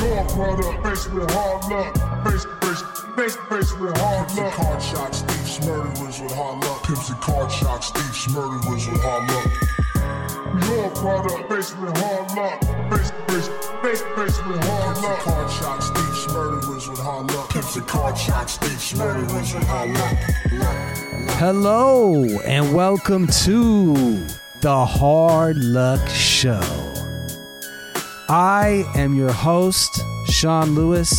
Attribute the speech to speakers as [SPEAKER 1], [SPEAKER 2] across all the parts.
[SPEAKER 1] All brother, faced with hard luck. Face, face, face, face with hard
[SPEAKER 2] Pimps and
[SPEAKER 1] luck.
[SPEAKER 2] card shots, thieves, murderers with hard luck. Pimps and card shots, thieves, murderers with hard luck.
[SPEAKER 1] We all brother, faced with hard luck. Face, face, face, face with hard
[SPEAKER 2] Pimps and
[SPEAKER 1] luck.
[SPEAKER 2] card shots, thieves, murderers with hard luck. Pimps and card shots, thieves, murderers with hard luck. Luck, luck.
[SPEAKER 3] Hello and welcome to the Hard Luck Show. I am your host, Sean Lewis,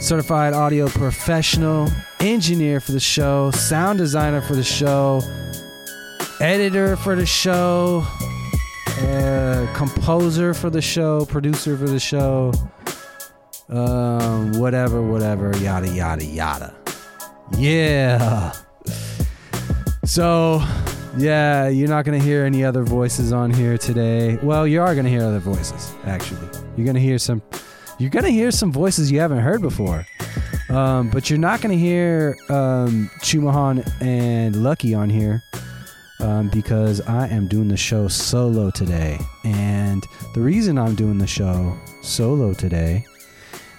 [SPEAKER 3] certified audio professional, engineer for the show, sound designer for the show, editor for the show, uh, composer for the show, producer for the show, um, whatever, whatever, yada, yada, yada. Yeah. So, yeah, you're not going to hear any other voices on here today. Well, you are going to hear other voices, actually. You're going to hear some you're going to hear some voices you haven't heard before. Um, but you're not going to hear um, Chumahan and Lucky on here um, because I am doing the show solo today. And the reason I'm doing the show solo today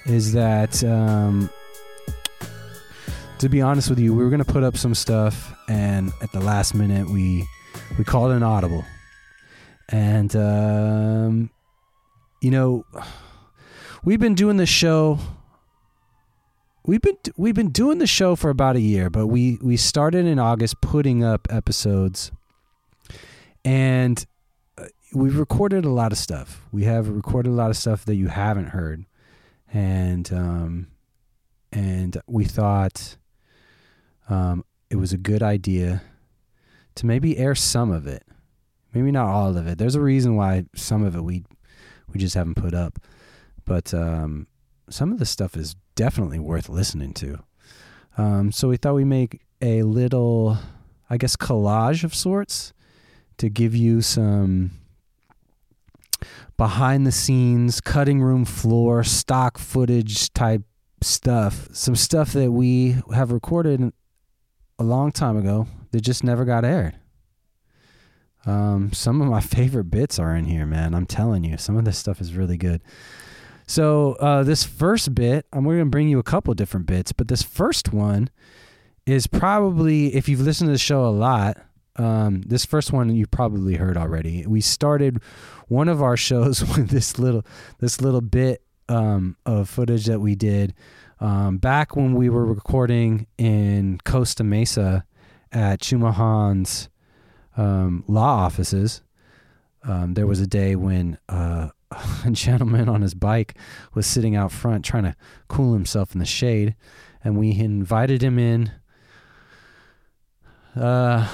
[SPEAKER 3] is that um, to be honest with you, we were gonna put up some stuff, and at the last minute, we we called an audible, and um, you know, we've been doing this show. We've been we've been doing the show for about a year, but we we started in August putting up episodes, and uh, we've recorded a lot of stuff. We have recorded a lot of stuff that you haven't heard, and um, and we thought um, it was a good idea to maybe air some of it, maybe not all of it. There's a reason why some of it we we just haven't put up, but um, some of the stuff is definitely worth listening to. Um, so we thought we make a little, I guess, collage of sorts to give you some behind the scenes, cutting room floor, stock footage type stuff, some stuff that we have recorded a long time ago that just never got aired. Um, some of my favorite bits are in here, man. I'm telling you, some of this stuff is really good. So uh, this first bit, I'm going to bring you a couple different bits, but this first one is probably if you've listened to the show a lot. Um, this first one you probably heard already. We started one of our shows with this little this little bit um, of footage that we did um, back when we were recording in Costa Mesa at Chumahan's um, law offices. Um, there was a day when uh, a gentleman on his bike was sitting out front trying to cool himself in the shade, and we invited him in. Uh,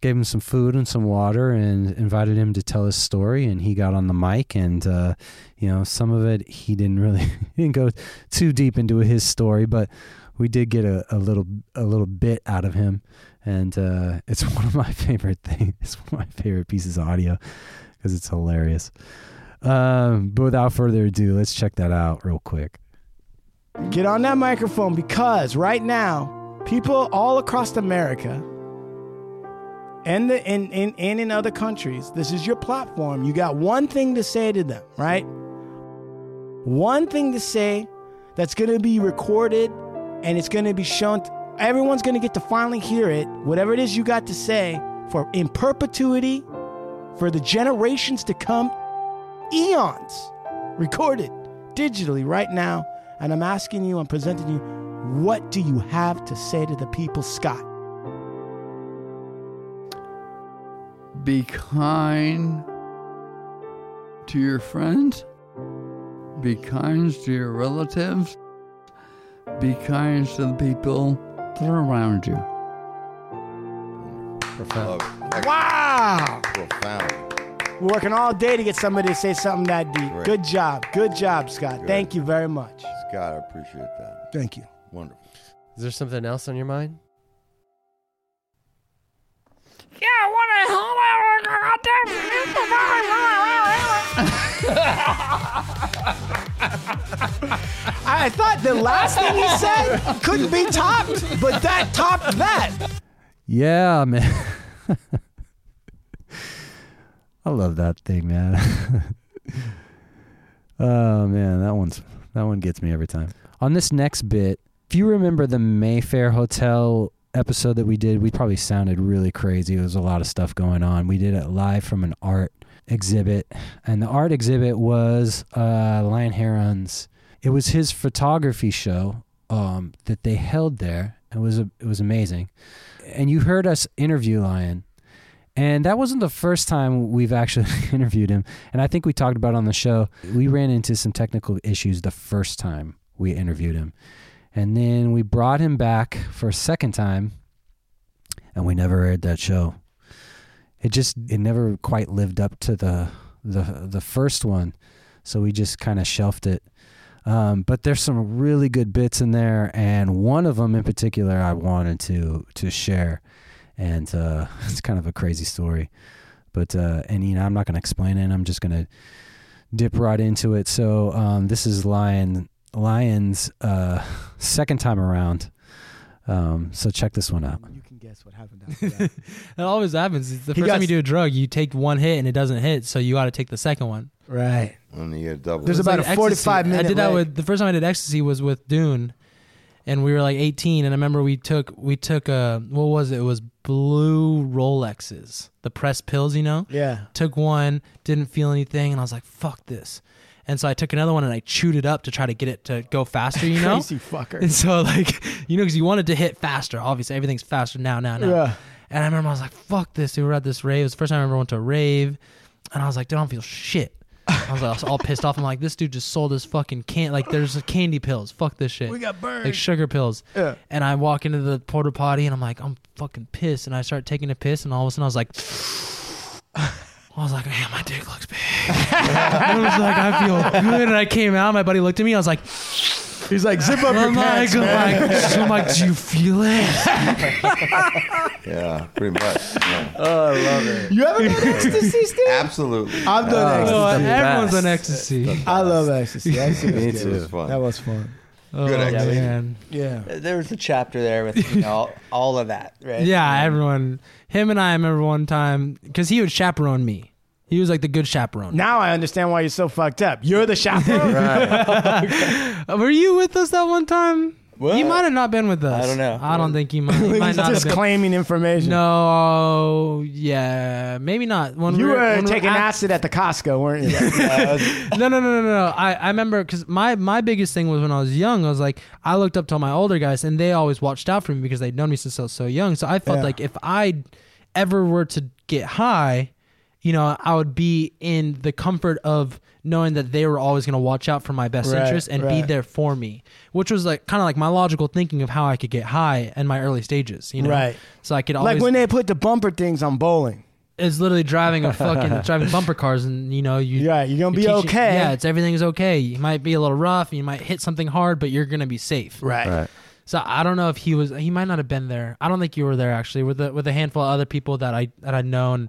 [SPEAKER 3] gave him some food and some water and invited him to tell his story and he got on the mic and uh, you know some of it he didn't really he didn't go too deep into his story but we did get a, a little a little bit out of him and uh, it's one of my favorite things it's one of my favorite pieces of audio because it's hilarious um, but without further ado let's check that out real quick
[SPEAKER 4] Get on that microphone because right now, people all across America and the and, and, and in other countries, this is your platform. You got one thing to say to them, right? One thing to say that's gonna be recorded and it's gonna be shown. Everyone's gonna get to finally hear it, whatever it is you got to say, for in perpetuity, for the generations to come, eons recorded digitally right now. And I'm asking you, I'm presenting you, what do you have to say to the people, Scott?
[SPEAKER 5] be kind to your friends, be kind to your relatives, be kind to the people that are around you.
[SPEAKER 6] Love it. Like,
[SPEAKER 4] Wow!
[SPEAKER 6] Profound.
[SPEAKER 4] Ah, We're working all day to get somebody to say something that deep.
[SPEAKER 6] Right.
[SPEAKER 4] Good job. Good job, Scott. Thank you very much.
[SPEAKER 6] Scott, I appreciate that.
[SPEAKER 4] Thank you.
[SPEAKER 6] Wonderful.
[SPEAKER 7] Is there something else on your mind?
[SPEAKER 4] I I thought the last thing he said couldn't be topped, but that topped that.
[SPEAKER 3] Yeah, man. I love that thing, man. Oh man, that one's that one gets me every time. On this next bit, if you remember the Mayfair Hotel episode that we did, we probably sounded really crazy. There was a lot of stuff going on. We did it live from an art exhibit, and the art exhibit was uh, Lion Heron's. It was his photography show um, that they held there. It was a, it was amazing, and you heard us interview Lion. And that wasn't the first time we've actually interviewed him. And I think we talked about it on the show, we ran into some technical issues the first time we interviewed him. And then we brought him back for a second time and we never aired that show. It just it never quite lived up to the the the first one. So we just kind of shelved it. Um, but there's some really good bits in there, and one of them in particular I wanted to to share, and uh, it's kind of a crazy story. But uh, and you know I'm not going to explain it. I'm just going to dip right into it. So um, this is Lion Lion's uh, second time around. Um, so check this one out.
[SPEAKER 4] You can guess what happened after that.
[SPEAKER 8] That always happens. It's the
[SPEAKER 4] He
[SPEAKER 8] first time
[SPEAKER 4] got
[SPEAKER 8] you do a drug, you take one hit and it doesn't hit, so you got to take the second one.
[SPEAKER 4] right.
[SPEAKER 6] And you get a double.
[SPEAKER 4] There's
[SPEAKER 8] It's
[SPEAKER 4] about
[SPEAKER 8] like
[SPEAKER 4] a
[SPEAKER 8] ecstasy.
[SPEAKER 4] 45 minute.
[SPEAKER 8] I did that
[SPEAKER 4] leg.
[SPEAKER 8] with the first time I did ecstasy was with Dune, and we were like 18, and I remember we took we took a what was it? It was blue Rolexes, the pressed pills, you know.
[SPEAKER 4] Yeah.
[SPEAKER 8] Took one, didn't feel anything, and I was like, "Fuck this." And so I took another one and I chewed it up to try to get it to go faster, you know.
[SPEAKER 4] Crazy fucker.
[SPEAKER 8] And so like, you know, because you wanted to hit faster. Obviously, everything's faster now, now, now.
[SPEAKER 4] Yeah.
[SPEAKER 8] And I remember I was like, fuck this. We were at this rave. It was the first time I ever went to a rave. And I was like, dude, I don't feel shit. I was, like, I was all pissed off. I'm like, this dude just sold this fucking can. Like, there's candy pills. Fuck this shit.
[SPEAKER 4] We got burned.
[SPEAKER 8] Like sugar pills.
[SPEAKER 4] Yeah.
[SPEAKER 8] And I walk into the porta potty and I'm like, I'm fucking pissed. And I start taking a piss. And all of a sudden I was like, I was like, man, my dick looks big. I was like, I feel good. And I came out. My buddy looked at me. I was like,
[SPEAKER 4] He's like, zip up your
[SPEAKER 8] I'm
[SPEAKER 4] pants.
[SPEAKER 8] like, I'm like, I'm like, do you feel it?
[SPEAKER 6] yeah, pretty much. Yeah.
[SPEAKER 4] Oh, You ever done ecstasy, Steve?
[SPEAKER 6] Absolutely.
[SPEAKER 4] I've done ecstasy.
[SPEAKER 8] So
[SPEAKER 3] the
[SPEAKER 8] everyone's
[SPEAKER 3] best.
[SPEAKER 8] on ecstasy.
[SPEAKER 4] I love ecstasy. Ecstasy was
[SPEAKER 6] Me
[SPEAKER 4] good.
[SPEAKER 6] too. It was fun.
[SPEAKER 4] That was fun.
[SPEAKER 8] Oh,
[SPEAKER 6] ecstasy.
[SPEAKER 8] man.
[SPEAKER 4] Yeah.
[SPEAKER 9] There was a chapter there with you know, all, all of that, right?
[SPEAKER 8] Yeah, everyone. Him and I remember one time because he would chaperone me. He was like the good chaperone.
[SPEAKER 4] Now I understand why you're so fucked up. You're the chaperone.
[SPEAKER 8] Uh, Were you with us that one time? He might have not been with us.
[SPEAKER 9] I don't know.
[SPEAKER 8] I don't think he might. he might
[SPEAKER 4] He's
[SPEAKER 8] not have been.
[SPEAKER 4] disclaiming information.
[SPEAKER 8] No, yeah, maybe not. When
[SPEAKER 4] You
[SPEAKER 8] we
[SPEAKER 4] were
[SPEAKER 8] when we
[SPEAKER 4] taking
[SPEAKER 8] at-
[SPEAKER 4] acid at the Costco, weren't you?
[SPEAKER 8] no, no, no, no, no. I, I remember because my, my biggest thing was when I was young, I was like, I looked up to all my older guys and they always watched out for me because they'd known me since I was so young. So I felt
[SPEAKER 4] Yeah.
[SPEAKER 8] like if I ever were to get high, you know, I would be in the comfort of knowing that they were always going to watch out for my best
[SPEAKER 4] Right,
[SPEAKER 8] interest and be
[SPEAKER 4] right.
[SPEAKER 8] there for me, which was like kind of like my logical thinking of how I could get high in my early stages, you know?
[SPEAKER 4] Right.
[SPEAKER 8] So I could always
[SPEAKER 4] like when they put the bumper things on bowling.
[SPEAKER 8] it's literally driving a fucking driving bumper cars, and you know you.
[SPEAKER 4] Yeah, you're gonna
[SPEAKER 8] you
[SPEAKER 4] be
[SPEAKER 8] teach-
[SPEAKER 4] okay.
[SPEAKER 8] Yeah, it's everything's okay. You might be a little rough, you might hit something hard, but you're gonna be safe.
[SPEAKER 4] Right.
[SPEAKER 8] So I don't know if he was. He might not have been there. I don't think you were there actually with the, with a handful of other people that I that I'd known.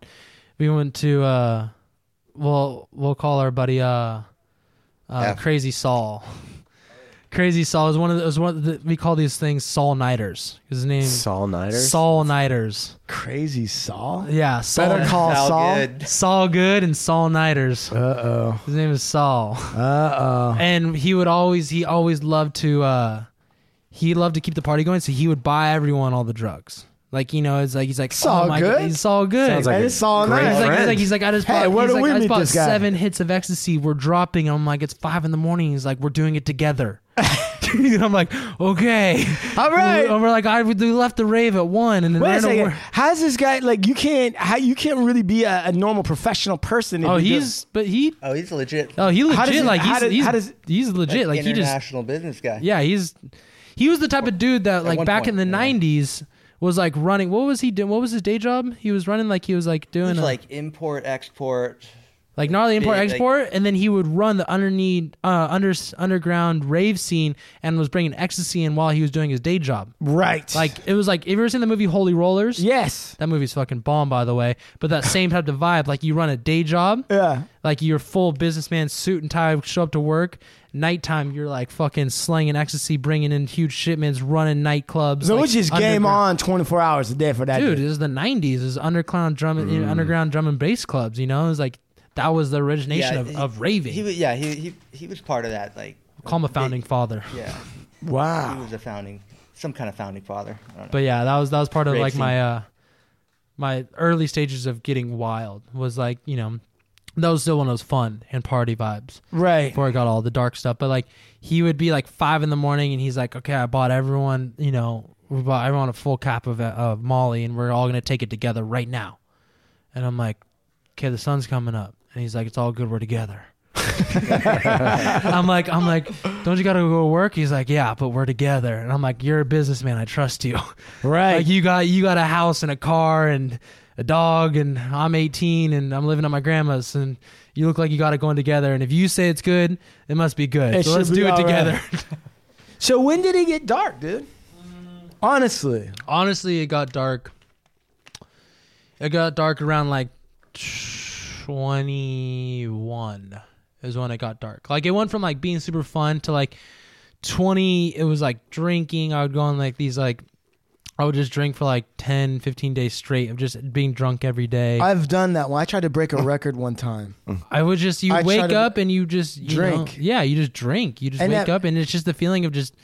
[SPEAKER 8] We went to uh, well we'll call our buddy uh, uh
[SPEAKER 6] F.
[SPEAKER 8] Crazy Saul. Crazy Saul is one of the, was one of the, we call these things Saul Nighters. His name
[SPEAKER 7] Saul Nighter.
[SPEAKER 8] Saul Nighters.
[SPEAKER 4] Crazy Saul.
[SPEAKER 8] Yeah, Saul
[SPEAKER 4] Better call
[SPEAKER 9] Sound
[SPEAKER 4] Saul.
[SPEAKER 9] good.
[SPEAKER 8] Saul Good and Saul Nighters.
[SPEAKER 4] Uh
[SPEAKER 8] His name is Saul,
[SPEAKER 4] oh. Uh oh.
[SPEAKER 8] and he would always he always loved to uh he loved to keep the party going, so he would buy everyone all the drugs. Like you know, it's like he's like
[SPEAKER 4] Saul
[SPEAKER 8] oh my
[SPEAKER 4] Good?
[SPEAKER 8] God, he's Saul Good.
[SPEAKER 4] Sounds like
[SPEAKER 7] a
[SPEAKER 4] it's Saul
[SPEAKER 7] great
[SPEAKER 8] He's
[SPEAKER 4] Night.
[SPEAKER 8] like, he's
[SPEAKER 7] friend.
[SPEAKER 8] like, he's like, I just
[SPEAKER 4] Oh, Hey,
[SPEAKER 8] bought,
[SPEAKER 4] where
[SPEAKER 8] he's
[SPEAKER 4] do
[SPEAKER 8] like,
[SPEAKER 4] we
[SPEAKER 8] I just
[SPEAKER 4] meet
[SPEAKER 8] bought
[SPEAKER 4] this guy?
[SPEAKER 8] seven hits of ecstasy. We're dropping. I'm like, it's five in the morning. He's like, we're doing it together. and I'm like, okay.
[SPEAKER 4] All right.
[SPEAKER 8] And we're like, I we left the rave at one, and then
[SPEAKER 4] Wait
[SPEAKER 8] I
[SPEAKER 4] a
[SPEAKER 8] don't know
[SPEAKER 4] second.
[SPEAKER 8] where-
[SPEAKER 4] How's this guy like? You can't. How you can't really be a, a normal professional person. If
[SPEAKER 8] Oh,
[SPEAKER 4] you do-
[SPEAKER 8] he's but he
[SPEAKER 9] Oh, he's legit.
[SPEAKER 8] oh he legit
[SPEAKER 4] How does it-
[SPEAKER 8] like
[SPEAKER 4] how
[SPEAKER 8] he's
[SPEAKER 4] did-
[SPEAKER 8] he's,
[SPEAKER 4] how does-
[SPEAKER 8] he's legit like he just
[SPEAKER 9] international business guy.
[SPEAKER 8] Yeah, he's he was the type of dude that like
[SPEAKER 9] one
[SPEAKER 8] back
[SPEAKER 9] point,
[SPEAKER 8] in the
[SPEAKER 9] yeah.
[SPEAKER 8] '90s was like running. What was he doing? What was his day job? He was running like he was like doing
[SPEAKER 9] He's
[SPEAKER 8] a-
[SPEAKER 9] like import export.
[SPEAKER 8] like gnarly import
[SPEAKER 9] big, like-
[SPEAKER 8] export, and then he would run the underneath uh, under underground rave scene and was bringing ecstasy in while he was doing his day job.
[SPEAKER 4] right.
[SPEAKER 8] Like it was like have you ever seen the movie Holy Rollers?
[SPEAKER 4] yes.
[SPEAKER 8] That movie's fucking bomb, by the way. But that same type of vibe, like you run a day job,
[SPEAKER 4] Yeah.
[SPEAKER 8] like your full businessman suit and tie, show up to work. Nighttime, you're like fucking slinging ecstasy, bringing in huge shipments, running nightclubs.
[SPEAKER 4] So
[SPEAKER 8] like,
[SPEAKER 4] it's just game
[SPEAKER 8] underground-
[SPEAKER 4] on 24 hours a day for that
[SPEAKER 8] dude.
[SPEAKER 4] dude.
[SPEAKER 9] Mm.
[SPEAKER 8] This is the '90s. This is underground drum, and underground drum and bass clubs. You know, it's like that was the origination
[SPEAKER 9] Yeah,
[SPEAKER 8] of,
[SPEAKER 9] he-
[SPEAKER 8] of raving.
[SPEAKER 9] He was, yeah, he, he he was part of that. Like,
[SPEAKER 8] Call him a founding father.
[SPEAKER 9] yeah, he
[SPEAKER 4] Wow.
[SPEAKER 9] was a founding, some kind of founding father. I don't know.
[SPEAKER 8] But yeah, that was that was part of
[SPEAKER 9] Rave
[SPEAKER 8] like
[SPEAKER 9] scene.
[SPEAKER 8] my uh my early stages of getting wild was like, you know, that was still when it was fun and party vibes.
[SPEAKER 4] Right.
[SPEAKER 8] before I got all the dark stuff. But like he would be like five in the morning, and he's like, "Okay, I bought everyone, you know, we bought everyone a full cap of uh, of Molly, and we're all gonna take it together right now." And I'm like, "Okay, the sun's coming up," and he's like, "It's all good, we're together." I'm like, I'm like, don't you gotta go to work? He's like, yeah, but we're together. And I'm like, you're a businessman, I trust you.
[SPEAKER 4] Right.
[SPEAKER 8] Like you got you got a house and a car and a dog and I'm 18 and I'm living at my grandma's and you look like you got it going together and if you say it's good, it must be good.
[SPEAKER 4] It
[SPEAKER 8] so let's
[SPEAKER 4] should be
[SPEAKER 8] do it
[SPEAKER 4] all
[SPEAKER 8] together.
[SPEAKER 4] right. so when did he get dark, dude? Honestly.
[SPEAKER 8] Honestly, it got dark. It got dark around like 21 is when it got dark. Like it went from like being super fun to like 20 it was like drinking. I would go on like these like I would just drink for like 10, 15 days straight of just being drunk every day.
[SPEAKER 4] I've done that one. I tried to break a record one time.
[SPEAKER 8] I would just you
[SPEAKER 4] I try
[SPEAKER 8] wake
[SPEAKER 4] to
[SPEAKER 8] up and you just you
[SPEAKER 4] drink.
[SPEAKER 8] know- yeah, you just drink. You just
[SPEAKER 4] And
[SPEAKER 8] wake
[SPEAKER 4] that-
[SPEAKER 8] up and it's just the feeling of just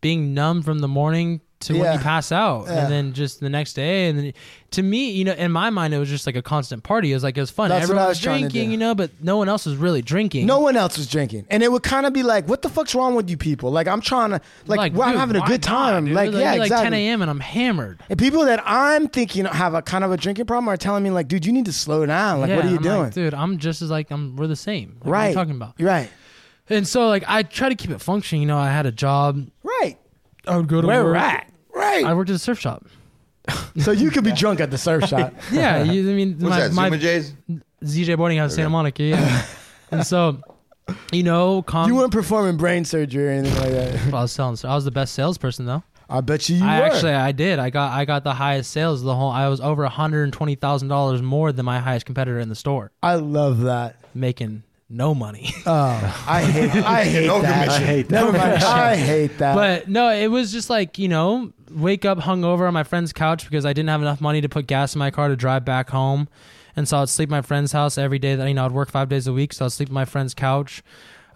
[SPEAKER 8] being numb from the morning to when
[SPEAKER 4] Yeah.
[SPEAKER 8] you pass out,
[SPEAKER 4] Yeah.
[SPEAKER 8] and then just the next day. And then to me, you know, in my mind, it was just like a constant party. It was like it was fun.
[SPEAKER 4] That's what
[SPEAKER 8] Everyone
[SPEAKER 4] I
[SPEAKER 8] was,
[SPEAKER 4] was trying to
[SPEAKER 8] drinking,
[SPEAKER 4] do.
[SPEAKER 8] you know, but no one else was really drinking.
[SPEAKER 4] No one else was drinking, and it would kind of be like, "What the fuck's wrong with you people?" Like I'm trying to, like, well, I'm
[SPEAKER 8] dude,
[SPEAKER 4] having a
[SPEAKER 8] why
[SPEAKER 4] good
[SPEAKER 8] not,
[SPEAKER 4] time.
[SPEAKER 8] dude?
[SPEAKER 4] like,
[SPEAKER 8] It'd
[SPEAKER 4] yeah,
[SPEAKER 8] be like
[SPEAKER 4] exactly.
[SPEAKER 8] 10 a.m. and I'm hammered.
[SPEAKER 4] And people that I'm thinking have a kind of a drinking problem are telling me like, "Dude, you need to slow down. Like,
[SPEAKER 8] yeah,
[SPEAKER 4] what are you
[SPEAKER 8] I'm
[SPEAKER 4] doing?"
[SPEAKER 8] like, dude? I'm just as like I'm. We're the same. Like, what are
[SPEAKER 4] right.
[SPEAKER 8] you talking about.
[SPEAKER 4] Right.
[SPEAKER 8] And so like I try to keep it functioning. You know, I had a job.
[SPEAKER 4] Right.
[SPEAKER 8] I would go to
[SPEAKER 4] Where we're
[SPEAKER 8] work.
[SPEAKER 4] at.
[SPEAKER 8] I
[SPEAKER 4] Right.
[SPEAKER 8] worked at a surf shop.
[SPEAKER 4] so you could be drunk at the surf shop.
[SPEAKER 8] Yeah, you, I mean,
[SPEAKER 6] What's
[SPEAKER 8] my,
[SPEAKER 6] that?
[SPEAKER 8] my
[SPEAKER 6] Zuma Jays?
[SPEAKER 8] ZJ boarding out of Santa Monica, yeah. and so, you know, com-
[SPEAKER 4] You weren't performing brain surgery or anything like that.
[SPEAKER 8] I was selling. I was the best salesperson though.
[SPEAKER 4] I bet you you
[SPEAKER 8] I
[SPEAKER 4] were.
[SPEAKER 8] actually I did. I got I got the highest sales of the whole. I was over hundred and twenty thousand dollars more than my highest competitor in the store,
[SPEAKER 4] I love that.
[SPEAKER 8] making no money.
[SPEAKER 4] Oh, I hate. I hate
[SPEAKER 6] No
[SPEAKER 4] that.
[SPEAKER 6] commission. I
[SPEAKER 4] hate that. Never mind. I hate that.
[SPEAKER 8] but no, it was just like you know, wake up hungover on my friend's couch because I didn't have enough money to put gas in my car to drive back home, and so I'd sleep at my friend's house every day. That you know, I'd work five days a week, so I'd sleep at my friend's couch.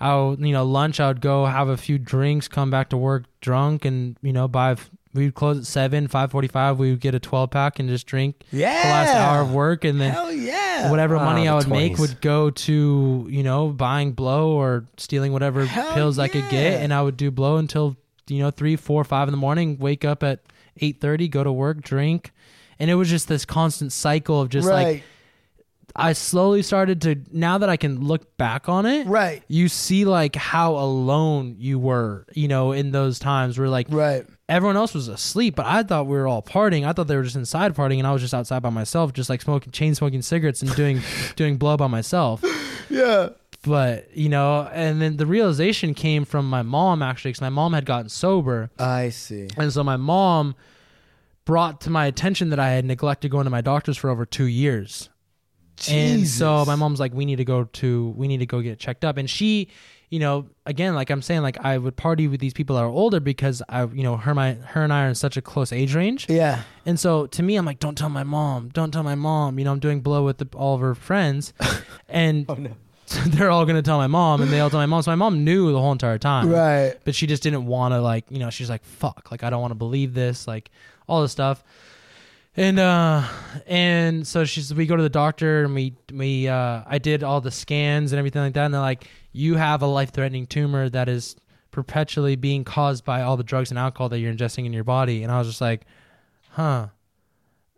[SPEAKER 8] I would, you know, lunch. I would go have a few drinks, come back to work drunk, and you know, by we'd close at seven, five forty-five. We would get a twelve pack and just drink the last
[SPEAKER 4] Yeah.
[SPEAKER 8] hour of work, and then
[SPEAKER 4] hell yeah.
[SPEAKER 8] whatever money
[SPEAKER 10] the
[SPEAKER 8] I would make
[SPEAKER 10] 20s.
[SPEAKER 8] would go to you know buying blow or stealing whatever
[SPEAKER 4] Hell
[SPEAKER 8] pills I could
[SPEAKER 4] yeah.
[SPEAKER 8] get, and I would do blow until you know three, four, five in the morning. Wake up at eight thirty, go to work, drink, and it was just this constant cycle of just
[SPEAKER 4] right.
[SPEAKER 8] like I slowly started to. Now that I can look back on it,
[SPEAKER 4] Right.
[SPEAKER 8] you see like how alone you were, you know, in those times where like
[SPEAKER 4] Right.
[SPEAKER 8] everyone else was asleep, but I thought we were all partying. I thought they were just inside partying, and I was just outside by myself, just like smoking chain smoking cigarettes and doing doing blow by myself.
[SPEAKER 4] Yeah.
[SPEAKER 8] But you know, and then the realization came from my mom actually, because my mom had gotten sober,
[SPEAKER 4] I see.
[SPEAKER 8] and so my mom brought to my attention that I had neglected going to my doctors for over two years. And so my mom's like, we need to go to, we need to go get checked up. And she, you know, again, like I'm saying, like I would party with these people that are older because I, you know, her, my, her and I are in such a close age range.
[SPEAKER 4] Yeah.
[SPEAKER 8] And so to me, I'm like, don't tell my mom, don't tell my mom. You know, I'm doing blow with the, all of her friends, and
[SPEAKER 4] Oh,
[SPEAKER 8] they're all gonna tell my mom, and they all tell my mom. So my mom knew the whole entire time,
[SPEAKER 4] Right.
[SPEAKER 8] But she just didn't want to, like, you know, she's like, fuck, like I don't want to believe this, like all this stuff. And uh, and so she's we go to the doctor and we we uh, I did all the scans and everything like that, and they're like, you have a life threatening tumor that is perpetually being caused by all the drugs and alcohol that you're ingesting in your body. And I was just like huh.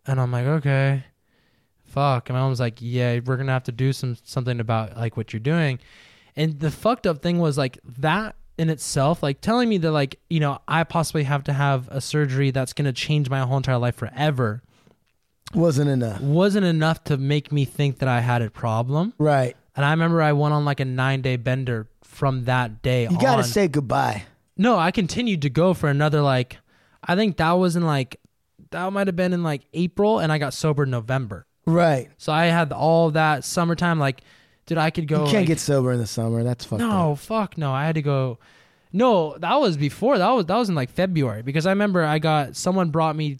[SPEAKER 8] And I'm like, okay, fuck. And my mom's like, yeah, we're gonna have to do some something about like what you're doing. And the fucked up thing was like that in itself, like telling me that like you know I possibly have to have a surgery that's gonna change my whole entire life forever
[SPEAKER 4] Wasn't enough.
[SPEAKER 8] wasn't enough to make me think that I had a problem.
[SPEAKER 4] Right.
[SPEAKER 8] And I remember I went on like a nine day bender from that day.
[SPEAKER 4] You gotta
[SPEAKER 8] on.
[SPEAKER 4] say goodbye.
[SPEAKER 8] No, I continued to go for another like I think that was in like that might have been in like April and I got sober in November.
[SPEAKER 4] Right.
[SPEAKER 8] So I had all that summertime like dude I could go
[SPEAKER 4] You can't
[SPEAKER 8] like-
[SPEAKER 4] get sober in the summer. That's fucked up.
[SPEAKER 8] No, fuck no. I had to go No, that was before. That was that was in like February because I remember I got someone brought me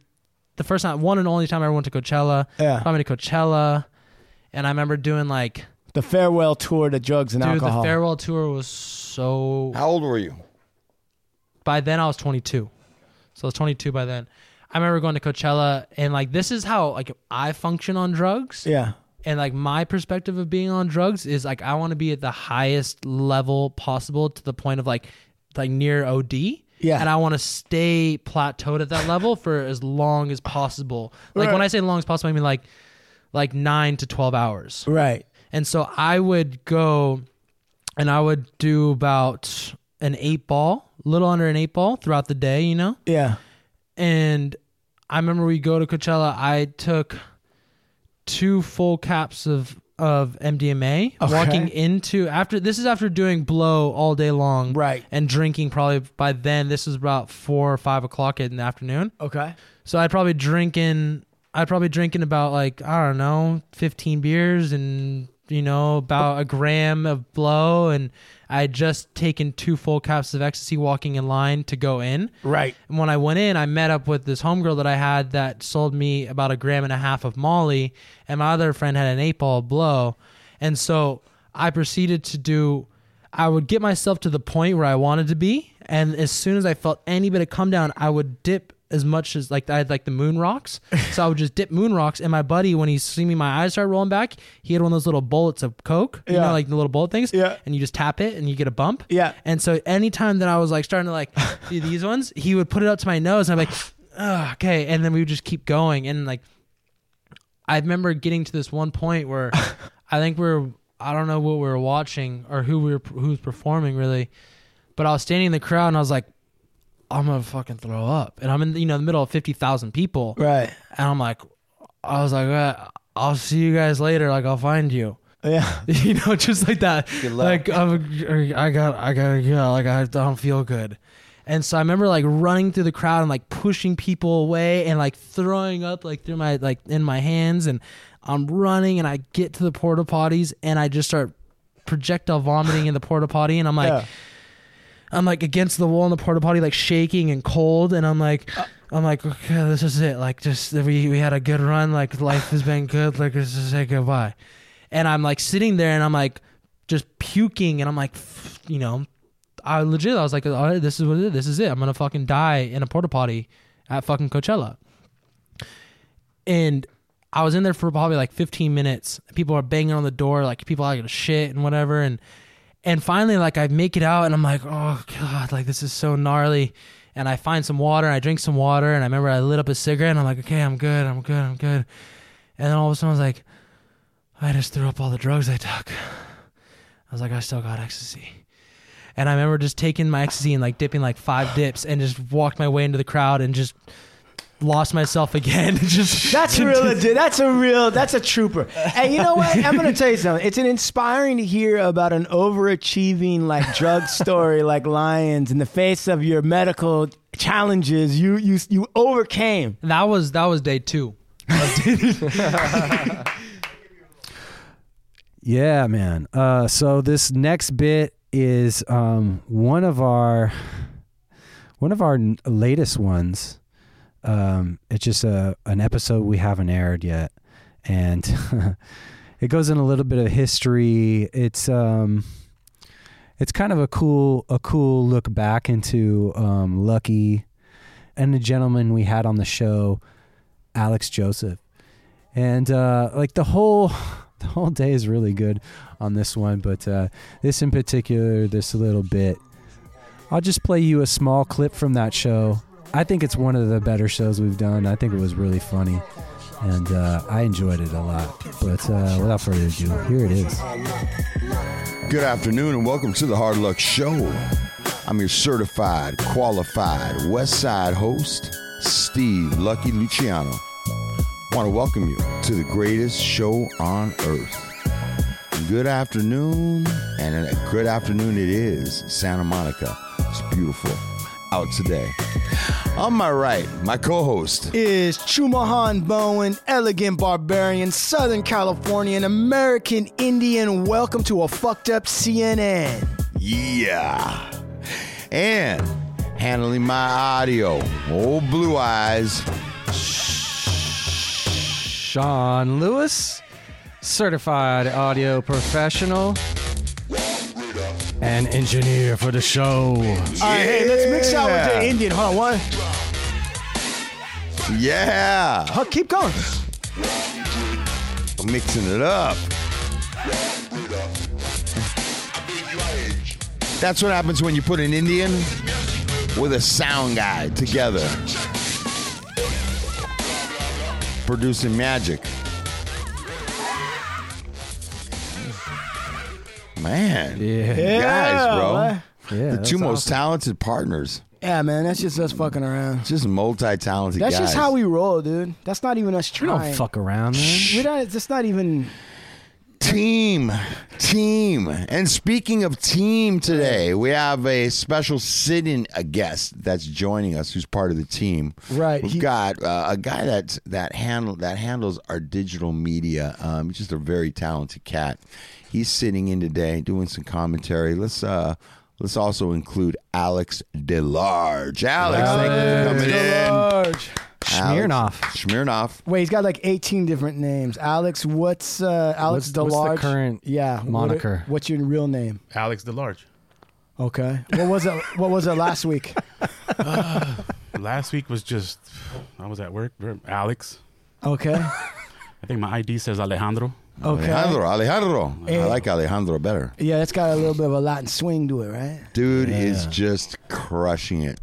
[SPEAKER 8] the first time one and only time I ever went to Coachella.
[SPEAKER 4] Yeah.
[SPEAKER 8] Brought me to Coachella and I remember doing like
[SPEAKER 4] the farewell tour to drugs and
[SPEAKER 8] Dude,
[SPEAKER 4] alcohol.
[SPEAKER 8] the farewell tour was so.
[SPEAKER 6] How old were you?
[SPEAKER 8] By then, I was 22, so I was 22 by then. I remember going to Coachella, and like this is how like I function on drugs.
[SPEAKER 4] yeah.
[SPEAKER 8] and like my perspective of being on drugs is like I want to be at the highest level possible to the point of like like near OD.
[SPEAKER 4] Yeah.
[SPEAKER 8] And I want to stay plateaued at that level for as long as possible. Like when I say long as possible, I mean like like 9 to 12 hours.
[SPEAKER 4] Right.
[SPEAKER 8] And so I would go and I would do about an 8 ball, little under an 8 ball throughout the day, you know?
[SPEAKER 4] Yeah.
[SPEAKER 8] and I remember we go to Coachella. I took two full caps of of MDMA
[SPEAKER 4] Okay.
[SPEAKER 8] walking into after this is after doing blow all day long
[SPEAKER 4] Right.
[SPEAKER 8] and drinking probably by then this was about four or five o'clock in the afternoon
[SPEAKER 4] Okay.
[SPEAKER 8] so I'd probably drink in I'd probably drink in about like I don't know fifteen beers and you know about a gram of blow and I had just taken two full caps of ecstasy walking in line to go in
[SPEAKER 4] Right.
[SPEAKER 8] and when I went in, I met up with this homegirl that I had that sold me about a gram and a half of Molly, and my other friend had an eight ball blow. And so I proceeded to do, I would get myself to the point where I wanted to be. And as soon as I felt any bit of come down, I would dip as much as like I had like the moon rocks. So I would just dip moon rocks. And my buddy, when he see me, my eyes started rolling back, he had one of those little bullets of Coke, you
[SPEAKER 4] Yeah.
[SPEAKER 8] know, like the little bullet things.
[SPEAKER 4] Yeah.
[SPEAKER 8] And you just tap it and you get a bump.
[SPEAKER 4] Yeah.
[SPEAKER 8] And so anytime that I was like starting to like do these ones, he would put it up to my nose and I'm like, "Ugh, okay. And then we would just keep going. And like, I remember getting to this one point where I think we were, I don't know what we were watching or who we were, who was performing really, but I was standing in the crowd and I was like, I'm going to fucking throw up. And I'm in, you know, the middle of 50,000 people.
[SPEAKER 4] Right.
[SPEAKER 8] And I'm like, I was like, "Uh, I'll see you guys later. Like, I'll find you
[SPEAKER 4] Yeah.
[SPEAKER 8] you know, just like that.
[SPEAKER 6] luck.
[SPEAKER 8] Like I'm, I got, I gotta go. Like I don't feel good. And so I remember like running through the crowd and like pushing people away and like throwing up like through my like in my hands and I'm running and I get to the porta potties and I just start projectile vomiting in the porta potty and I'm like
[SPEAKER 4] Yeah.
[SPEAKER 8] I'm like against the wall in the porta potty like shaking and cold and I'm like I'm like okay this is it like just we we had a good run like life has been good like let's just say goodbye and I'm like sitting there and I'm like just puking and I'm like, f- you know, I legit I was like, all right, this is what it is. This is it. I'm gonna fucking die in a porta potty at fucking Coachella. And I was in there for probably like 15 minutes. People are banging on the door, like people are gonna shit and whatever. And and finally, like I make it out and I'm like, oh god, like this is so gnarly. And I find some water, and I drink some water, and I remember I lit up a cigarette, and I'm like, okay, I'm good, I'm good, I'm good. And then all of a sudden, I was like, I just threw up all the drugs I took. I was like, I still got ecstasy. And I remember just taking my ecstasy and like dipping like five dips and just walked my way into the crowd and just lost myself again. just
[SPEAKER 4] That's real. legit. That's a real. That's a trooper. And you know what? I'm gonna tell you something. It's an inspiring to hear about an overachieving like drug story, like Lions, in the face of your medical challenges. You you you overcame.
[SPEAKER 8] that was that was day two.
[SPEAKER 3] Yeah, man. Uh, so this next bit is um, one of our one of our n- latest ones. Um, it's just a an episode we haven't aired yet, and it goes in a little bit of history. It's um, it's kind of a cool a cool look back into um, Lucky and the gentleman we had on the show, Alex Joseph, and uh, like the whole the whole day is really good on this one, but uh, this in particular, this little bit. I'll just play you a small clip from that show. I think it's one of the better shows we've done. I think it was really funny, and uh, I enjoyed it a lot. But uh, without further ado, here it is.
[SPEAKER 6] Good afternoon and welcome to the Hard Luck Show. I'm your certified, qualified West Side host, Steve Lucky Luciano. want to welcome you to the greatest show on earth. Good afternoon, and a good afternoon it is, Santa Monica. It's beautiful out today. On my right, my co host,
[SPEAKER 4] Is Chumahan Bowen, elegant barbarian, Southern Californian, American Indian. Welcome to a fucked up CNN.
[SPEAKER 6] Yeah. And handling my audio. Old blue eyes.
[SPEAKER 3] Sean Lewis, certified audio professional, and engineer for the show.
[SPEAKER 4] All right, hey, let's mix out with the Indian. Hold on, one.
[SPEAKER 6] Yeah.
[SPEAKER 4] Huh, keep going.
[SPEAKER 6] Mixing it up. That's what happens when you put an Indian with a sound guy together. Producing magic. Man.
[SPEAKER 3] Yeah.
[SPEAKER 4] Yeah,
[SPEAKER 6] Guys, bro.
[SPEAKER 4] man.
[SPEAKER 3] Yeah,
[SPEAKER 6] the
[SPEAKER 3] that's
[SPEAKER 6] two most
[SPEAKER 3] awesome.
[SPEAKER 6] talented partners.
[SPEAKER 4] Yeah, man, that's just us fucking around.
[SPEAKER 6] Just multi-talented
[SPEAKER 4] That's
[SPEAKER 6] guys.
[SPEAKER 4] just how we roll, dude. That's not even us
[SPEAKER 3] We
[SPEAKER 4] trying.
[SPEAKER 3] don't fuck around, man.
[SPEAKER 4] We're not. That's not even.
[SPEAKER 6] Team, team. And speaking of team today, we have a special sitting a guest that's joining us who's part of the team.
[SPEAKER 4] Right,
[SPEAKER 6] We've
[SPEAKER 4] he-
[SPEAKER 6] got uh, a guy that that handle that handles our digital media. Um, he's just a very talented cat. He's sitting in today doing some commentary. Let's uh let's also include Alex DeLarge. Alex, thank you for coming in.
[SPEAKER 4] Large.
[SPEAKER 3] Smirnoff.
[SPEAKER 6] Smirnoff.
[SPEAKER 4] Wait, he's got like 18 different names. Alex, what's uh, Alex
[SPEAKER 3] What's- what's the
[SPEAKER 4] DeLarge?
[SPEAKER 3] current
[SPEAKER 4] yeah what-
[SPEAKER 3] moniker?
[SPEAKER 4] what's your real name?
[SPEAKER 10] Alex DeLarge.
[SPEAKER 4] Okay. What was it? What was it last week?
[SPEAKER 10] Last week was just I was at work. Alex.
[SPEAKER 4] Okay.
[SPEAKER 10] I think my ID says Alejandro.
[SPEAKER 4] Okay.
[SPEAKER 6] Alejandro, Alejandro. I
[SPEAKER 4] And-
[SPEAKER 6] like Alejandro better.
[SPEAKER 4] Yeah, it's got a little bit of a Latin swing to it, right?
[SPEAKER 6] Dude is just crushing it.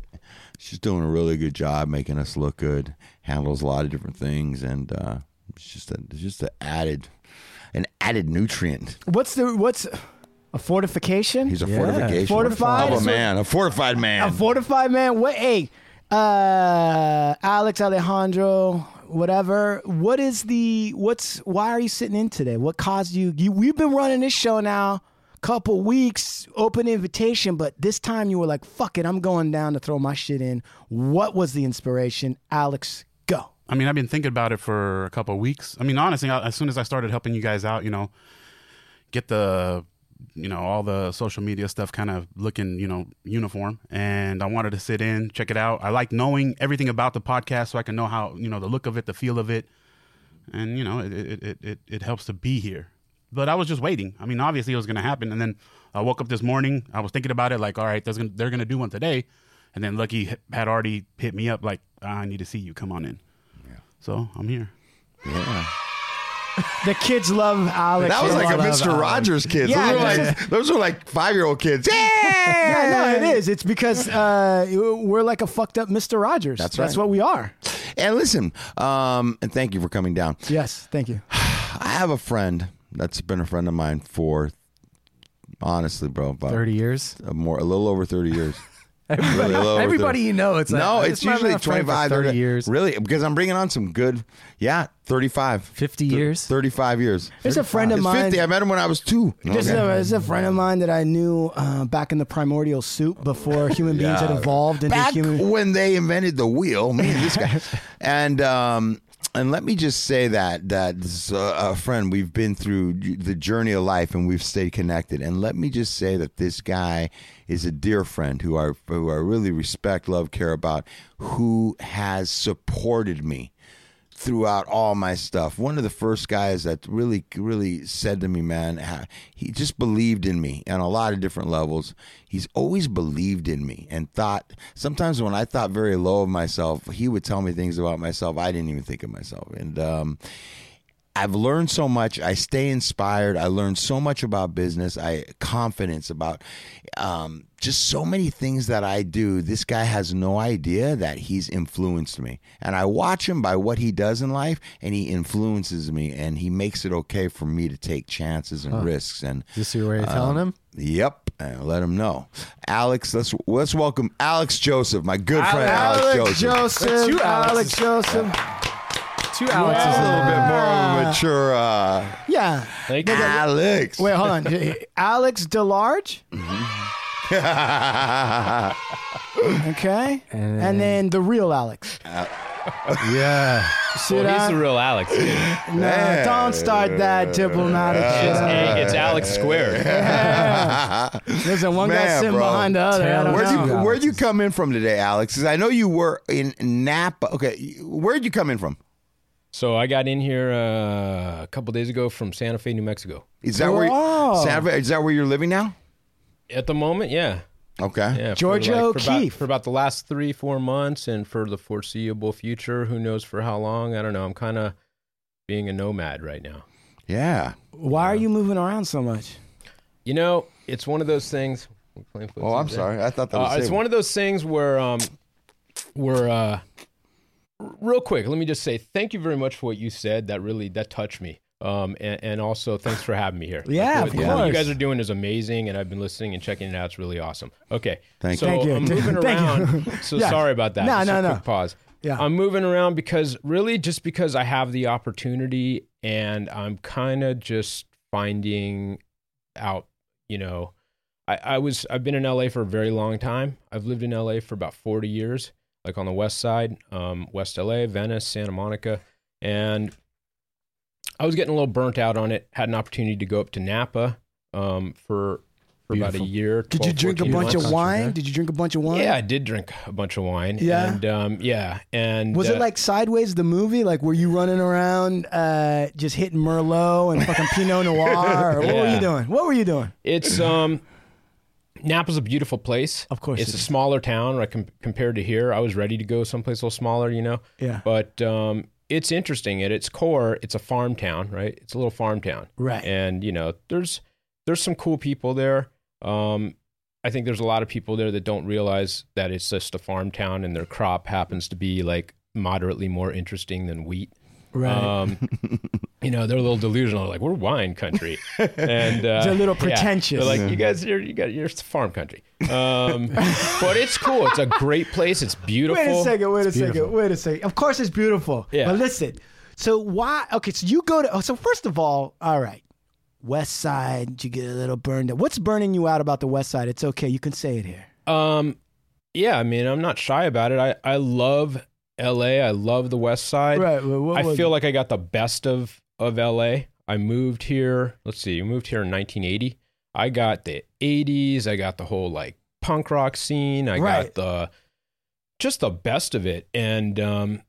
[SPEAKER 6] She's doing a really good job making us look good. Handles a lot of different things, and uh, it's just a, it's just an added, an added nutrient.
[SPEAKER 4] What's the what's a fortification?
[SPEAKER 6] He's a
[SPEAKER 3] Yeah.
[SPEAKER 6] fortification
[SPEAKER 4] Fortified
[SPEAKER 6] of
[SPEAKER 4] is
[SPEAKER 6] a
[SPEAKER 4] what-
[SPEAKER 6] man, a fortified man.
[SPEAKER 4] a fortified man. What? Hey, uh, Alex Alejandro, whatever. What is the? What's? Why are you sitting in today? What caused you? you we've been running this show now, couple weeks, open invitation, but this time you were like, "Fuck it, I'm going down to throw my shit in." What was the inspiration, Alex? Go.
[SPEAKER 10] I mean, I've been thinking about it for a couple of weeks. I mean, honestly, I, as soon as I started helping you guys out, you know, get the, you know, all the social media stuff kind of looking, you know, uniform. And I wanted to sit in, check it out. I like knowing everything about the podcast so I can know how, you know, the look of it, the feel of it. And, you know, it, it, it, it, it helps to be here. But I was just waiting. I mean, obviously it was going to happen. And then I woke up this morning. I was thinking about it like, all right, there's gonna, they're going to do one today. And then Lucky h- had already hit me up like, I need to see you. Come on in. So I'm here.
[SPEAKER 6] yeah.
[SPEAKER 4] The kids love Alex.
[SPEAKER 6] That was
[SPEAKER 4] They
[SPEAKER 6] like a
[SPEAKER 4] love
[SPEAKER 6] Mister
[SPEAKER 4] Alex.
[SPEAKER 6] Rogers kid. those,
[SPEAKER 4] Yeah,
[SPEAKER 6] were
[SPEAKER 4] yeah.
[SPEAKER 6] like, those were like five year old kids. Yeah,
[SPEAKER 4] Yeah, no, it is. It's because uh, we're like a fucked up Mister Rogers.
[SPEAKER 6] That's
[SPEAKER 4] That's
[SPEAKER 6] right.
[SPEAKER 4] what we are.
[SPEAKER 6] and listen, um, and thank you for coming down.
[SPEAKER 4] Yes, thank you.
[SPEAKER 6] I have a friend that's been a friend of mine for, honestly, bro, about
[SPEAKER 3] 30 years.
[SPEAKER 6] a more a little over 30 years.
[SPEAKER 3] Everybody,
[SPEAKER 6] Really low with
[SPEAKER 3] everybody
[SPEAKER 6] the-
[SPEAKER 3] you know, it's like,
[SPEAKER 6] no,
[SPEAKER 3] "This
[SPEAKER 6] it's
[SPEAKER 3] might have
[SPEAKER 6] usually
[SPEAKER 3] been a friend for
[SPEAKER 6] 25
[SPEAKER 3] 30 years.
[SPEAKER 6] Really? Because I'm bringing on some good yeah, 35.
[SPEAKER 3] 50
[SPEAKER 6] Th-
[SPEAKER 3] years?
[SPEAKER 6] 35 years.
[SPEAKER 4] There's a friend of
[SPEAKER 6] It's
[SPEAKER 4] mine.
[SPEAKER 6] 50. I met him when I was 2.
[SPEAKER 4] This, is
[SPEAKER 6] Okay.
[SPEAKER 4] a, this is a friend of mine that I knew uh, back in the primordial soup before human beings had
[SPEAKER 6] Yeah.
[SPEAKER 4] evolved into
[SPEAKER 6] Back
[SPEAKER 4] human.
[SPEAKER 6] when they invented the wheel, me and this guy, and um, and let me just say that that this, uh, a friend we've been through the journey of life and we've stayed connected. And let me just say that this guy is a dear friend who I who I really respect, love, care about, who has supported me throughout all my stuff. One of the first guys that really, really said to me, man, ha- he just believed in me on a lot of different levels. He's always believed in me and thought, sometimes when I thought very low of myself, he would tell me things about myself I didn't even think of myself. And, um, I've learned so much. I stay inspired. I learned so much about business. I confidence about um, just so many things that I do. This guy has no idea that he's influenced me, and I watch him by what he does in life, and he influences me, and he makes it okay for me to take chances and risks. And um,
[SPEAKER 3] Is this your way of telling him?
[SPEAKER 6] yep, and let him know, Alex. Let's let's welcome Alex Joseph, my good friend Alex,
[SPEAKER 4] Alex
[SPEAKER 6] Joseph.
[SPEAKER 4] Joseph.
[SPEAKER 3] two
[SPEAKER 4] Alex Joseph.
[SPEAKER 3] Two hours.
[SPEAKER 6] He's a little bit more of a mature uh,
[SPEAKER 4] Yeah.
[SPEAKER 6] Alex.
[SPEAKER 4] Wait, hold on. Alex DeLarge. Okay.
[SPEAKER 3] And
[SPEAKER 4] And
[SPEAKER 3] then-
[SPEAKER 4] then, the real Alex.
[SPEAKER 3] Yeah.
[SPEAKER 4] Should
[SPEAKER 11] Well, he's
[SPEAKER 4] I?
[SPEAKER 11] the real Alex. dude.
[SPEAKER 4] Nah, don't start that diplomatic
[SPEAKER 11] It's,
[SPEAKER 4] shit.
[SPEAKER 11] A- it's Alex Square.
[SPEAKER 4] Listen, one
[SPEAKER 6] Man,
[SPEAKER 4] guy's sitting
[SPEAKER 6] bro.
[SPEAKER 4] behind the other. I don't
[SPEAKER 6] Where'd
[SPEAKER 4] know.
[SPEAKER 6] you where'd you come in from today, Alex? 'Cause I know you were in Napa. Okay, where'd you come in from?
[SPEAKER 11] So I got in here uh, a couple days ago from Santa Fe, New Mexico.
[SPEAKER 6] Is that where you, Santa Fe- is that where you're living now?
[SPEAKER 11] At the moment, yeah.
[SPEAKER 6] Okay.
[SPEAKER 11] Yeah, for
[SPEAKER 6] Georgia
[SPEAKER 11] like- for about-
[SPEAKER 6] O'Keeffe.
[SPEAKER 11] for about the last three, four months, and for the foreseeable future, who knows for how long? I don't know. I'm kind of being a nomad right now.
[SPEAKER 6] Yeah.
[SPEAKER 4] Why are you moving around so much?
[SPEAKER 11] You know, it's one of those things. we're playing
[SPEAKER 6] Oh, I'm
[SPEAKER 11] footsie
[SPEAKER 6] sorry. I thought that
[SPEAKER 11] Uh,
[SPEAKER 6] was
[SPEAKER 11] it's
[SPEAKER 6] him.
[SPEAKER 11] one of those things where, um, where, uh, r- real quick, let me just say thank you very much for what you said. That really that touched me. Um, and, and also thanks for having me here.
[SPEAKER 4] Yeah,
[SPEAKER 11] Like,
[SPEAKER 4] of
[SPEAKER 11] what- What you
[SPEAKER 4] course.
[SPEAKER 11] guys are doing is amazing, and I've been listening and checking it out. It's really awesome. Okay,
[SPEAKER 6] Thank
[SPEAKER 11] so
[SPEAKER 6] you. Thank you.
[SPEAKER 11] I'm moving
[SPEAKER 6] Thank you.
[SPEAKER 11] around. So
[SPEAKER 6] Yeah.
[SPEAKER 11] sorry about that.
[SPEAKER 6] No,
[SPEAKER 11] Just a
[SPEAKER 6] no, no.
[SPEAKER 11] quick Pause.
[SPEAKER 4] Yeah.
[SPEAKER 11] I'm moving around because really just because I have the opportunity and I'm kind of just finding out, you know, I, I was I've been in LA for a very long time. I've lived in LA for about 40 years, like on the west side, um, West LA, Venice, Santa Monica, and I was getting a little burnt out on it. Had an opportunity to go up to Napa um, for for about
[SPEAKER 4] Beautiful.
[SPEAKER 11] a year.
[SPEAKER 4] Did you
[SPEAKER 11] 12,
[SPEAKER 4] drink a
[SPEAKER 11] 14
[SPEAKER 4] bunch of
[SPEAKER 11] months.
[SPEAKER 4] wine? Did you drink a bunch of wine?
[SPEAKER 11] Yeah, I did drink a bunch of wine.
[SPEAKER 4] Yeah?
[SPEAKER 11] and um, yeah, and
[SPEAKER 4] Was
[SPEAKER 11] uh,
[SPEAKER 4] it like Sideways, the movie? Like, were you running around uh, just hitting Merlot and fucking Pinot Noir? Or what were
[SPEAKER 11] Yeah.
[SPEAKER 4] you doing? What were you doing?
[SPEAKER 11] It's um, Napa's a beautiful place. Of
[SPEAKER 4] course
[SPEAKER 11] it's
[SPEAKER 4] it
[SPEAKER 11] a
[SPEAKER 4] is.
[SPEAKER 11] smaller town right, com- compared to here. I was ready to go someplace a little smaller, you know.
[SPEAKER 4] Yeah.
[SPEAKER 11] But um, it's interesting. At its core, it's a farm town, right? It's a little farm town,
[SPEAKER 4] Right.
[SPEAKER 11] And you know, there's there's some cool people there. Um, I think there's a lot of people there that don't realize that it's just a farm town, and their crop happens to be like moderately more interesting than wheat.
[SPEAKER 4] Right.
[SPEAKER 11] Um, you know, they're a little delusional. Like we're wine country, and uh,
[SPEAKER 4] It's a little
[SPEAKER 11] yeah.
[SPEAKER 4] pretentious.
[SPEAKER 11] They're
[SPEAKER 4] Yeah.
[SPEAKER 11] like you guys, you're, you got you're it's farm country. Um, but it's cool. It's a great place. It's beautiful.
[SPEAKER 4] Wait a second. Wait
[SPEAKER 11] It's
[SPEAKER 4] a
[SPEAKER 11] beautiful.
[SPEAKER 4] second. Wait a second. Of course, it's beautiful.
[SPEAKER 11] Yeah.
[SPEAKER 4] But listen. So why? Okay. So you go to. oh, So first of all, all right. West Side. You get a little burned out. What's burning you out about the West Side? It's okay. You can say it here.
[SPEAKER 11] Um, yeah, I mean, I'm not shy about it. I, I love LA. I love the West Side.
[SPEAKER 4] Right, well, what
[SPEAKER 11] I
[SPEAKER 4] was
[SPEAKER 11] feel
[SPEAKER 4] it?
[SPEAKER 11] like I got the best of of LA. I moved here. Let's see, I moved here in 1980. I got the 80s. I got the whole like punk rock scene. I
[SPEAKER 4] Right.
[SPEAKER 11] got the just the best of it, and um,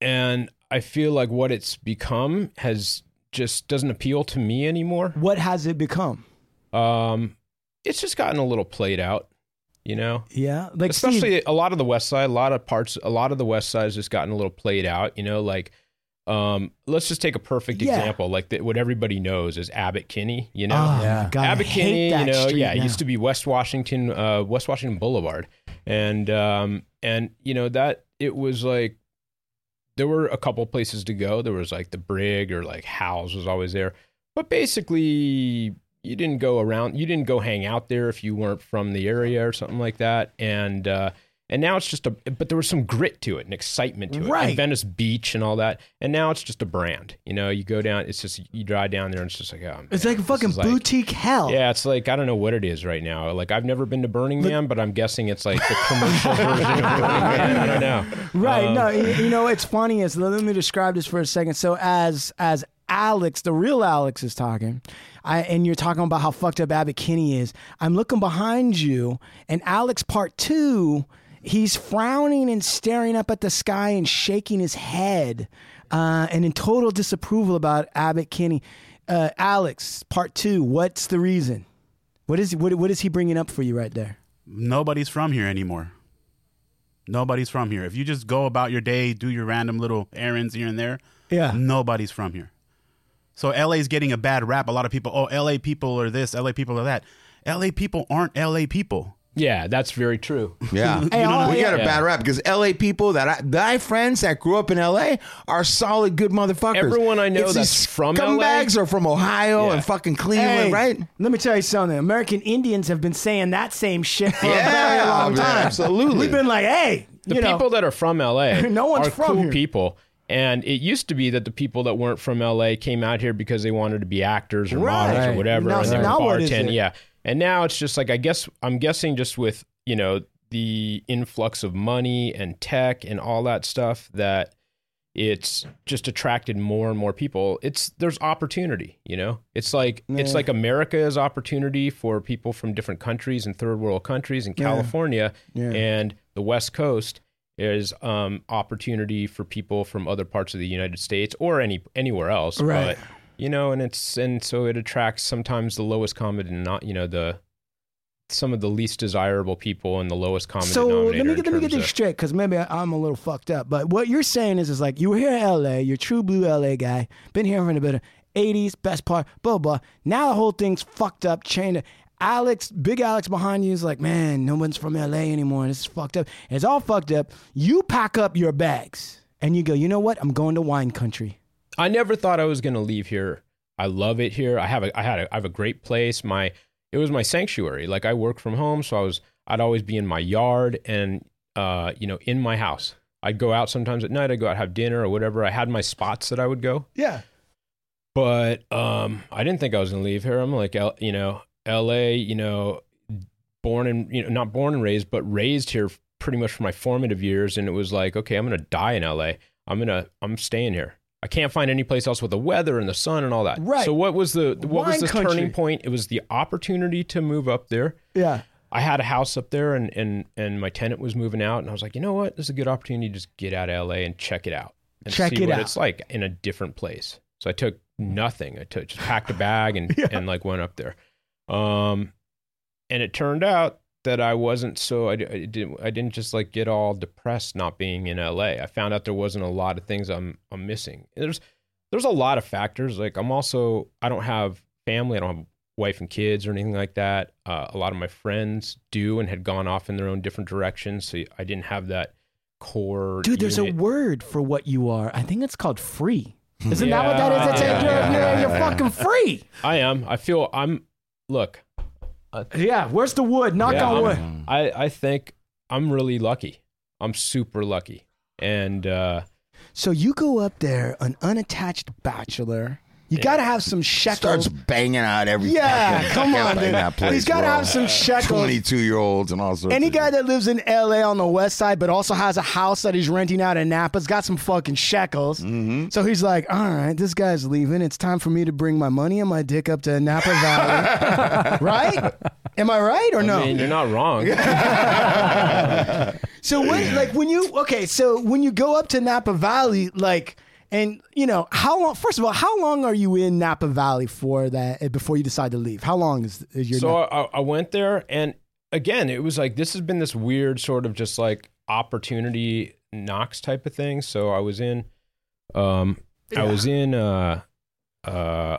[SPEAKER 11] and I feel like what it's become has just doesn't appeal to me anymore.
[SPEAKER 4] What has it become?
[SPEAKER 11] Um, it's just gotten a little played out, you know.
[SPEAKER 4] Yeah. Like
[SPEAKER 11] Especially a lot of the West Side, a lot of parts, a lot of the West Side has just gotten a little played out. You know, like um, let's just take a perfect
[SPEAKER 4] Yeah.
[SPEAKER 11] example, like that what everybody knows is Abbott Kinney. You know,
[SPEAKER 4] Oh, Yeah. God, I
[SPEAKER 11] Abbott
[SPEAKER 4] hate
[SPEAKER 11] Kinney. You
[SPEAKER 4] that
[SPEAKER 11] know,
[SPEAKER 4] street
[SPEAKER 11] yeah, it
[SPEAKER 4] now.
[SPEAKER 11] used to be West Washington, uh, West Washington Boulevard, and um, and you know that it was like there were a couple places to go. There was like the Brig or like Howes was always there, but basically you didn't go around. You didn't go hang out there if you weren't from the area or something like that. And uh, and now it's just a. But there was some grit to it and excitement to it. And
[SPEAKER 4] Right.
[SPEAKER 11] Venice Beach and all that. And now it's just a brand. You know, you go down. It's just you drive down there and it's just like oh. Man,
[SPEAKER 4] It's like
[SPEAKER 11] this
[SPEAKER 4] fucking
[SPEAKER 11] is like-
[SPEAKER 4] boutique hell.
[SPEAKER 11] yeah, it's like I don't know what it is right now. Like I've never been to Burning Man, but I'm guessing it's like the commercial version of Burning Man. I don't know.
[SPEAKER 4] Right.
[SPEAKER 11] Um,
[SPEAKER 4] no, you, you know it's funny is let me describe this for a second. So as as Alex, the real Alex is talking, I, and you're talking about how fucked up Abbott Kinney is. I'm looking behind you, and Alex part two, he's frowning and staring up at the sky and shaking his head, uh, and in total disapproval about Abbott Kinney. Uh, Alex, part two, what's the reason? What is what, what is he bringing up for you right there?
[SPEAKER 10] nobody's from here anymore. Nobody's from here. If you just go about your day, do your random little errands here and there,
[SPEAKER 4] Yeah.
[SPEAKER 10] nobody's from here. So LA's getting a bad rap. A lot of people, oh, LA people are this, LA people are that. LA people aren't LA people.
[SPEAKER 11] Yeah, that's very true.
[SPEAKER 6] Yeah,
[SPEAKER 10] Hey, You know, all-
[SPEAKER 6] we got a
[SPEAKER 10] yeah.
[SPEAKER 6] bad rap because L.A. people that I, that I friends that grew up in L.A. are solid good motherfuckers.
[SPEAKER 11] Everyone I know
[SPEAKER 6] It's
[SPEAKER 11] that's
[SPEAKER 6] these
[SPEAKER 11] from
[SPEAKER 6] scumbags
[SPEAKER 11] LA?
[SPEAKER 6] are from Ohio
[SPEAKER 11] Yeah.
[SPEAKER 6] and fucking Cleveland,
[SPEAKER 4] Hey,
[SPEAKER 6] right?
[SPEAKER 4] Let me tell you something. American Indians have been saying that same shit for
[SPEAKER 6] Yeah,
[SPEAKER 4] a very long
[SPEAKER 6] man,
[SPEAKER 4] time.
[SPEAKER 6] absolutely.
[SPEAKER 4] We've been like, hey,
[SPEAKER 11] The
[SPEAKER 4] you know,
[SPEAKER 11] people that are from LA
[SPEAKER 4] No one's
[SPEAKER 11] are
[SPEAKER 4] from
[SPEAKER 11] cool
[SPEAKER 4] here.
[SPEAKER 11] people. And it used to be that the people that weren't from LA came out here because they wanted to be actors or
[SPEAKER 4] Right.
[SPEAKER 11] models or whatever.
[SPEAKER 4] Now-
[SPEAKER 11] and they
[SPEAKER 4] now
[SPEAKER 11] were
[SPEAKER 4] what is
[SPEAKER 11] bartending.
[SPEAKER 4] it?
[SPEAKER 11] Yeah. And now it's just like I guess I'm guessing just with, you know, the influx of money and tech and all that stuff that it's just attracted more and more people. It's there's opportunity, you know. It's like it's
[SPEAKER 4] Yeah.
[SPEAKER 11] like America is opportunity for people from different countries and third world countries and
[SPEAKER 4] Yeah.
[SPEAKER 11] California
[SPEAKER 4] Yeah.
[SPEAKER 11] and the West Coast is um, opportunity for people from other parts of the United States or any anywhere else.
[SPEAKER 4] Right.
[SPEAKER 11] But, you know, and it's and so it attracts sometimes the lowest common and not you know the some of the least desirable people and the lowest common
[SPEAKER 4] So
[SPEAKER 11] denominator.
[SPEAKER 4] let me get
[SPEAKER 11] in
[SPEAKER 4] let me get
[SPEAKER 11] terms
[SPEAKER 4] this straight because maybe I, I'm a little fucked up. But what you're saying is, is like you were here in L.A., you're a true blue L.A. guy, been here from the better '80s, best part, blah blah. Now the whole thing's fucked up, chained. Alex, big Alex behind you is like, man, no one's from L.A. anymore. This is fucked up. And it's all fucked up. You pack up your bags and you go. You know what? I'm going to wine country.
[SPEAKER 11] of- I never thought I was going to leave here. I love it here. I have a I had a, I have a great place. My it was my sanctuary. Like I work from home, so I was I'd always be in my yard and uh you know in my house. I'd go out sometimes at night. I'd go out have dinner or whatever. I had my spots that I would go.
[SPEAKER 4] Yeah.
[SPEAKER 11] but um i didn't think i was gonna leave here i'm like L- you know la you know born and you know not born and raised but raised here pretty much for my formative years and it was like okay i'm gonna die in la i'm gonna i'm staying here i can't find any place else with the weather and the sun and all that
[SPEAKER 4] Right.
[SPEAKER 11] so what was the what
[SPEAKER 4] Wine
[SPEAKER 11] was the
[SPEAKER 4] country.
[SPEAKER 11] turning point it was the opportunity to move up there
[SPEAKER 4] Yeah.
[SPEAKER 11] I had a house up there and and and my tenant was moving out and I was like, you know what? This is a good opportunity to just get out of LA and check it out. And
[SPEAKER 4] Check
[SPEAKER 11] see
[SPEAKER 4] it
[SPEAKER 11] what
[SPEAKER 4] out.
[SPEAKER 11] it's like in a different place. So I took nothing. I took just packed a bag and and like went up there. Um and it turned out that I wasn't so I, di- I didn't I didn't just like get all depressed not being in LA. I found out there wasn't a lot of things I'm I'm missing. There's there's a lot of factors. Like I'm also I don't have family. I don't have wife and kids or anything like that. Uh, a lot of my friends do and had gone off in their own different directions. So I didn't have that core.
[SPEAKER 4] Dude, there's
[SPEAKER 11] unit.
[SPEAKER 4] a word for what you are. I think it's called free. Isn't that what that is? It's like
[SPEAKER 11] Yeah.
[SPEAKER 4] you're, you're, you're
[SPEAKER 11] Yeah.
[SPEAKER 4] fucking free.
[SPEAKER 11] I am. I feel I'm. Look.
[SPEAKER 4] Uh, Yeah. Where's the wood? Knock
[SPEAKER 11] Yeah,
[SPEAKER 4] on wood.
[SPEAKER 11] I'm- I I think I'm really lucky. I'm super lucky. And uh,
[SPEAKER 4] So you go up there, an unattached bachelor. You gotta have some shekels.
[SPEAKER 6] Starts banging out every
[SPEAKER 4] Yeah,
[SPEAKER 6] fucking
[SPEAKER 4] come
[SPEAKER 6] thing
[SPEAKER 4] on,
[SPEAKER 6] in
[SPEAKER 4] dude.
[SPEAKER 6] that place,
[SPEAKER 4] He's gotta
[SPEAKER 6] bro.
[SPEAKER 4] have some shekels.
[SPEAKER 6] Twenty-two year olds and all sorts.
[SPEAKER 4] Any
[SPEAKER 6] of
[SPEAKER 4] guy that lives in LA on the west side, but also has a house that he's renting out in Napa's got some fucking shekels. So he's like, all right, this guy's leaving. It's time for me to bring my money and my dick up to Napa Valley. right? Am I right or no?
[SPEAKER 11] I mean, you're not wrong.
[SPEAKER 4] So when like when you okay, so when you go up to Napa Valley, like and you know how long? First of all, how long are you in Napa Valley for that eh, before you decide to leave? How long is, is your?
[SPEAKER 11] so I, I went there and again it was like this has been this weird sort of just like opportunity knocks type of thing so i was in um i was in uh uh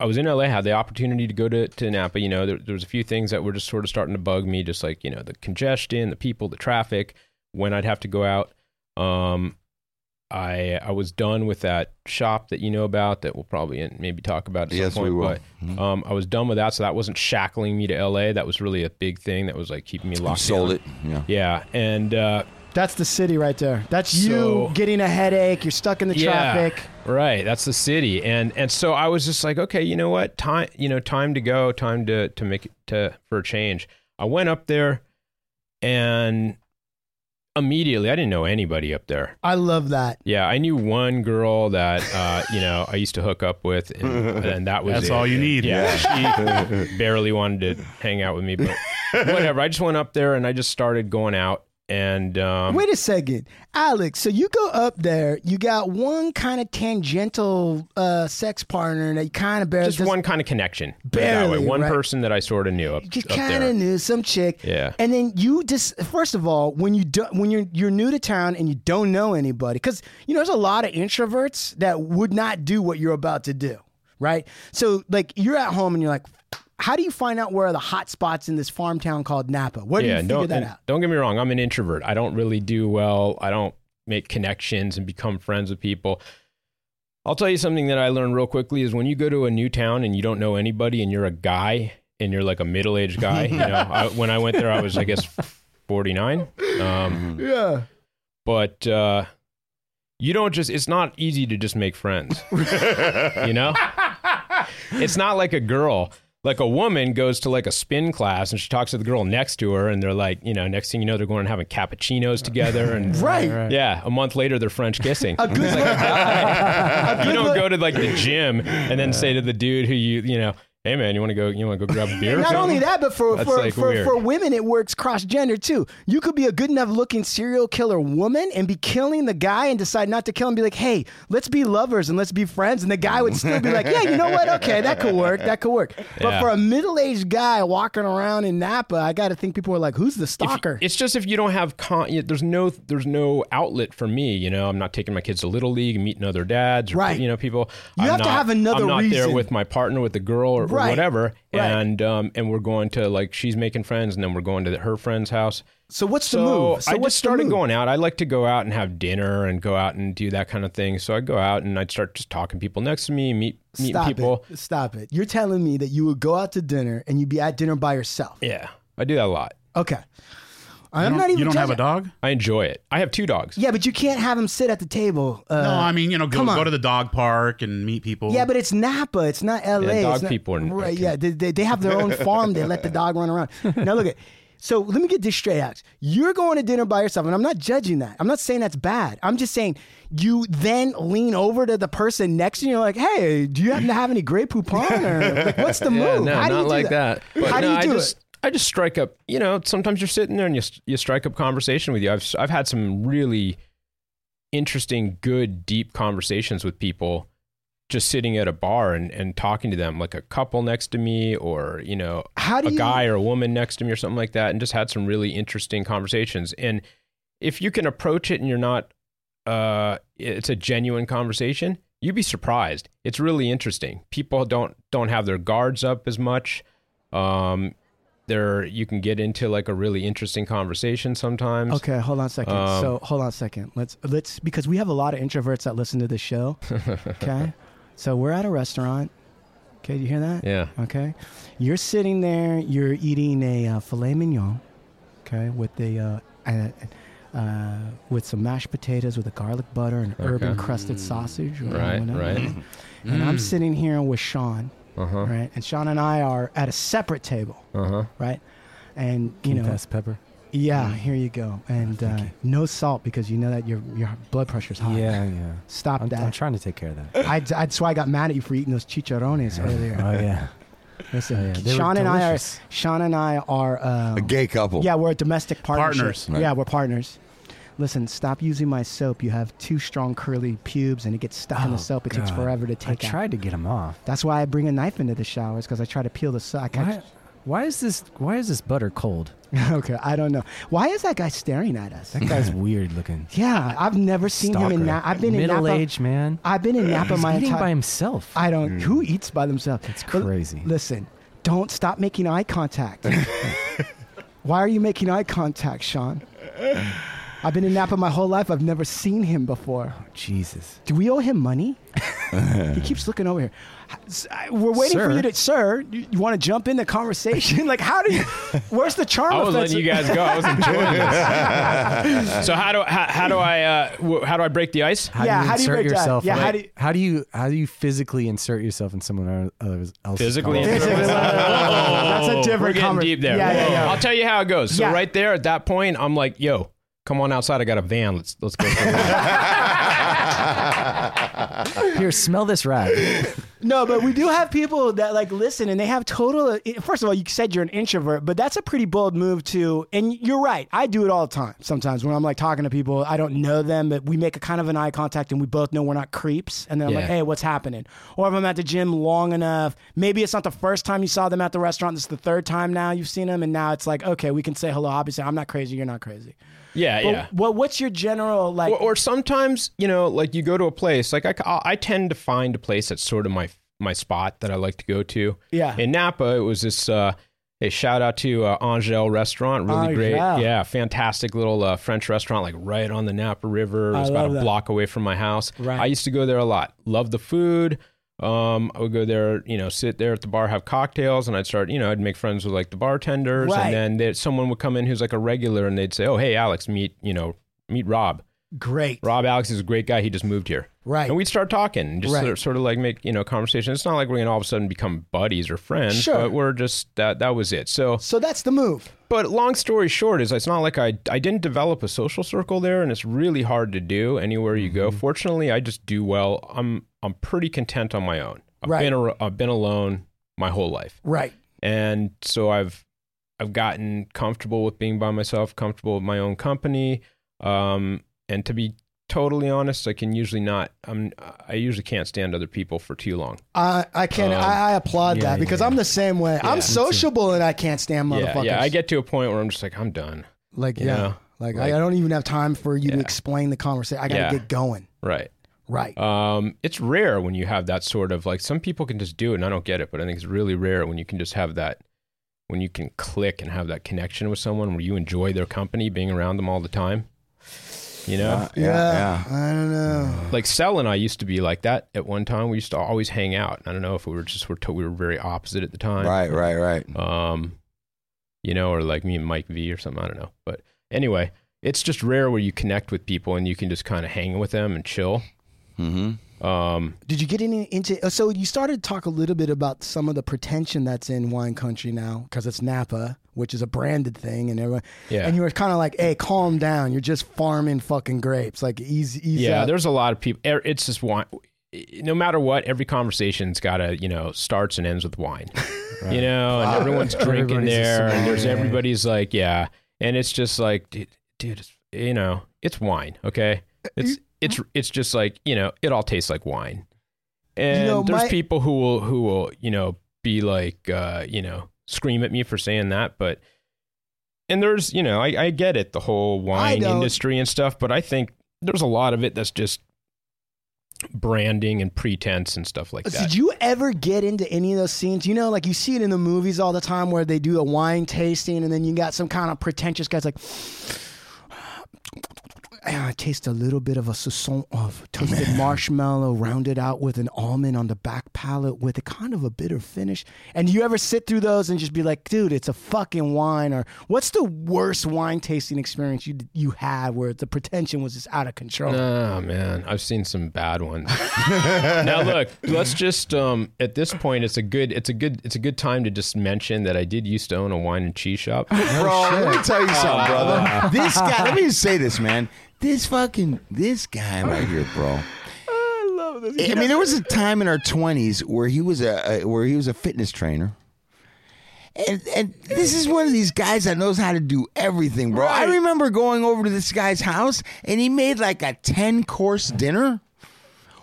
[SPEAKER 11] I was in LA, had the opportunity to go to, to Napa. You know, there, there was a few things that were just sort of starting to bug me, just like, you know, the congestion, the people, the traffic, when I'd have to go out. Um, I I was done with that shop that you know about that we'll probably in- maybe talk about at
[SPEAKER 6] Yes,
[SPEAKER 11] some
[SPEAKER 6] we
[SPEAKER 11] point.
[SPEAKER 6] will.
[SPEAKER 11] But um, I was done with that, so that wasn't shackling me to LA. That was really a big thing that was like keeping me locked.
[SPEAKER 6] sold
[SPEAKER 11] down.
[SPEAKER 6] it. Yeah.
[SPEAKER 11] Yeah, and uh,
[SPEAKER 4] That's the city right there. That's
[SPEAKER 11] So-
[SPEAKER 4] you getting a headache. You're stuck in the traffic.
[SPEAKER 11] Right, that's the city, and and so I was just like, okay, you know what, time, you know, time to go, time to to make to for a change. I went up there, and immediately I didn't know anybody up there.
[SPEAKER 4] I love that.
[SPEAKER 11] Yeah, I knew one girl that uh, you know I used to hook up with, and, and that was
[SPEAKER 10] That's
[SPEAKER 11] it.
[SPEAKER 10] all you need.
[SPEAKER 11] Yeah, she barely wanted to hang out with me, but whatever. I just went up there and I just started going out, and um,
[SPEAKER 4] Wait a second, Alex. So you go up there. You got one kind of tangential uh, sex partner that you kind of barely
[SPEAKER 11] just one kind of connection. put it that
[SPEAKER 4] Barely,
[SPEAKER 11] way. one
[SPEAKER 4] right.
[SPEAKER 11] person that I sort of knew up,
[SPEAKER 4] You
[SPEAKER 11] up
[SPEAKER 4] kind
[SPEAKER 11] there.
[SPEAKER 4] of knew some chick.
[SPEAKER 11] Yeah.
[SPEAKER 4] And then you just first of all, when you do, when you're you're new to town and you don't know anybody, because you know there's a lot of introverts that would not do what you're about to do, right? So like you're at home and you're like, how do you find out where are the hot spots in this farm town called Napa? Where do you
[SPEAKER 11] yeah,
[SPEAKER 4] figure
[SPEAKER 11] don't
[SPEAKER 4] that
[SPEAKER 11] and
[SPEAKER 4] out?
[SPEAKER 11] don't get me wrong. I'm an introvert. I don't really do well. I don't make connections and become friends with people. I'll tell you something that I learned real quickly is when you go to a new town and you don't know anybody and you're a guy and you're like a middle aged guy. you know, I, when I went there, I was I guess 49. Um,
[SPEAKER 4] Yeah.
[SPEAKER 11] but uh, you don't just it's not easy to just make friends you know it's not like a girl like a woman goes to like a spin class and she talks to the girl next to her and they're like you know next thing you know they're going and having cappuccinos together and
[SPEAKER 4] Right.
[SPEAKER 11] yeah a month later they're french kissing
[SPEAKER 4] A good look.
[SPEAKER 11] you don't go to like the gym and then say to the dude who you you know hey man, you want to go? You want to go grab a beer? or
[SPEAKER 4] And not
[SPEAKER 11] something?"
[SPEAKER 4] only that, but for
[SPEAKER 11] That's,
[SPEAKER 4] for,
[SPEAKER 11] like,
[SPEAKER 4] for,
[SPEAKER 11] weird.
[SPEAKER 4] for women, it works cross gender too. You could be a good enough looking serial killer woman and be killing the guy and decide not to kill him. Be like, hey, let's be lovers and let's be friends. And the guy would still be like, yeah, you know what? Okay, that could work. That could work. But
[SPEAKER 11] Yeah.
[SPEAKER 4] for a middle aged guy walking around in Napa, I got to think people are like, who's the stalker?
[SPEAKER 11] It's just if you don't have con, yeah, there's no there's no outlet for me. You know, I'm not taking my kids to little league, meeting other dads, or,
[SPEAKER 4] Right.
[SPEAKER 11] You know, people.
[SPEAKER 4] You
[SPEAKER 11] I'm
[SPEAKER 4] have to
[SPEAKER 11] not-
[SPEAKER 4] have another
[SPEAKER 11] I'm not there
[SPEAKER 4] reason.
[SPEAKER 11] with my partner, with the girl, or, or
[SPEAKER 4] Right.
[SPEAKER 11] whatever.
[SPEAKER 4] Right.
[SPEAKER 11] And um and we're going to like she's making friends, and then we're going to her friend's house.
[SPEAKER 4] So what's the
[SPEAKER 11] So
[SPEAKER 4] move? So
[SPEAKER 11] I just
[SPEAKER 4] what's the
[SPEAKER 11] started
[SPEAKER 4] move?
[SPEAKER 11] going out. I like to go out and have dinner and go out and do that kind of thing. So I go out and I'd start just talking to people next to me, meet meet
[SPEAKER 4] Stop
[SPEAKER 11] people.
[SPEAKER 4] it. Stop it. You're telling me that you would go out to dinner and you'd be at dinner by yourself.
[SPEAKER 11] Yeah, I do that a lot.
[SPEAKER 4] Okay.
[SPEAKER 10] You
[SPEAKER 4] I'm
[SPEAKER 10] don't-
[SPEAKER 4] not even
[SPEAKER 10] You don't have
[SPEAKER 4] judging-
[SPEAKER 10] a dog?
[SPEAKER 11] I enjoy it. I have two dogs.
[SPEAKER 4] Yeah, but you can't have him sit at the table. Uh,
[SPEAKER 10] no, I mean you know go,
[SPEAKER 4] come on.
[SPEAKER 10] go to the dog park and meet people.
[SPEAKER 4] Yeah, but it's Napa. It's not LA.
[SPEAKER 11] Yeah, dog
[SPEAKER 4] It's not-
[SPEAKER 11] people are-
[SPEAKER 4] right.
[SPEAKER 11] okay.
[SPEAKER 4] Yeah, they, they, they have their own farm. They let the dog run around. Now look at. So let me get this straight, Alex. You're going to dinner by yourself, and I'm not judging that. I'm not saying that's bad. I'm just saying you then lean over to the person next to you. and You're like, "Hey, do you happen to have any Grey Poupon? Or like, what's the
[SPEAKER 11] Yeah,
[SPEAKER 4] move?
[SPEAKER 11] no,
[SPEAKER 4] How do
[SPEAKER 11] not
[SPEAKER 4] you do
[SPEAKER 11] like that. But
[SPEAKER 4] How do
[SPEAKER 11] no,
[SPEAKER 4] you do
[SPEAKER 11] I just,
[SPEAKER 4] it?
[SPEAKER 11] I just strike up. You know, sometimes you're sitting there and you you strike up conversation with you. I've I've had some really interesting, good, deep conversations with people just sitting at a bar and, and talking to them, like a couple next to me, or you know,
[SPEAKER 4] How do
[SPEAKER 11] a
[SPEAKER 4] you-
[SPEAKER 11] guy or a woman next to me, or something like that, and just had some really interesting conversations. And if you can approach it and you're not, uh, it's a genuine conversation. You'd be surprised. It's really interesting. People don't don't have their guards up as much. Um, there you can get into like a really interesting conversation sometimes.
[SPEAKER 4] Okay, hold on a second.
[SPEAKER 11] Um,
[SPEAKER 4] so hold on a second. Let's let's because we have a lot of introverts that listen to this show. Okay, so we're at a restaurant. Okay, do you hear that?
[SPEAKER 11] Yeah.
[SPEAKER 4] Okay, you're sitting there. You're eating a uh, filet mignon. Okay, with the uh, uh, uh, with some mashed potatoes with a garlic butter and herb
[SPEAKER 11] Okay.
[SPEAKER 4] encrusted sausage. or
[SPEAKER 11] Right,
[SPEAKER 4] whatever.
[SPEAKER 11] right.
[SPEAKER 4] And I'm
[SPEAKER 11] Mm.
[SPEAKER 4] sitting here with Sean.
[SPEAKER 11] Uh-huh.
[SPEAKER 4] Right, and Sean and I are at a separate table.
[SPEAKER 11] Uh huh.
[SPEAKER 4] Right, and you know
[SPEAKER 3] pepper. Mm.
[SPEAKER 4] yeah, here you go, and uh, no salt because you know that your your blood pressure's high.
[SPEAKER 3] Yeah, yeah.
[SPEAKER 4] Stop
[SPEAKER 3] I'm,
[SPEAKER 4] that.
[SPEAKER 3] I'm trying to take care of that.
[SPEAKER 4] I, I, that's why I got mad at you for eating those chicharrones earlier.
[SPEAKER 3] Oh yeah.
[SPEAKER 4] Listen,
[SPEAKER 3] Oh, yeah. They were
[SPEAKER 4] Sean and I are
[SPEAKER 3] delicious.
[SPEAKER 4] Sean and I are um,
[SPEAKER 6] A gay couple.
[SPEAKER 4] Yeah, we're a domestic partnership.
[SPEAKER 10] Partners.
[SPEAKER 6] Right.
[SPEAKER 4] Yeah, we're partners. Listen, stop using my soap. You have two strong curly pubes, and it gets stuck in the
[SPEAKER 3] Oh,
[SPEAKER 4] soap. It takes
[SPEAKER 3] God.
[SPEAKER 4] forever to
[SPEAKER 3] I
[SPEAKER 4] take out.
[SPEAKER 3] tried to get him off.
[SPEAKER 4] That's why I bring a knife into the showers because I try to peel the soap.
[SPEAKER 3] Why, why is this? Why is this butter cold?
[SPEAKER 4] okay, I don't know. Why is that guy staring at us?
[SPEAKER 3] That guy's weird looking.
[SPEAKER 4] Yeah, I've never seen him in
[SPEAKER 3] Stalker.
[SPEAKER 4] that. I've been in Napa.
[SPEAKER 3] middle-aged man.
[SPEAKER 4] I've been in Napa
[SPEAKER 3] He's
[SPEAKER 4] my
[SPEAKER 3] eating
[SPEAKER 4] entire.
[SPEAKER 3] by himself. Mm.
[SPEAKER 4] I don't. Who eats by themselves?
[SPEAKER 3] That's
[SPEAKER 4] L-
[SPEAKER 3] crazy.
[SPEAKER 4] Listen, don't stop making eye contact. Why are you making eye contact, Sean? I've been in Napa my whole life. I've never seen him before.
[SPEAKER 3] Oh, Jesus.
[SPEAKER 4] Do we owe him money? he keeps looking over here. S- I- We're waiting for
[SPEAKER 3] Sir.
[SPEAKER 4] you to, sir. You, you want to jump in the conversation? like, how do you? Where's the charm?
[SPEAKER 11] I was
[SPEAKER 4] offensive?
[SPEAKER 11] letting you guys go. I was enjoying this. so how do how, how do I uh, w- how do I break the ice?
[SPEAKER 3] How
[SPEAKER 4] Yeah,
[SPEAKER 3] do you
[SPEAKER 4] how do you
[SPEAKER 3] insert
[SPEAKER 4] break down?
[SPEAKER 3] yourself?
[SPEAKER 4] Yeah,
[SPEAKER 3] like,
[SPEAKER 4] how do you-
[SPEAKER 3] how do you how do you physically insert yourself in someone else's else's
[SPEAKER 11] Physically,
[SPEAKER 3] conversation?
[SPEAKER 4] Physically. That's a
[SPEAKER 11] We're
[SPEAKER 4] different
[SPEAKER 11] getting
[SPEAKER 4] conver-
[SPEAKER 11] deep there.
[SPEAKER 4] Oh, Yeah, yeah, yeah.
[SPEAKER 11] I'll tell you how it goes. So
[SPEAKER 4] Yeah.
[SPEAKER 11] right there at that point, I'm like, "Yo, come on outside. I got a van. Let's let's go." for a ride."
[SPEAKER 3] Here, smell this rag.
[SPEAKER 4] No, but we do have people that like listen and they have total. First of all, you said you're an introvert, but that's a pretty bold move too. And you're right. I do it all the time. Sometimes when I'm like talking to people, I don't know them, but we make a kind of an eye contact and we both know we're not creeps. And then I'm like,
[SPEAKER 11] Yeah.
[SPEAKER 4] hey, what's happening? Or if I'm at the gym long enough, maybe it's not the first time you saw them at the restaurant. This is the third time now you've seen them. And now it's like, okay, we can say hello. Obviously, I'm not crazy. You're not crazy.
[SPEAKER 11] yeah,
[SPEAKER 4] But
[SPEAKER 11] yeah.
[SPEAKER 4] what- what's your general like?
[SPEAKER 11] Or, or sometimes, you know, like you go to a place. Like I, I tend to find a place that's sort of my my spot that I like to go to.
[SPEAKER 4] Yeah.
[SPEAKER 11] In Napa, it was this. Uh, a shout out to uh, Angel Restaurant,
[SPEAKER 4] Oh,
[SPEAKER 11] really great,
[SPEAKER 4] Angel.
[SPEAKER 11] yeah, fantastic little uh, French restaurant, like right on the Napa River. It
[SPEAKER 4] I
[SPEAKER 11] was about
[SPEAKER 4] love
[SPEAKER 11] a
[SPEAKER 4] that.
[SPEAKER 11] block away from my house.
[SPEAKER 4] Right.
[SPEAKER 11] I used to go there a lot. Love the food. Um, I would go there, you know, sit there at the bar, have cocktails, and I'd start, you know, I'd make friends with like the bartenders,
[SPEAKER 4] Right.
[SPEAKER 11] and then there, someone would come in who's like a regular, and they'd say, "Oh, hey, Alex, meet, you know, meet Rob."
[SPEAKER 4] Great.
[SPEAKER 11] Rob Alex is a great guy. He just moved here.
[SPEAKER 4] Right.
[SPEAKER 11] And we'd start talking, and just
[SPEAKER 4] Right.
[SPEAKER 11] sort, of, sort of like make, you know, conversation. It's not like we're going to all of a sudden become buddies or friends,
[SPEAKER 4] Sure.
[SPEAKER 11] but we're just, that, that was it. So,
[SPEAKER 4] So that's the move.
[SPEAKER 11] but long story short is it's not like I, I didn't develop a social circle there and it's really hard to do anywhere you go.
[SPEAKER 4] Mm-hmm.
[SPEAKER 11] Fortunately, I just do well. I'm, I'm pretty content on my own. I've
[SPEAKER 4] Right.
[SPEAKER 11] been, a, I've been alone my whole life.
[SPEAKER 4] Right.
[SPEAKER 11] And so I've I've gotten comfortable with being by myself, comfortable with my own company. Um, and to be totally honest, I can usually not. I'm I usually can't stand other people for too long.
[SPEAKER 4] I, I can't.
[SPEAKER 11] Um,
[SPEAKER 4] I, I applaud
[SPEAKER 11] yeah,
[SPEAKER 4] that because
[SPEAKER 11] yeah.
[SPEAKER 4] I'm the same way.
[SPEAKER 11] Yeah,
[SPEAKER 4] I'm
[SPEAKER 11] me too.
[SPEAKER 4] sociable and I can't stand
[SPEAKER 11] Yeah,
[SPEAKER 4] motherfuckers.
[SPEAKER 11] yeah. I get to a point where I'm just like I'm done.
[SPEAKER 4] like
[SPEAKER 11] you
[SPEAKER 4] yeah,
[SPEAKER 11] know?
[SPEAKER 4] like,
[SPEAKER 11] Like-
[SPEAKER 4] I, I don't even have time for you to explain the conversation. I gotta
[SPEAKER 11] Yeah.
[SPEAKER 4] get going.
[SPEAKER 11] Right.
[SPEAKER 4] Right.
[SPEAKER 11] Um, it's rare when you have that sort of like some people can just do it and I don't get it, but I think it's really rare when you can just have that when you can click and have that connection with someone where you enjoy their company, being around them all the time. You know?
[SPEAKER 4] yeah, I don't know.
[SPEAKER 11] Like Sel and I used to be like that at one time. We used to always hang out. I don't know if we were just we're to, we were very opposite at the time.
[SPEAKER 6] Right, right, right.
[SPEAKER 11] Um, you know, or like me and Mike V or something. I don't know. But anyway, it's just rare where you connect with people and you can just kind of hang with them and chill. Mm-hmm. Um,
[SPEAKER 4] Did you get any into? uh, So you started to talk a little bit about some of the pretension that's in wine country now because it's Napa, which is a branded thing, and everyone.
[SPEAKER 11] Yeah.
[SPEAKER 4] And you were kind of like, "Hey, calm down. You're just farming fucking grapes. Like easy, easy."
[SPEAKER 11] yeah,
[SPEAKER 4] out."
[SPEAKER 11] there's a lot of people. er, It's just wine. No matter what, every conversation's got to you know starts and ends with wine. You know, and
[SPEAKER 5] Fuck.
[SPEAKER 11] everyone's drinking
[SPEAKER 5] Everybody's just
[SPEAKER 11] there, and there's
[SPEAKER 5] wine.
[SPEAKER 11] everybody's like, yeah, and it's just like, dude, dude it's, you know, it's wine, okay?
[SPEAKER 4] Uh,
[SPEAKER 11] It's it's it's just like you know, it all tastes like wine. And
[SPEAKER 4] know,
[SPEAKER 11] there's
[SPEAKER 4] my-
[SPEAKER 11] people who will who will you know be like uh, you know scream at me for saying that, but and there's you know I, I get it the whole wine
[SPEAKER 4] don't.
[SPEAKER 11] industry and stuff but i think there's a lot of it that's just branding and pretense and stuff like that
[SPEAKER 4] Did you ever get into any of those scenes? You know, like you see it in the movies all the time where they do a wine tasting and then you got some kind of pretentious guy's like, "Ah, I taste a little bit of a saison of toasted marshmallow rounded out with an almond on the back palate with a kind of a bitter finish. And you ever sit through those and just be like, dude, it's a fucking wine? Or what's the worst wine tasting experience you you had where the pretension was just out of control?
[SPEAKER 11] oh man i've seen some bad ones now look let's just um at this point it's a good it's a good it's a good time to just mention that i did used to own a wine and cheese shop
[SPEAKER 4] Oh,
[SPEAKER 6] Bro, let me tell you something,
[SPEAKER 11] Uh.
[SPEAKER 6] brother. This guy, let me just say this, man. This fucking this guy right here, bro. I mean, there was a time in our twenties where he was a, a where he was a fitness trainer, and and this is one of these guys that knows how to do everything, bro. I remember going over to this guy's house, and he made like a ten course dinner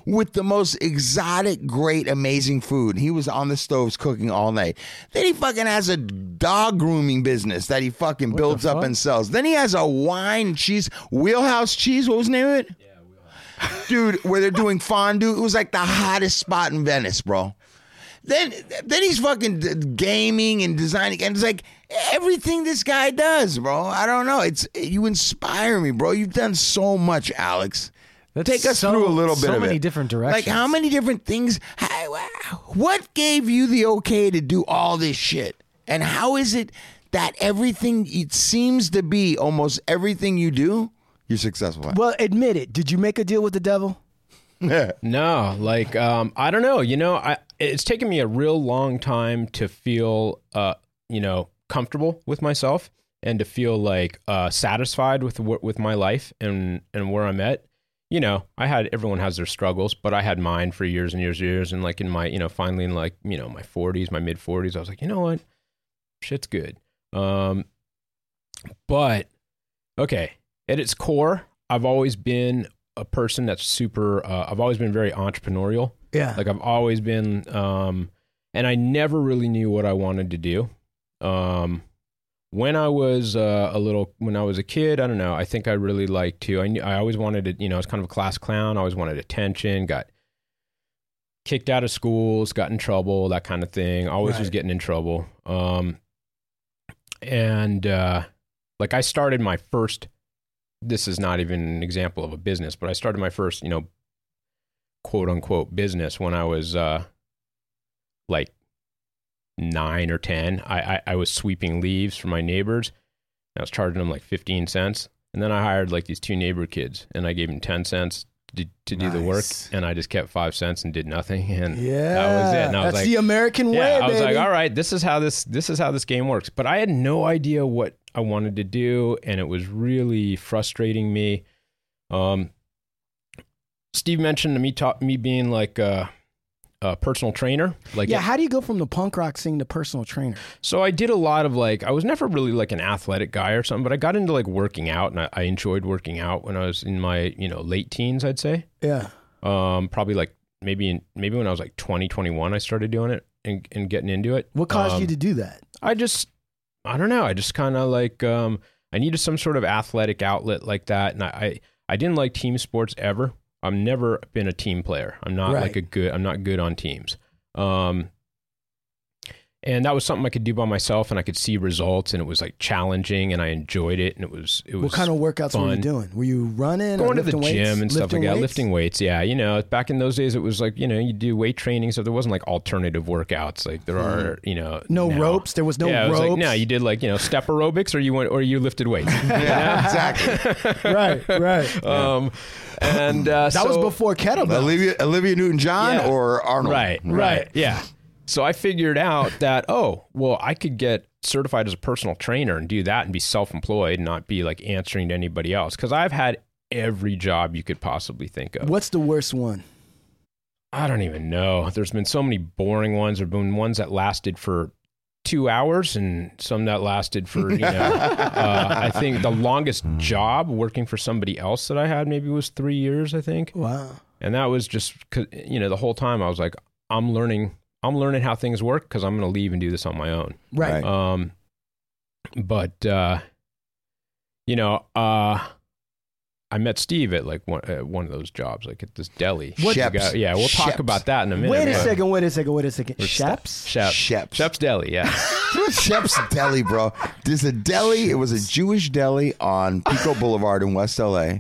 [SPEAKER 6] with the most exotic, great, amazing food. He was on the stoves cooking all night. Then he fucking has a dog grooming business that he fucking builds up and sells. Then he has a wine cheese wheelhouse cheese. What was the name of it? dude, where they're doing fondue. It was like the hottest spot in Venice, bro. Then, then he's fucking d- gaming and designing, and it's like everything this guy does, bro. I don't know. It's you inspire me, bro. You've done so much, Alex. Take us
[SPEAKER 3] so-
[SPEAKER 6] through a little
[SPEAKER 3] so
[SPEAKER 6] bit of
[SPEAKER 3] many
[SPEAKER 6] it.
[SPEAKER 3] different
[SPEAKER 6] Like how
[SPEAKER 3] directions.
[SPEAKER 6] many different things? how- What gave you the okay to do all this shit? And how is it that everything it seems to be almost everything you do, you're successful at?
[SPEAKER 4] Well, admit it. Did you make a deal with the devil?
[SPEAKER 11] no, like um, I don't know. You know, I it's taken me a real long time to feel, uh, you know, comfortable with myself and to feel like uh, satisfied with wh- with my life and and where I'm at. You know, I had everyone has their struggles, but I had mine for years and years and years. And like in my, you know, finally in like you know my 40s, my mid 40s, I was like, you know what, shit's good. Um, but okay, at its core, I've always been a person that's super. Uh, I've always been very entrepreneurial.
[SPEAKER 4] Yeah.
[SPEAKER 11] like I've always been, um, and I never really knew what I wanted to do. Um, when I was uh, a little, when I was a kid, I don't know. I think I really liked to. I knew, I always wanted to. You know, I was kind of a class clown. I always wanted attention. Got kicked out of schools, got in trouble, that kind of thing. Always was
[SPEAKER 5] Right.
[SPEAKER 11] getting in trouble. Um, and uh, like I started my first. This is not even an example of a business, but I started my first, you know, quote unquote business when I was uh, like nine or ten. I, I I was sweeping leaves for my neighbors. and I was charging them like fifteen cents, and then I hired like these two neighbor kids, and I gave them ten cents to, to do the work, and I just kept five cents and did nothing, and that was it. And I was
[SPEAKER 4] That's
[SPEAKER 11] like,
[SPEAKER 4] the American way,
[SPEAKER 11] yeah, I was
[SPEAKER 4] baby.
[SPEAKER 11] like, all right, this is how this this is how this game works. But I had no idea what I wanted to do, and it was really frustrating me. Um, Steve mentioned me ta- me being like uh, a personal trainer. Like
[SPEAKER 4] yeah, how do you go from the punk rock scene to personal trainer?
[SPEAKER 11] So I did a lot of like I was never really like an athletic guy or something, but I got into like working out and I, I enjoyed working out when I was in my, you know, late teens, I'd say.
[SPEAKER 4] Yeah.
[SPEAKER 11] Um probably like maybe in, maybe when I was like 20, 21 I started doing it and, and getting into it.
[SPEAKER 4] What caused
[SPEAKER 11] Um,
[SPEAKER 4] you to do that?
[SPEAKER 11] I just I don't know. I just kind of like um I needed some sort of athletic outlet like that, and I, I I didn't like team sports ever. I've never been a team player. I'm not
[SPEAKER 4] Right.
[SPEAKER 11] like a good. I'm not good on teams. Um, and that was something I could do by myself, and I could see results, and it was like challenging, and I enjoyed it, and it was it was
[SPEAKER 4] What kind of workouts were you
[SPEAKER 11] fun.
[SPEAKER 4] doing? Were you running? or
[SPEAKER 11] Going to the
[SPEAKER 4] lifting weights?
[SPEAKER 11] gym and stuff like
[SPEAKER 4] Lifting
[SPEAKER 11] that,
[SPEAKER 4] weights?
[SPEAKER 11] lifting weights. Yeah, you know, back in those days, it was like you know you do weight training, so there wasn't like alternative workouts like there
[SPEAKER 4] Mm-hmm.
[SPEAKER 11] are. You know,
[SPEAKER 4] No
[SPEAKER 11] now.
[SPEAKER 4] ropes. There was no
[SPEAKER 11] yeah, it was
[SPEAKER 4] ropes.
[SPEAKER 11] like, no, you did like you know step aerobics, or you went or you lifted weights. yeah,
[SPEAKER 4] right, right.
[SPEAKER 11] Um, and uh,
[SPEAKER 4] That was
[SPEAKER 11] so-
[SPEAKER 4] before kettlebell.
[SPEAKER 6] Olivia, Olivia Newton John
[SPEAKER 11] Yeah.
[SPEAKER 6] or Arnold?
[SPEAKER 11] Right, right, yeah. So I figured out that oh well, I could get certified as a personal trainer and do that and be self-employed and not be like answering to anybody else because I've had every job you could possibly think of.
[SPEAKER 4] What's the worst one?
[SPEAKER 11] I don't even know. There's been so many boring ones. There've been ones that lasted for two hours and some that lasted for you know. uh, I think the longest job working for somebody else that I had maybe was three years. I think.
[SPEAKER 4] Wow.
[SPEAKER 11] and that was just 'cause, you know the whole time i was like i'm learning i'm learning how things work because i'm going to leave and do this on my own
[SPEAKER 4] Right.
[SPEAKER 11] um but uh you know uh i met steve at like one, at one of those jobs like at this deli
[SPEAKER 4] What-
[SPEAKER 11] You got- yeah we'll talk
[SPEAKER 6] Sheps.
[SPEAKER 11] about that in a minute
[SPEAKER 4] Wait a
[SPEAKER 11] but-
[SPEAKER 4] second. Wait a second. Wait a second.
[SPEAKER 11] Or Ste-
[SPEAKER 4] Sheps.
[SPEAKER 11] Shep.
[SPEAKER 6] Sheps.
[SPEAKER 11] Shep's deli yeah
[SPEAKER 6] Shep's Deli, bro. There's a deli. It was a Jewish deli on Pico Boulevard in West LA,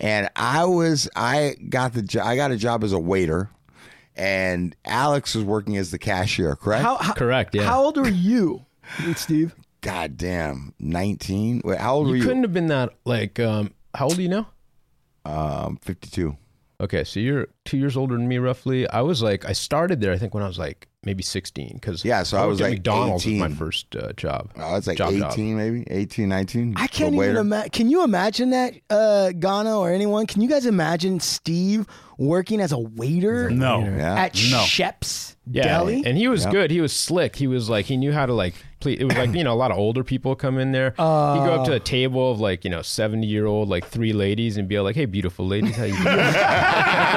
[SPEAKER 6] and I was I got the jo- I got a job as a waiter, and Alex was working as the cashier. Correct?
[SPEAKER 4] How, how,
[SPEAKER 11] correct yeah
[SPEAKER 4] how old were you, Steve?
[SPEAKER 6] God damn, nineteen. Wait, how old
[SPEAKER 11] you
[SPEAKER 6] were
[SPEAKER 11] couldn't have been that like um how old are you now
[SPEAKER 6] you? Um, fifty-two.
[SPEAKER 11] Okay, so you're two years older than me, roughly. I was like, I started there, I think, when I was like maybe 16. Because
[SPEAKER 6] Yeah, so I was, like,
[SPEAKER 11] McDonald's was
[SPEAKER 6] 18.
[SPEAKER 11] my first uh, job.
[SPEAKER 6] I was like
[SPEAKER 11] Job, job.
[SPEAKER 6] eighteen, maybe 18, 19.
[SPEAKER 4] I
[SPEAKER 6] the
[SPEAKER 4] can't even
[SPEAKER 6] waiter.
[SPEAKER 4] imagine. Can you imagine that, uh, Ghana or anyone? Can you guys imagine Steve working as a waiter
[SPEAKER 10] No.
[SPEAKER 6] Yeah.
[SPEAKER 4] at
[SPEAKER 10] No.
[SPEAKER 4] Shep's
[SPEAKER 11] Yeah,
[SPEAKER 4] Deli?
[SPEAKER 11] and he was
[SPEAKER 6] Yep.
[SPEAKER 11] good. He was slick. He was like, he knew how to like. Please, it was like you know, a lot of older people come in there. Uh, He'd go up to a table of like you know, seventy year old like three ladies and be like, "Hey, beautiful ladies, how you doing?"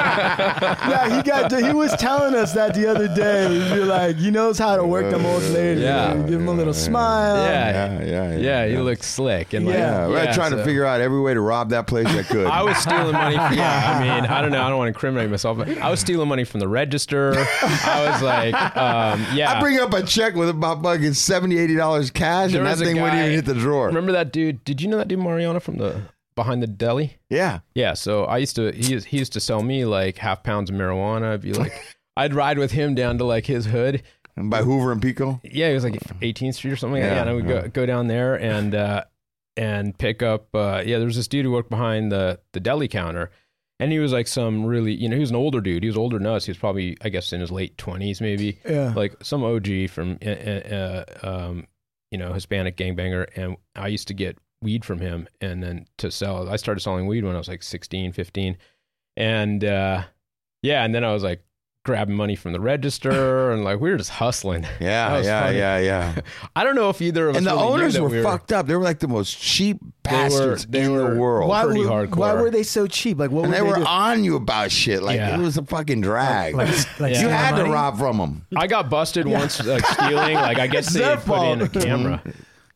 [SPEAKER 4] yeah, he got. He was telling us that the other day. He was like, he knows how to work them old ladies.
[SPEAKER 11] Yeah.
[SPEAKER 4] give him a little smile.
[SPEAKER 11] yeah,
[SPEAKER 6] Yeah, yeah, yeah.
[SPEAKER 11] yeah, he looked slick and like,
[SPEAKER 6] Yeah, we're trying to
[SPEAKER 11] so-
[SPEAKER 6] figure out every way to rob that place I could.
[SPEAKER 11] I was stealing money. From, yeah, I mean, I don't know. I don't want to incriminate myself, but I was stealing money from the register. I was like, um, yeah.
[SPEAKER 6] I bring up a check with about fucking seventy, eighty dollars cash,
[SPEAKER 11] There
[SPEAKER 6] and that
[SPEAKER 11] was a
[SPEAKER 6] thing wouldn't
[SPEAKER 11] guy-
[SPEAKER 6] even hit the drawer.
[SPEAKER 11] Remember that dude? Did you know that dude Mariana from the behind the deli?
[SPEAKER 6] yeah,
[SPEAKER 11] Yeah. So I used to he he used to sell me like half pounds of marijuana. I'd be like, I'd ride with him down to like his hood.
[SPEAKER 6] and by Hoover and Pico.
[SPEAKER 11] Yeah, it was like 18th Street or something. like
[SPEAKER 6] Yeah,
[SPEAKER 11] that. and I would
[SPEAKER 6] yeah.
[SPEAKER 11] go go down there and uh, and pick up. Uh, yeah, there was this dude who worked behind the the deli counter, and he was like some really you know he was an older dude. He was older than us. He was probably I guess in his late 20s maybe.
[SPEAKER 4] Yeah.
[SPEAKER 11] like some OG from uh, uh, uh, um, you know Hispanic gangbanger, and I used to get weed from him, and then to sell. I started selling weed when I was like 16, 15, and uh, yeah, and then I was like grabbing money from the register, and like we were just hustling. That
[SPEAKER 6] Yeah,
[SPEAKER 11] was
[SPEAKER 6] yeah,
[SPEAKER 11] funny.
[SPEAKER 6] yeah, yeah.
[SPEAKER 11] I don't know if either of us
[SPEAKER 6] and the
[SPEAKER 11] really knew
[SPEAKER 6] owners
[SPEAKER 11] that
[SPEAKER 6] were
[SPEAKER 11] we
[SPEAKER 6] fucked up. They were like the most cheap bastards
[SPEAKER 11] they
[SPEAKER 6] in
[SPEAKER 11] were-
[SPEAKER 6] the world.
[SPEAKER 4] Why
[SPEAKER 11] pretty
[SPEAKER 4] were,
[SPEAKER 11] hardcore.
[SPEAKER 4] Why were they so cheap? Like, what
[SPEAKER 6] And
[SPEAKER 4] would
[SPEAKER 6] they were
[SPEAKER 4] do?
[SPEAKER 6] on you about shit. Like
[SPEAKER 11] Yeah.
[SPEAKER 6] it was a fucking drag.
[SPEAKER 3] like
[SPEAKER 6] you
[SPEAKER 3] stealing
[SPEAKER 6] had to
[SPEAKER 3] money?
[SPEAKER 6] rob from them.
[SPEAKER 11] I got busted once like stealing. Like I guess they
[SPEAKER 4] their
[SPEAKER 11] had put in a camera.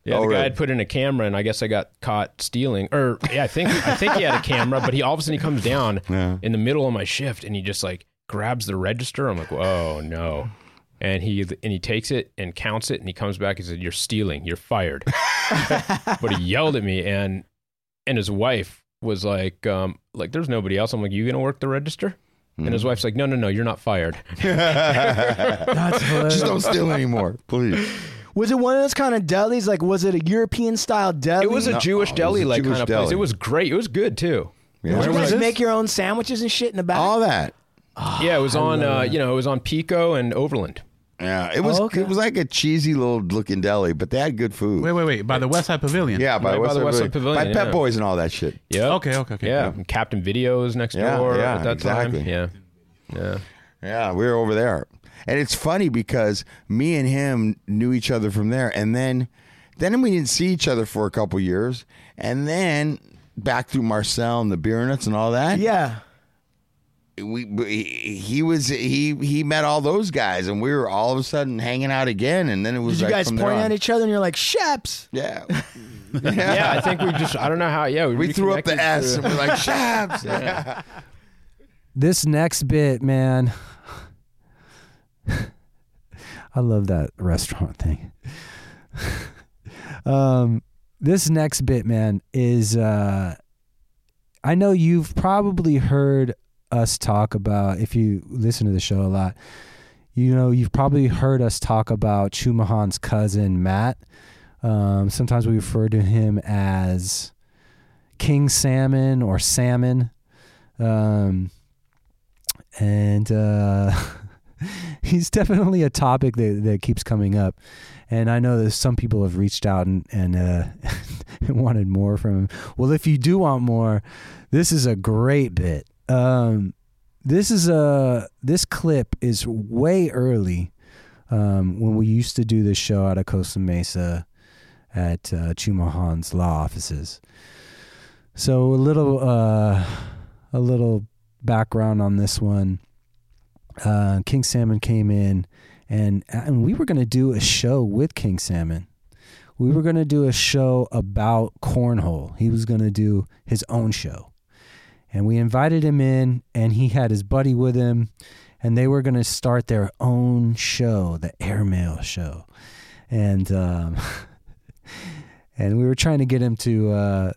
[SPEAKER 11] Yeah,
[SPEAKER 6] Oh,
[SPEAKER 11] the guy
[SPEAKER 6] really?
[SPEAKER 11] had put in a camera, and I guess I got caught stealing. Or yeah, I think I think he had a camera, but he all of a sudden he comes down
[SPEAKER 6] Yeah.
[SPEAKER 11] in the middle of my shift, and he just like grabs the register. I'm like, oh no. And he and he takes it and counts it, and he comes back and said, "You're stealing. You're fired." but he yelled at me, and and his wife was like, um, "Like, there's nobody else." I'm like, "You gonna work the register?" And
[SPEAKER 6] Hmm.
[SPEAKER 11] his wife's like, "No, no, no. You're not fired."
[SPEAKER 3] That's hilarious.
[SPEAKER 6] Just don't steal anymore, please.
[SPEAKER 4] Was it one of those kind of delis? Like, was it a European style deli?
[SPEAKER 11] It was a
[SPEAKER 6] No, Oh,
[SPEAKER 11] Jewish
[SPEAKER 6] it was
[SPEAKER 11] deli
[SPEAKER 6] a
[SPEAKER 11] like
[SPEAKER 6] Jewish
[SPEAKER 11] kind of place.
[SPEAKER 6] deli.
[SPEAKER 11] It was great. It was good too.
[SPEAKER 6] Yeah.
[SPEAKER 4] Did you
[SPEAKER 11] Where
[SPEAKER 4] guys
[SPEAKER 11] was
[SPEAKER 4] make your own sandwiches and shit in the back?
[SPEAKER 6] All that.
[SPEAKER 11] yeah, it was on uh, you know, it was on Pico and Overland.
[SPEAKER 6] Yeah, it was.
[SPEAKER 4] Oh, okay.
[SPEAKER 6] It was like a cheesy little looking deli, but they had good food.
[SPEAKER 10] Wait, wait, wait. By the West Side Pavilion.
[SPEAKER 6] yeah, by,
[SPEAKER 11] Right by
[SPEAKER 6] West
[SPEAKER 11] the
[SPEAKER 6] Side
[SPEAKER 11] West Side
[SPEAKER 6] by
[SPEAKER 11] Pavilion,
[SPEAKER 6] Pet
[SPEAKER 11] yeah.
[SPEAKER 6] Boys and all that shit.
[SPEAKER 11] Yeah.
[SPEAKER 10] Okay, okay, okay.
[SPEAKER 11] Yeah. and Captain Videos next
[SPEAKER 6] Yeah,
[SPEAKER 11] door
[SPEAKER 6] yeah,
[SPEAKER 11] at that
[SPEAKER 6] exactly.
[SPEAKER 11] time. Yeah. Yeah.
[SPEAKER 6] Yeah, we were over there. And it's funny because me and him knew each other from there. And then then we didn't see each other for a couple years. And then back through Marcel and the beer nuts and all that.
[SPEAKER 4] Yeah.
[SPEAKER 6] We he he was he he met all those guys and we were all of a sudden hanging out again and then it was
[SPEAKER 4] Did you
[SPEAKER 6] like
[SPEAKER 4] guys
[SPEAKER 6] from there
[SPEAKER 4] point
[SPEAKER 6] on.
[SPEAKER 4] at each other and you're like, Sheps.
[SPEAKER 6] Yeah.
[SPEAKER 11] yeah, I think we just I don't know how. Yeah, we,
[SPEAKER 6] We threw up the
[SPEAKER 11] reconnected
[SPEAKER 6] S
[SPEAKER 11] through-
[SPEAKER 6] and we're like Shabs.
[SPEAKER 11] Yeah.
[SPEAKER 3] This next bit, man. I love that restaurant thing. um, this next bit, man, is uh, I know you've probably heard us talk about, if you listen to the show a lot, you know, you've probably heard us talk about Chumahan's cousin, Matt. Um, sometimes we refer to him as King Salmon or Salmon. Um, and uh, he's definitely a topic that, that keeps coming up. And I know that some people have reached out and, and uh, wanted more from him. Well, if you do want more, this is a great bit. Um, this is a this clip is way early um, when we used to do this show out of Costa Mesa at uh, Chumahan's law offices. So a little uh, a little background on this one. Uh, King Salmon came in, and and we were going to do a show with King Salmon. We were going to do a show about cornhole. He was going to do his own show, and we invited him in, and he had his buddy with him, and they were going to start their own show, the Airmail Show, and. Um, and we were trying to get him to uh,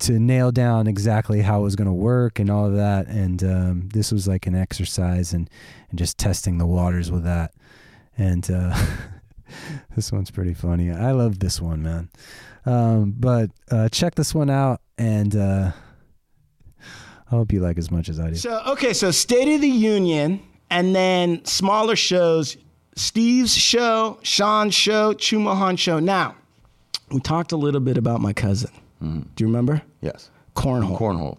[SPEAKER 3] to nail down exactly how it was going to work and all of that. And um, this was like an exercise and and just testing the waters with that. And uh, this one's pretty funny. I love this one, man. Um, but uh, check this one out, and uh, I hope you like as much as I do.
[SPEAKER 4] So okay, so State of the Union, and then smaller shows, Steve's show, Sean's show, Chumahan show. Now, we talked a little bit about my cousin. Do you remember?
[SPEAKER 6] Yes.
[SPEAKER 4] Cornhole.
[SPEAKER 6] Cornhole.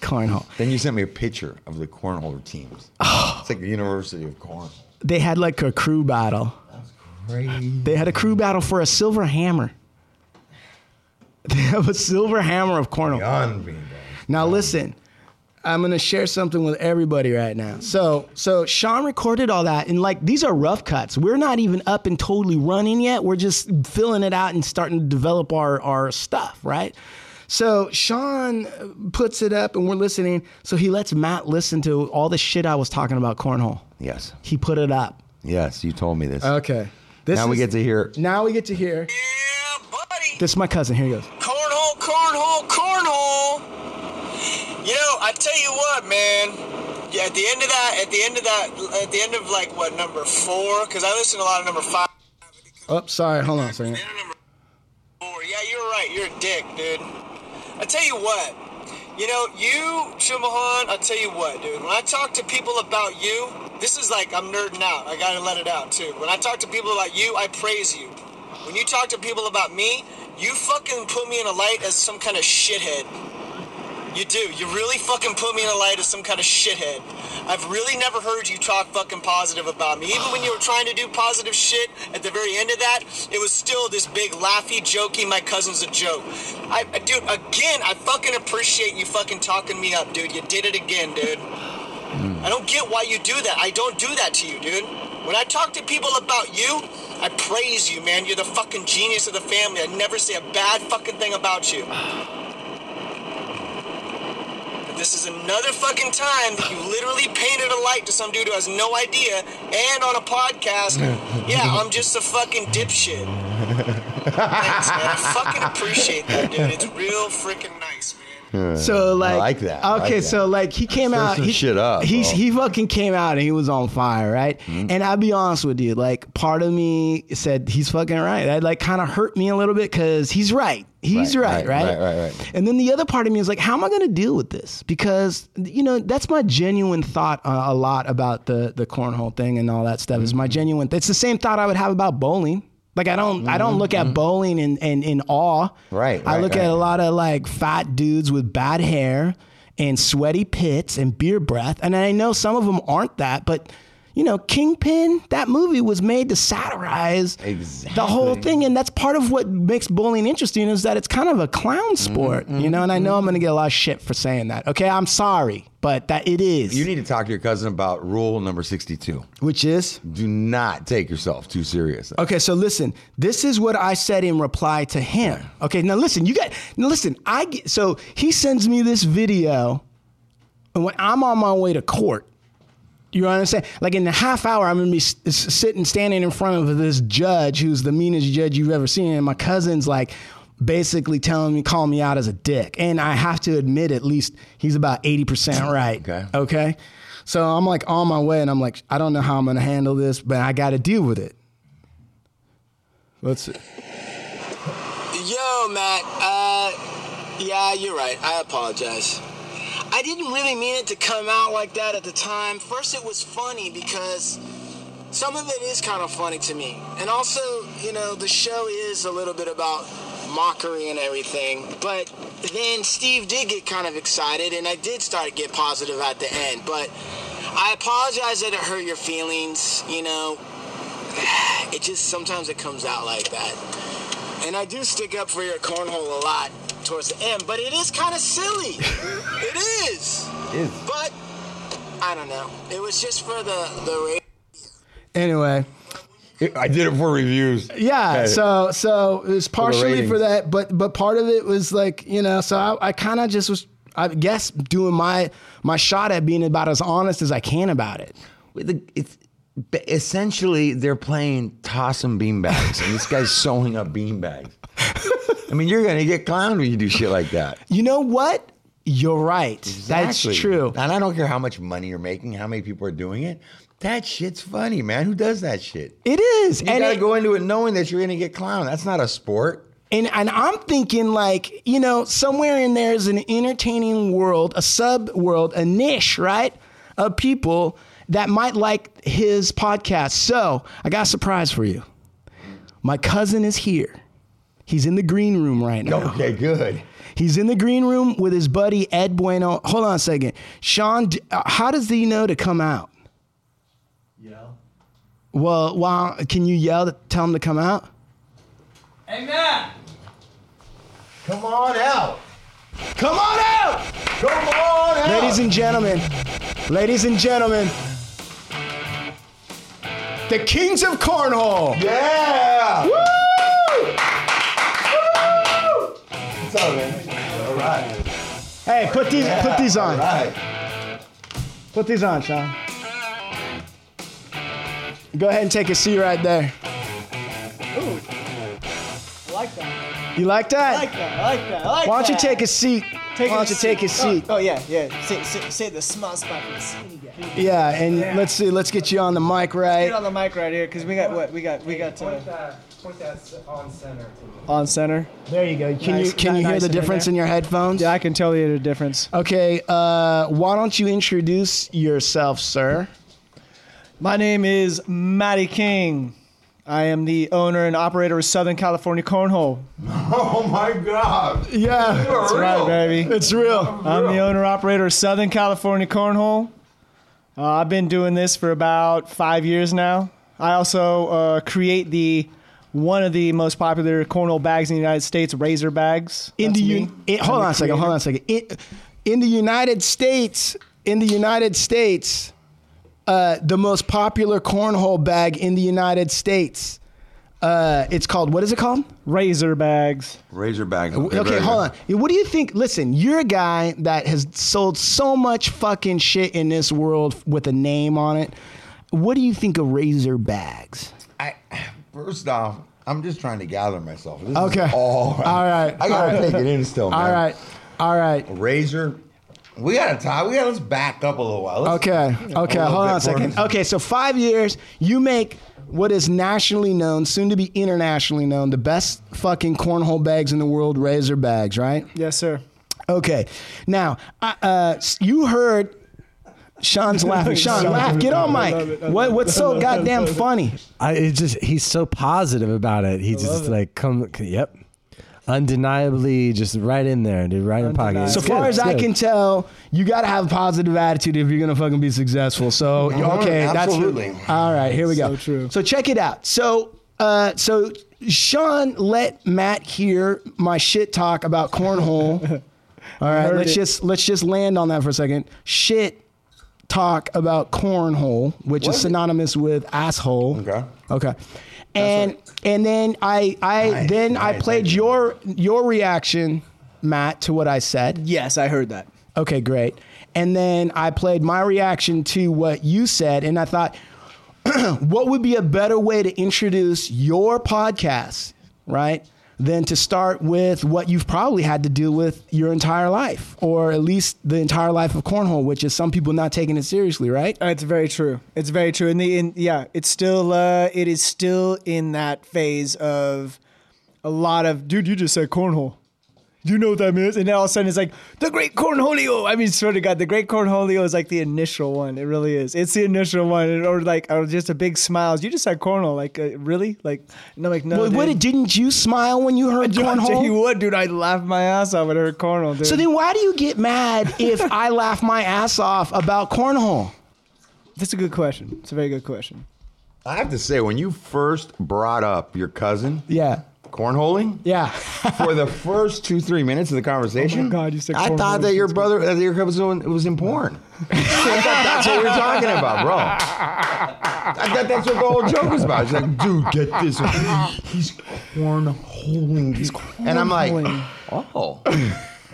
[SPEAKER 4] Cornhole. Oh.
[SPEAKER 6] Then you sent me a picture of the cornhole teams. It's like the University of Corn.
[SPEAKER 4] They had like a crew battle. They had a crew battle for a silver hammer. They have a silver hammer of cornhole. Now listen, I'm gonna share something with everybody right now. So so Sean recorded all that and like these are rough cuts. We're not even up and totally running yet. We're just filling it out and starting to develop our our stuff, right? So Sean puts it up and we're listening. So he lets Matt listen to all the shit I was talking about cornhole.
[SPEAKER 6] Yes.
[SPEAKER 4] He put it up.
[SPEAKER 6] Yes, you told me this.
[SPEAKER 4] Okay.
[SPEAKER 6] now we
[SPEAKER 4] is-
[SPEAKER 6] get to hear.
[SPEAKER 4] Now we get to hear. This is my cousin. Here he goes.
[SPEAKER 12] Cornhole, cornhole, cornhole. You know, I tell you what, man. Yeah, at the end of that, at the end of that, at the end of like what number four? Because I listen to a lot of number five.
[SPEAKER 4] Oh, sorry. Hold on a second.
[SPEAKER 12] Four. Yeah, you're right. You're a dick, dude. I tell you what. You know, you, Shumahan, I tell you what, dude. When I talk to people about you, this is like I'm nerding out. I gotta let it out too. When I talk to people about you, I praise you. When you talk to people about me, you fucking put me in a light as some kind of shithead. You do. You really fucking put me in a light as some kind of shithead. I've really never heard you talk fucking positive about me. Even when you were trying to do positive shit at the very end of that, it was still this big laughy, jokey, my cousin's a joke. I, I- dude, again, I fucking appreciate you fucking talking me up, dude. You did it again, dude. I don't get why you do that. I don't do that to you, dude. When I talk to people about you, I praise you, man. You're the fucking genius of the family. I never say a bad fucking thing about you. But this is another fucking time that you literally painted a light to some dude who has no idea and on a podcast. yeah, I'm just a fucking dipshit. Thanks, man. I fucking appreciate that, dude. It's real freaking nice, man.
[SPEAKER 4] So like,
[SPEAKER 6] I like that. I like
[SPEAKER 4] Okay,
[SPEAKER 6] that.
[SPEAKER 4] so like he came
[SPEAKER 6] Stir
[SPEAKER 4] out.
[SPEAKER 6] some
[SPEAKER 4] he,
[SPEAKER 6] shit up,
[SPEAKER 4] He
[SPEAKER 6] bro. Mm-hmm.
[SPEAKER 4] he fucking came out and he was on fire, right? And I'll be honest with you, like part of me said he's fucking right. That like kind of hurt me a little bit because he's right. He's right, right,
[SPEAKER 6] Right, right, right.
[SPEAKER 4] And then the other part of me is like, how am I going to deal with this? Because you know that's my genuine thought uh, a lot about the the cornhole thing and all that stuff. Is
[SPEAKER 6] Mm-hmm.
[SPEAKER 4] my genuine. It's the same thought I would have about bowling. Like I don't I
[SPEAKER 6] Mm-hmm.
[SPEAKER 4] don't look at bowling in in, in awe.
[SPEAKER 6] Right,
[SPEAKER 4] I
[SPEAKER 6] right,
[SPEAKER 4] look
[SPEAKER 6] right.
[SPEAKER 4] at a lot of like fat dudes with bad hair and sweaty pits and beer breath. And I know some of them aren't that, but you know, Kingpin, that movie was made to satirize the whole thing. And that's part of what makes bullying interesting is that it's kind of a clown sport,
[SPEAKER 6] Mm-hmm,
[SPEAKER 4] you know? And I know I'm going to get a lot of shit for saying that. Okay. I'm sorry, but that it is.
[SPEAKER 6] You need to talk to your cousin about rule number 62,
[SPEAKER 4] which is
[SPEAKER 6] do not take yourself too seriously.
[SPEAKER 4] Okay, so listen, this is what I said in reply to him. Okay, now listen, you got now listen, I get, so he sends me this video and when I'm on my way to court, you understand? Like in a half hour, I'm gonna be s- s- sitting, standing in front of this judge who's the meanest judge you've ever seen, and my cousin's like basically telling me, calling me out as a dick, and I have to admit, at least he's about eighty percent right. Okay. Okay. So I'm like on my way, and I'm like, I don't know how I'm gonna handle this, but I got to deal with it. Let's.
[SPEAKER 12] Yo, Matt. Uh, yeah, you're right. I apologize. I didn't really mean it to come out like that at the time. First, it was funny because some of it is kind of funny to me. And also, you know, the show is a little bit about mockery and everything. But then Steve did get kind of excited, and I did start to get positive at the end. But I apologize that it hurt your feelings. You know, it just sometimes it comes out like that. And I do stick up for your cornhole a lot towards the end, but it is kind of silly. it is.
[SPEAKER 6] Is.
[SPEAKER 12] But I don't know. It was just for the the. Ra-
[SPEAKER 4] Anyway.
[SPEAKER 6] I did it for reviews.
[SPEAKER 4] Yeah, so so it was
[SPEAKER 6] For the
[SPEAKER 4] partially for
[SPEAKER 6] ratings.
[SPEAKER 4] that, but but part of it was like you know, so I, I kind of just was, I guess, doing my my shot at being about as honest as I can about it.
[SPEAKER 6] It's But essentially, they're playing toss and beanbags, and this guy's sewing up beanbags. I mean, you're gonna get clowned when you do shit like that.
[SPEAKER 4] You know what? You're right.
[SPEAKER 6] Exactly.
[SPEAKER 4] That's true.
[SPEAKER 6] And I don't care how much money you're making, how many people are doing it. That shit's funny, man. Who does that shit?
[SPEAKER 4] It is.
[SPEAKER 6] You
[SPEAKER 4] and
[SPEAKER 6] gotta
[SPEAKER 4] it-
[SPEAKER 6] go into it knowing that you're gonna get clowned. That's not a sport.
[SPEAKER 4] And and I'm thinking like, you know, somewhere in there is an entertaining world, a sub world, a niche, right? Of people that might like his podcast. So I got a surprise for you. My cousin is here. He's in the green room right now.
[SPEAKER 6] Okay, good.
[SPEAKER 4] He's in the green room with his buddy Ed Bueno. Hold on a second. Sean, d- uh, how does he know to come out? Yell. Well, wow, can you yell to tell him to come out?
[SPEAKER 6] Hey, Matt. Come on out.
[SPEAKER 4] Come on out.
[SPEAKER 6] Come on out.
[SPEAKER 4] Ladies and gentlemen, ladies and gentlemen, the Kings of Cornhole.
[SPEAKER 6] Yeah.
[SPEAKER 4] Woo!
[SPEAKER 6] What's up, man? All right.
[SPEAKER 4] Hey, put these
[SPEAKER 6] Yeah,
[SPEAKER 4] put these on.
[SPEAKER 6] all right.
[SPEAKER 4] Put these on, Sean. Go ahead and take a seat right there.
[SPEAKER 13] I like that.
[SPEAKER 4] You like
[SPEAKER 13] I
[SPEAKER 4] that?
[SPEAKER 13] like that. I like that. I like
[SPEAKER 4] Why don't you
[SPEAKER 13] that.
[SPEAKER 4] take a seat? Why don't you take a seat?
[SPEAKER 13] Oh, oh, yeah, yeah. Say, say, say the smart spot for the city guy.
[SPEAKER 4] Yeah, and let's see, let's get you on the mic
[SPEAKER 13] Get
[SPEAKER 4] right.
[SPEAKER 13] on the mic right here, cause we got what? We got we got uh,
[SPEAKER 7] Point that on center.
[SPEAKER 13] on center. There you go.
[SPEAKER 4] Can you can you hear the difference in your headphones? Yeah, I
[SPEAKER 13] can tell you the difference.
[SPEAKER 4] Okay, uh, why don't you introduce yourself, sir?
[SPEAKER 13] My name is Matty King. I am the owner and operator of Southern California Cornhole.
[SPEAKER 6] Oh my God.
[SPEAKER 4] Yeah,
[SPEAKER 13] That's right, baby.
[SPEAKER 4] It's real.
[SPEAKER 13] I'm the owner operator of Southern California Cornhole. Uh, I've been doing this for about five years now. I also uh, create the one of the most popular cornhole bags in the United States, Razor bags.
[SPEAKER 4] In the
[SPEAKER 13] That's
[SPEAKER 4] un-
[SPEAKER 13] me.
[SPEAKER 4] in-
[SPEAKER 13] I'm
[SPEAKER 4] hold
[SPEAKER 13] the
[SPEAKER 4] on a second, hold on a second. In, in the United States, in the United States, uh, the most popular cornhole bag in the United States. Uh, it's called what is it called?
[SPEAKER 13] Razor bags.
[SPEAKER 6] Razorback.
[SPEAKER 4] Okay, hold on. What do you think? Listen, you're a guy that has sold so much fucking shit in this world with a name on it. What do you think of razor bags?
[SPEAKER 6] First off, I'm just trying to gather myself. This
[SPEAKER 4] Okay.
[SPEAKER 6] Is all right.
[SPEAKER 4] All right.
[SPEAKER 6] I gotta
[SPEAKER 4] All right.
[SPEAKER 6] take it in still, man.
[SPEAKER 4] All right. All right.
[SPEAKER 6] Razor. We gotta talk. We gotta let's back up a little while. Let's-
[SPEAKER 4] Okay.
[SPEAKER 6] A
[SPEAKER 4] Okay.
[SPEAKER 6] little
[SPEAKER 4] Hold
[SPEAKER 6] bit
[SPEAKER 4] on a second.
[SPEAKER 6] more.
[SPEAKER 4] Okay. So five years, you make what is nationally known, soon to be internationally known, the best fucking cornhole bags in the world, razor bags, right?
[SPEAKER 13] Yes, sir.
[SPEAKER 4] Okay. Now, I- uh, s- you heard Sean's laughing. Sean,
[SPEAKER 13] Sean,
[SPEAKER 4] laugh. Get on
[SPEAKER 13] I
[SPEAKER 4] mic.
[SPEAKER 13] love it. I love
[SPEAKER 4] What,
[SPEAKER 13] it.
[SPEAKER 4] what's
[SPEAKER 13] I
[SPEAKER 4] so
[SPEAKER 13] love it. I
[SPEAKER 4] goddamn
[SPEAKER 13] love it.
[SPEAKER 4] funny?
[SPEAKER 3] I it just he's so positive about it. He just like come yep. undeniably just right in there, dude, right in pocket.
[SPEAKER 4] So
[SPEAKER 3] It's
[SPEAKER 4] far
[SPEAKER 3] good,
[SPEAKER 4] as
[SPEAKER 3] it's
[SPEAKER 4] I
[SPEAKER 3] good.
[SPEAKER 4] can tell, you got to have a positive attitude if you're going to fucking be successful. So,
[SPEAKER 3] Uh-huh,
[SPEAKER 4] okay, that's
[SPEAKER 3] absolutely.
[SPEAKER 4] All right, here we go.
[SPEAKER 3] So
[SPEAKER 4] true. So check it out. So, uh, so Sean let Matt hear my shit talk about cornhole. All right,
[SPEAKER 14] Heard
[SPEAKER 4] let's
[SPEAKER 14] it.
[SPEAKER 4] just let's just land on that for a second. Shit talk about cornhole, which is
[SPEAKER 14] Was it?
[SPEAKER 4] synonymous with asshole. Okay. Okay. And and then I I
[SPEAKER 14] Nice,
[SPEAKER 4] then I
[SPEAKER 14] nice,
[SPEAKER 4] played your your reaction, Matt, to what I said.
[SPEAKER 15] Yes, I heard that.
[SPEAKER 4] Okay, great. And then I played my reaction to what you said, and I thought, what would be a better way to introduce your podcast, right? Than to start with what you've probably had to deal with your entire life, or at least the entire life of cornhole, which is some people not taking it seriously, right?
[SPEAKER 15] It's very true. It's very true. And the in, yeah, it's still uh, it is still in that phase of a lot of dude. You just said cornhole. Do you know what that means? And then all of a sudden it's like the Great Cornholio. I mean, swear to God, the Great Cornholio is like the initial one. It really is. It's the initial one, And- or like or just a big smiles. You just said cornhole. Like uh, really? Like no, like no.
[SPEAKER 4] well, what
[SPEAKER 15] dude.
[SPEAKER 4] didn't you smile when you heard
[SPEAKER 15] Dude, I tell
[SPEAKER 4] cornhole?
[SPEAKER 15] you what, dude, I laughed my ass off when I heard cornhole, dude.
[SPEAKER 4] So then why do you get mad if I laugh my ass off about cornhole?
[SPEAKER 15] That's a good question. It's a very good question.
[SPEAKER 6] I have to say, when you first brought up your cousin,
[SPEAKER 4] yeah,
[SPEAKER 6] cornholing,
[SPEAKER 4] yeah, Oh
[SPEAKER 6] for the first two three minutes of the conversation,
[SPEAKER 15] God, you said
[SPEAKER 6] I thought
[SPEAKER 15] cornholing.
[SPEAKER 6] that your brother, that your cousin was in porn. I thought that's what you're talking about, bro. I thought that's what the whole joke was about. She's like, dude, get this. He's cornholing. He's cornholing. And I'm like, oh. All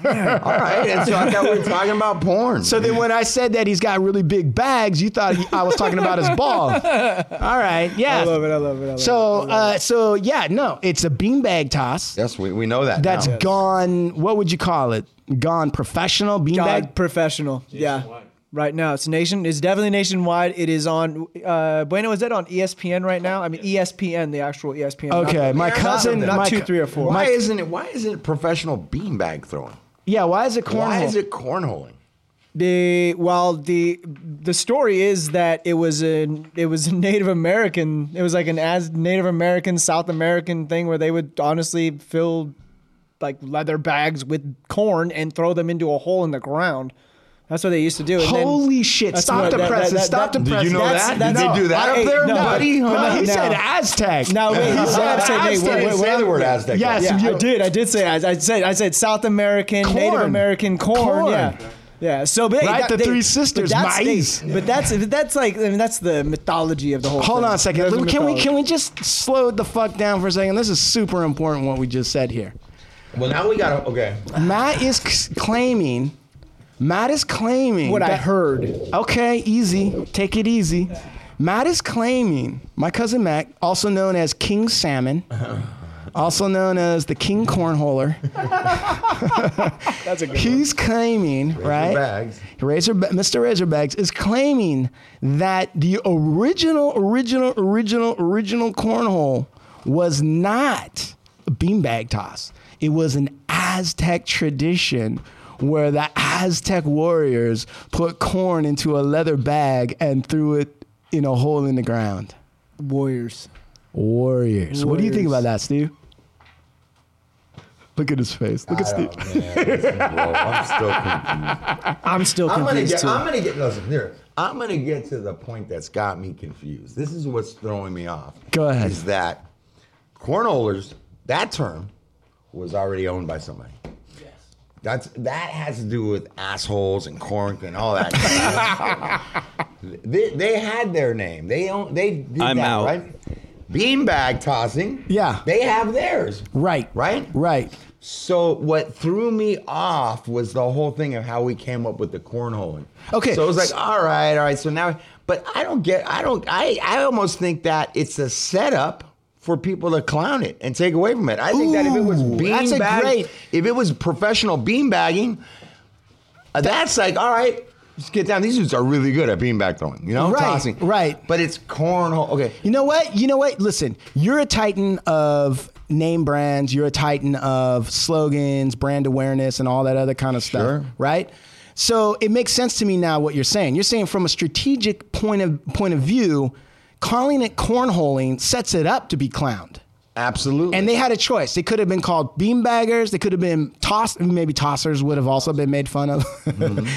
[SPEAKER 6] right. And so I thought we were talking about porn.
[SPEAKER 4] So then when I said that he's got really big bags, you thought he, I was talking about his ball. All right. Yeah.
[SPEAKER 15] I love it. I love it. I love it.
[SPEAKER 4] So, uh, so yeah, no, it's a beanbag toss.
[SPEAKER 6] Yes, we, we know that.
[SPEAKER 4] That's
[SPEAKER 6] now.
[SPEAKER 4] gone. What would you call it? Gone professional beanbag.
[SPEAKER 15] God, professional. Yeah. Right now, it's nation. It's definitely nationwide. It is on. Uh, bueno, is that on ESPN right now? I mean, E ESPN, the actual E ESPN. not
[SPEAKER 4] Okay,
[SPEAKER 15] the-
[SPEAKER 4] my
[SPEAKER 15] not
[SPEAKER 4] cousin-
[SPEAKER 15] the- not
[SPEAKER 4] my
[SPEAKER 15] two,
[SPEAKER 4] co-
[SPEAKER 15] three, or four.
[SPEAKER 6] Why isn't it? Why isn't it professional beanbag throwing?
[SPEAKER 4] Yeah, why is it cornhole?
[SPEAKER 6] Why is it cornholing?
[SPEAKER 15] The well, the the story is that it was a it was a Native American. It was like an as Native American, South American thing where they would honestly fill like leather bags with corn and throw them into a hole in the ground. That's what they used to do. And then-
[SPEAKER 4] Holy shit!
[SPEAKER 15] That's
[SPEAKER 4] Stop
[SPEAKER 15] what-
[SPEAKER 4] the
[SPEAKER 15] that-
[SPEAKER 4] presses!
[SPEAKER 15] that-
[SPEAKER 4] Stop
[SPEAKER 15] that-
[SPEAKER 4] the presses!
[SPEAKER 15] That's- that's-
[SPEAKER 6] Did they do that
[SPEAKER 4] I-
[SPEAKER 6] up there,
[SPEAKER 4] no,
[SPEAKER 6] buddy?
[SPEAKER 4] no,
[SPEAKER 6] Huh?
[SPEAKER 4] he
[SPEAKER 15] No.
[SPEAKER 4] said Aztec.
[SPEAKER 15] No, wait, he said Aztec. Wait, wait, wait, wait.
[SPEAKER 4] Yes,
[SPEAKER 15] yeah,
[SPEAKER 4] you
[SPEAKER 15] I did. I did say Az- I said I said South American, Native
[SPEAKER 4] Corn.
[SPEAKER 15] American corn.
[SPEAKER 4] Corn.
[SPEAKER 15] Yeah. Yeah, so but they-
[SPEAKER 4] Right, the
[SPEAKER 15] they-
[SPEAKER 4] three sisters,
[SPEAKER 15] but that's,
[SPEAKER 4] maize.
[SPEAKER 15] they- but that's that's like I mean that's the mythology of the whole.
[SPEAKER 4] Hold
[SPEAKER 15] thing.
[SPEAKER 4] on a second.
[SPEAKER 15] That's the
[SPEAKER 4] Lou, Can we
[SPEAKER 15] mythology.
[SPEAKER 4] can we just slow the fuck down for a second? This is super important what we just said here.
[SPEAKER 6] Well, now we got to okay.
[SPEAKER 4] Matt is c- claiming. Matt is claiming
[SPEAKER 15] What I
[SPEAKER 4] heard. Okay, easy. Take it easy. Matt is claiming my cousin Mac, also known as King Salmon,
[SPEAKER 6] Uh-huh.
[SPEAKER 4] also known as the King Cornholer.
[SPEAKER 15] That's a good
[SPEAKER 4] He's claiming, right?
[SPEAKER 6] Bags.
[SPEAKER 4] Razor, Mr. Razorbags is claiming that the original, original, original, original cornhole was not a beanbag toss. It was an Aztec tradition where the Aztec warriors put corn into a leather bag and threw it in a hole in the ground.
[SPEAKER 15] Warriors.
[SPEAKER 4] Warriors. What do you think
[SPEAKER 15] Warriors.
[SPEAKER 4] about that, Steve? Look at his face. Look at Steve.
[SPEAKER 6] I'm still confused.
[SPEAKER 15] I'm still
[SPEAKER 6] I'm gonna
[SPEAKER 15] confused
[SPEAKER 6] get.
[SPEAKER 15] too.
[SPEAKER 6] I'm gonna get. Listen here. I'm gonna get to the point that's got me confused. This is what's throwing me off.
[SPEAKER 4] Go ahead.
[SPEAKER 6] Is that cornholers? That term was already owned by somebody. That's that has to do with assholes and corn and all that. they, they had their name. They own. They did
[SPEAKER 4] I'm
[SPEAKER 6] that,
[SPEAKER 4] out.
[SPEAKER 6] right? Beanbag tossing.
[SPEAKER 4] Yeah.
[SPEAKER 6] They have theirs.
[SPEAKER 4] Right.
[SPEAKER 6] Right?
[SPEAKER 4] Right.
[SPEAKER 6] So what threw me off was the whole thing of how we came up with the cornholing.
[SPEAKER 4] Okay.
[SPEAKER 6] So it was like, all right, all right. So now, but I don't get, I don't, I, I almost think that it's a setup for people to clown it and take away from it. I think that if it was
[SPEAKER 4] Ooh, that's a
[SPEAKER 6] beanbag,
[SPEAKER 4] great-
[SPEAKER 6] if it was professional beanbagging, uh, that's like, all right, let's get down. These dudes are really good at beanbag throwing, you know,
[SPEAKER 4] right,
[SPEAKER 6] tossing.
[SPEAKER 4] Right.
[SPEAKER 6] But it's cornhole. Okay.
[SPEAKER 4] You know what? You know what? Listen, you're a titan of name brands, you're a titan of slogans, brand awareness, and all that other kind of stuff.
[SPEAKER 6] Sure.
[SPEAKER 4] Right? So it makes sense to me now what you're saying. You're saying from a strategic point of point of view, calling it cornholing sets it up to be clowned.
[SPEAKER 6] Absolutely.
[SPEAKER 4] And they had a choice. They could have been called beanbaggers. They could have been toss. Maybe tossers would have also been made fun of.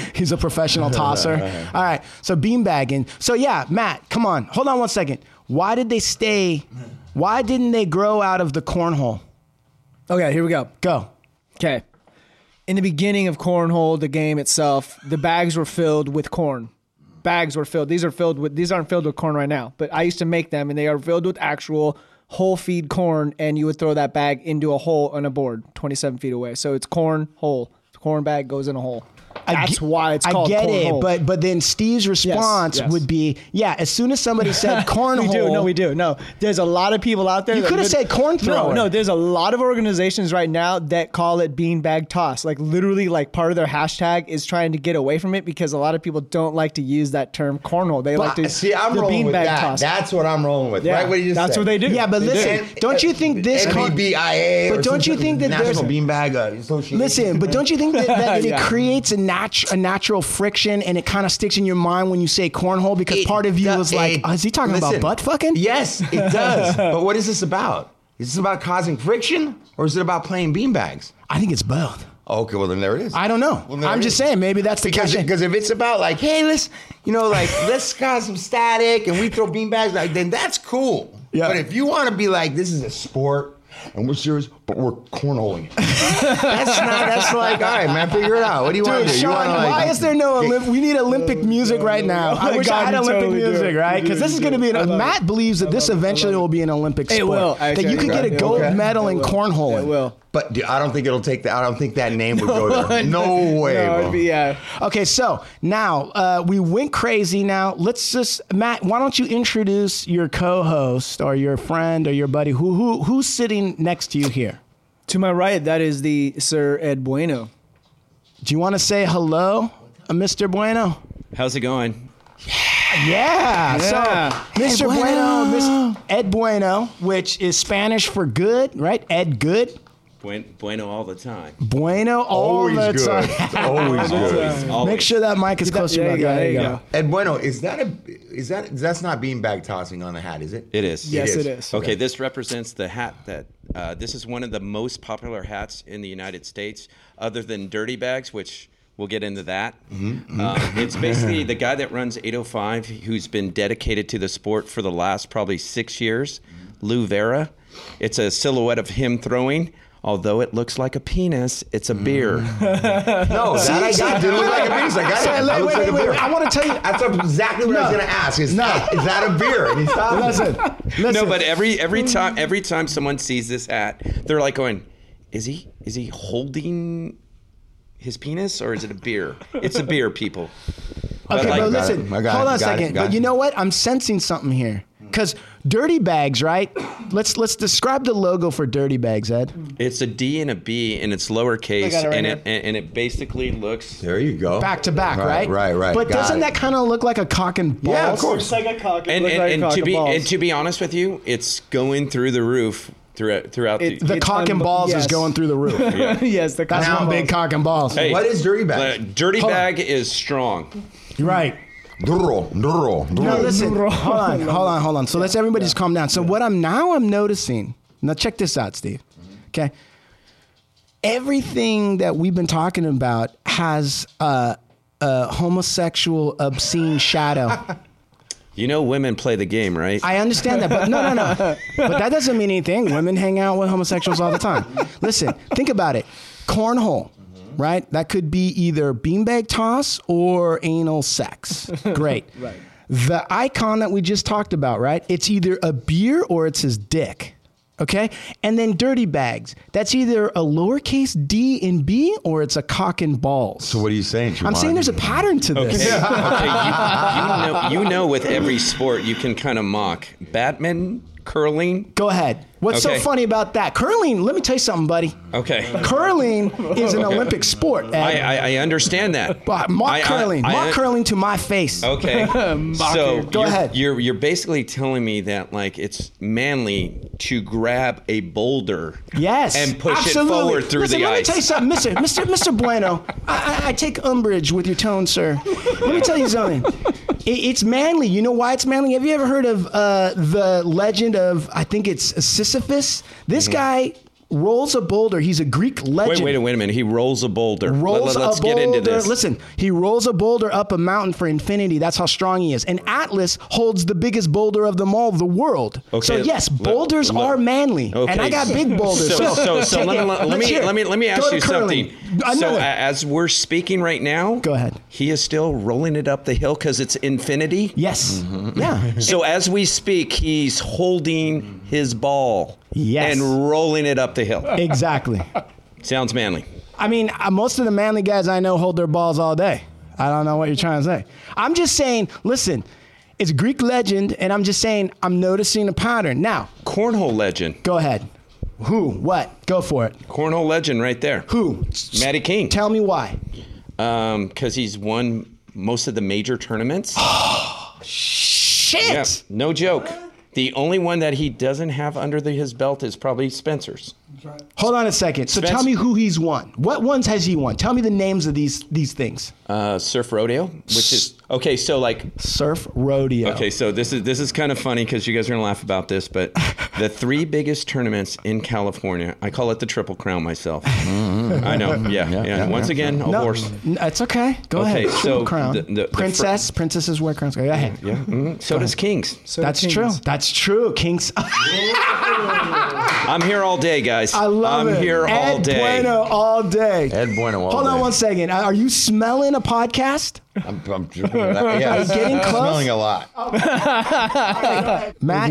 [SPEAKER 4] He's a professional tosser. All right. So beanbagging. So yeah, Matt, come on. Hold on one second. Why did they stay? Why didn't they grow out of the cornhole?
[SPEAKER 15] Okay, here we go.
[SPEAKER 4] Go.
[SPEAKER 15] Okay. In the beginning of cornhole, the game itself, the bags were filled with corn. Bags were filled. These are filled with. These aren't filled with corn right now, but I used to make them, and they are filled with actual whole feed corn. And you would throw that bag into a hole on a board, twenty-seven feet away. So it's corn hole. Corn bag goes in a hole. That's
[SPEAKER 4] ge-
[SPEAKER 15] why it's
[SPEAKER 4] I
[SPEAKER 15] called.
[SPEAKER 4] get it,
[SPEAKER 15] cornhole.
[SPEAKER 4] but but then Steve's response
[SPEAKER 15] yes.
[SPEAKER 4] would be, yeah. As soon as somebody said cornhole,
[SPEAKER 15] we do. No, we do. No, there's a lot of people out there.
[SPEAKER 4] You
[SPEAKER 15] that
[SPEAKER 4] coulda
[SPEAKER 15] lit-
[SPEAKER 4] said corn
[SPEAKER 15] No,
[SPEAKER 4] thrower.
[SPEAKER 15] no, there's a lot of organizations right now that call it beanbag toss. Like literally, like part of their hashtag is trying to get away from it because a lot of people don't like to use that term cornhole. They like
[SPEAKER 6] But,
[SPEAKER 4] uh,
[SPEAKER 15] to
[SPEAKER 6] see, I'm
[SPEAKER 15] the
[SPEAKER 6] rolling with
[SPEAKER 15] beanbag
[SPEAKER 6] that.
[SPEAKER 15] toss.
[SPEAKER 6] That's what I'm rolling with.
[SPEAKER 15] Yeah,
[SPEAKER 6] right? What you just
[SPEAKER 15] that's
[SPEAKER 6] said.
[SPEAKER 15] what they do.
[SPEAKER 4] Yeah, but
[SPEAKER 15] They do. uh,
[SPEAKER 4] listen, don't you think this corn-
[SPEAKER 6] NBIA?
[SPEAKER 4] But
[SPEAKER 6] or
[SPEAKER 4] don't
[SPEAKER 6] some
[SPEAKER 4] you think that there's-
[SPEAKER 6] National Beanbag uh, Association?
[SPEAKER 4] Listen, but don't you think that, that
[SPEAKER 15] Yeah.
[SPEAKER 4] it creates a, natu- a natural friction and it kind of sticks in your mind when you say cornhole because part of you was like, oh, is he talking
[SPEAKER 6] Listen,
[SPEAKER 4] about butt fucking?
[SPEAKER 6] Yes, it does. but what is this about? Is this about causing friction or is it about playing beanbags?
[SPEAKER 4] I think it's both.
[SPEAKER 6] Oh, Okay, well then there it is.
[SPEAKER 4] I don't know.
[SPEAKER 6] Well, there
[SPEAKER 4] I'm
[SPEAKER 6] it
[SPEAKER 4] just
[SPEAKER 6] is.
[SPEAKER 4] saying maybe that's the
[SPEAKER 6] because
[SPEAKER 4] catch.
[SPEAKER 6] because if it's about like, hey, let's you know like let's cause some static and we throw beanbags, like then that's cool.
[SPEAKER 4] Yeah.
[SPEAKER 6] But if you want to be like, this is a sport and we're serious, but we're cornholing. it." that's not. That's like, all right, man, figure it out. What do you want
[SPEAKER 4] Dude,
[SPEAKER 6] to do? You
[SPEAKER 4] Sean,
[SPEAKER 6] wanna, like,
[SPEAKER 4] why is there no Olymp- We need Olympic music right now. I
[SPEAKER 15] Oh my
[SPEAKER 4] wish I
[SPEAKER 15] God,
[SPEAKER 4] had
[SPEAKER 15] you
[SPEAKER 4] Olympic
[SPEAKER 15] totally do.
[SPEAKER 4] music, right? Because
[SPEAKER 15] You
[SPEAKER 4] this is
[SPEAKER 15] do,
[SPEAKER 4] going to
[SPEAKER 15] you
[SPEAKER 4] be
[SPEAKER 15] do.
[SPEAKER 4] an.
[SPEAKER 15] I love
[SPEAKER 4] Matt believes that this eventually will be an Olympic sport.
[SPEAKER 15] will,
[SPEAKER 4] That
[SPEAKER 15] actually,
[SPEAKER 4] you could
[SPEAKER 15] yeah.
[SPEAKER 4] get a
[SPEAKER 15] It
[SPEAKER 4] gold
[SPEAKER 6] will.
[SPEAKER 4] medal in cornhole.
[SPEAKER 15] It will.
[SPEAKER 6] But dude, I don't think it'll take that. I don't think that name would go there. No way,
[SPEAKER 15] No,
[SPEAKER 6] bro.
[SPEAKER 15] it'd be, yeah.
[SPEAKER 4] Okay, so now uh, we went crazy. Now let's just Matt. Why don't you introduce your co-host or your friend or your buddy who who who's sitting next to you here?
[SPEAKER 15] To my right, that is the Sir Ed Bueno.
[SPEAKER 4] Do you want to say hello, uh, Mr. Bueno?
[SPEAKER 16] How's it going?
[SPEAKER 4] Yeah.
[SPEAKER 15] Yeah.
[SPEAKER 4] So, Mr.
[SPEAKER 15] Ed
[SPEAKER 4] Bueno,
[SPEAKER 15] Bueno.
[SPEAKER 4] Miss- Ed Bueno, which is Spanish for good, right? Ed Good,
[SPEAKER 16] Buen, bueno all the time.
[SPEAKER 4] Bueno, all
[SPEAKER 6] Always
[SPEAKER 4] the
[SPEAKER 6] good.
[SPEAKER 4] time.
[SPEAKER 6] Always good.
[SPEAKER 16] Always.
[SPEAKER 4] Make sure that mic is close to
[SPEAKER 15] there
[SPEAKER 4] your
[SPEAKER 15] you go,
[SPEAKER 4] mouth. Yeah,
[SPEAKER 15] there
[SPEAKER 4] There
[SPEAKER 15] you
[SPEAKER 4] you
[SPEAKER 15] go.
[SPEAKER 4] go.
[SPEAKER 6] Ed Bueno, is that a is that that's not beanbag tossing on a hat, is it?
[SPEAKER 16] It is.
[SPEAKER 15] Yes,
[SPEAKER 6] is.
[SPEAKER 15] it is.
[SPEAKER 16] Okay, this represents the hat that uh, this is one of the most popular hats in the United States, other than dirty bags, which we'll get into that. Uh, it's basically the guy that runs 805, who's been dedicated to the sport for the last probably six years, Lou Vera. It's a silhouette of him throwing. Although it looks like a penis, it's a beer.
[SPEAKER 6] No, Oh, that I got. Didn't look like a beer. I got
[SPEAKER 4] So,
[SPEAKER 6] it.
[SPEAKER 4] wait,
[SPEAKER 6] That looks
[SPEAKER 4] wait,
[SPEAKER 6] like a
[SPEAKER 4] wait,
[SPEAKER 6] beer.
[SPEAKER 4] wait. I want to tell you.
[SPEAKER 6] That's exactly what I was
[SPEAKER 4] No.
[SPEAKER 6] gonna ask. Is,
[SPEAKER 4] No.
[SPEAKER 6] is that a beer? And he stopped.
[SPEAKER 4] Listen, listen. Mm.
[SPEAKER 16] No, but every every time every time someone sees this hat, they're like going, "Is he is he holding his penis or is it a beer? It's a beer, people." But
[SPEAKER 4] Okay,
[SPEAKER 16] like-
[SPEAKER 4] but
[SPEAKER 6] Got it.
[SPEAKER 4] listen.
[SPEAKER 6] I got
[SPEAKER 4] Hold
[SPEAKER 6] it.
[SPEAKER 4] on a
[SPEAKER 6] Got it.
[SPEAKER 4] second.
[SPEAKER 6] Got
[SPEAKER 4] But
[SPEAKER 6] it.
[SPEAKER 4] you know what? I'm sensing something here. Because dirty bags, right? Let's let's describe the logo for dirty bags, Ed.
[SPEAKER 16] It's a D and a B, and it's
[SPEAKER 15] I
[SPEAKER 16] lowercase,
[SPEAKER 15] got it right
[SPEAKER 16] and
[SPEAKER 15] here.
[SPEAKER 16] it and, and it basically looks.
[SPEAKER 6] There you go.
[SPEAKER 4] Back to back, right?
[SPEAKER 6] Oh. Right, right.
[SPEAKER 4] But
[SPEAKER 6] Got
[SPEAKER 4] doesn't
[SPEAKER 6] it.
[SPEAKER 4] that kind of look like a cock and balls?
[SPEAKER 6] Yeah, of course.
[SPEAKER 15] It's like a cock.
[SPEAKER 16] And,
[SPEAKER 15] looks
[SPEAKER 16] and,
[SPEAKER 15] like a
[SPEAKER 16] and
[SPEAKER 15] cock
[SPEAKER 16] to be
[SPEAKER 15] balls.
[SPEAKER 16] and to be honest with you, it's going through the roof throughout throughout
[SPEAKER 15] It-
[SPEAKER 16] the.
[SPEAKER 4] The
[SPEAKER 15] It's
[SPEAKER 4] cock and
[SPEAKER 15] unbe-
[SPEAKER 4] balls
[SPEAKER 15] yes.
[SPEAKER 4] is going through the roof.
[SPEAKER 15] yes, the cock
[SPEAKER 4] That's
[SPEAKER 15] and
[SPEAKER 4] one
[SPEAKER 15] balls.
[SPEAKER 4] big cock and balls.
[SPEAKER 16] Hey,
[SPEAKER 6] What is dirty bag?
[SPEAKER 16] uh, dirty
[SPEAKER 4] Hold on.
[SPEAKER 16] bag is strong.
[SPEAKER 4] Right.
[SPEAKER 6] Duro, duro,
[SPEAKER 4] No,
[SPEAKER 6] duro.
[SPEAKER 4] listen. Hold on, hold on, hold on. So let's everybody just calm down. So what I'm now I'm noticing. Now check this out, Steve. Okay. Everything that we've been talking about has a, a homosexual obscene shadow.
[SPEAKER 16] You know, women play the game, right?
[SPEAKER 4] I understand that, but no, no, no. But that doesn't mean anything. Women hang out with homosexuals all the time. Listen, think about it. Cornhole, right? That could be either beanbag toss or anal sex. Great. right. The icon that we just talked about, right? It's either a beer or it's his dick. Okay? And then dirty bags. That's either a lowercase d in B or it's a cock and balls.
[SPEAKER 6] So what are you saying? Juwan?
[SPEAKER 4] I'm saying there's a pattern to this.
[SPEAKER 16] Okay, okay, you, you know, you know, with every sport, you can kind of mock Batman curling.
[SPEAKER 4] Go ahead. What's
[SPEAKER 16] Okay.
[SPEAKER 4] so funny Uh, about that? Curling, let me tell you something, buddy.
[SPEAKER 16] Okay,
[SPEAKER 4] curling is an
[SPEAKER 16] Okay.
[SPEAKER 4] Olympic sport. Ed.
[SPEAKER 16] I, I, I understand that.
[SPEAKER 4] But mock
[SPEAKER 16] I- I-
[SPEAKER 4] curling,
[SPEAKER 16] I-
[SPEAKER 4] mock curling to my face.
[SPEAKER 16] Okay, so
[SPEAKER 4] Go
[SPEAKER 16] you're,
[SPEAKER 4] ahead.
[SPEAKER 16] You're you're basically telling me that like it's manly to grab a boulder.
[SPEAKER 4] Yes,
[SPEAKER 16] and push
[SPEAKER 4] absolutely.
[SPEAKER 16] it forward through
[SPEAKER 4] Listen,
[SPEAKER 16] the
[SPEAKER 4] let
[SPEAKER 16] ice.
[SPEAKER 4] Let me tell you something, Mister Mister Mister Bueno. I, I, I take umbrage with your tone, sir. Let me tell you something. It, it's manly. You know why it's manly? Have you ever heard of uh, the legend of, I think it's Sisyphus? This guy rolls a boulder. He's a Greek legend.
[SPEAKER 16] Mm-hmm. Wait, wait, a- wait a minute. He rolls a boulder.
[SPEAKER 4] rolls
[SPEAKER 16] Let, us
[SPEAKER 4] a
[SPEAKER 16] get
[SPEAKER 4] boulder.
[SPEAKER 16] into this.
[SPEAKER 4] Listen, he rolls a boulder up a mountain for infinity. That's how strong he is. And Atlas holds the biggest boulder of them all, the world.
[SPEAKER 16] Okay,
[SPEAKER 4] so yes,
[SPEAKER 16] let-
[SPEAKER 4] boulders
[SPEAKER 16] let-
[SPEAKER 4] are manly. And I got big boulders.
[SPEAKER 16] So,
[SPEAKER 4] So,
[SPEAKER 16] so, so
[SPEAKER 4] check
[SPEAKER 16] let,
[SPEAKER 4] it.
[SPEAKER 16] me, let,
[SPEAKER 4] Let's
[SPEAKER 16] me
[SPEAKER 4] hear it.
[SPEAKER 16] let me let me
[SPEAKER 4] Go
[SPEAKER 16] ask
[SPEAKER 4] to
[SPEAKER 16] you
[SPEAKER 4] curling.
[SPEAKER 16] something. So
[SPEAKER 4] Another.
[SPEAKER 16] a- as we're speaking right now, go
[SPEAKER 4] ahead.
[SPEAKER 16] He is still rolling it up the hill because it's infinity. Mm-hmm.
[SPEAKER 4] Yes. Yeah.
[SPEAKER 16] So as we speak, he's holding his ball.
[SPEAKER 4] Yes.
[SPEAKER 16] And rolling it up the hill.
[SPEAKER 4] Exactly.
[SPEAKER 16] Sounds manly.
[SPEAKER 4] I mean, uh, most of the manly guys I know hold their balls all day. I don't know what you're trying to say. I'm just saying, listen, it's Greek legend, and I'm just saying I'm noticing a pattern. Now,
[SPEAKER 16] Cornhole legend.
[SPEAKER 4] go ahead. Who? What? Go for it.
[SPEAKER 16] Cornhole legend right there.
[SPEAKER 4] Who?
[SPEAKER 16] Matty King.
[SPEAKER 4] Tell me why.
[SPEAKER 16] Um, because he's won most of the major tournaments.
[SPEAKER 4] Shit.
[SPEAKER 16] Yeah, no joke. The only one that he doesn't have under the, his belt is probably Spencer's.
[SPEAKER 4] Hold on a second. So tell
[SPEAKER 16] Spence-
[SPEAKER 4] me who he's won. What ones has he won? Tell me the names of these these things.
[SPEAKER 16] Uh, surf rodeo, which is okay. So like
[SPEAKER 4] surf rodeo.
[SPEAKER 16] Okay, so this is this is kind of funny because you guys are gonna laugh about this, but the three biggest tournaments in California, I call it the Triple Crown myself.
[SPEAKER 4] Mm-hmm.
[SPEAKER 16] I know. Yeah. Yeah. Once again, a
[SPEAKER 4] No,
[SPEAKER 16] horse.
[SPEAKER 4] n- It's okay. Go
[SPEAKER 16] Okay,
[SPEAKER 4] ahead.
[SPEAKER 16] so
[SPEAKER 4] So crown.
[SPEAKER 16] the- the- the fir-
[SPEAKER 4] princess. princesses wear crowns. Go ahead.
[SPEAKER 16] Yeah. mhm. So does Kings.
[SPEAKER 4] That's true. That's true. Kings.
[SPEAKER 16] I'm here all day, guys.
[SPEAKER 4] I love
[SPEAKER 16] I'm
[SPEAKER 4] it.
[SPEAKER 16] here
[SPEAKER 4] Ed
[SPEAKER 16] all day.
[SPEAKER 4] Bueno all day.
[SPEAKER 6] Ed Bueno all
[SPEAKER 4] Hold on
[SPEAKER 6] day.
[SPEAKER 4] one second. Uh, Are you smelling a podcast?
[SPEAKER 6] I'm, I'm, yeah,
[SPEAKER 4] Are you getting
[SPEAKER 6] I'm
[SPEAKER 4] close?
[SPEAKER 6] smelling a lot.
[SPEAKER 4] Matt,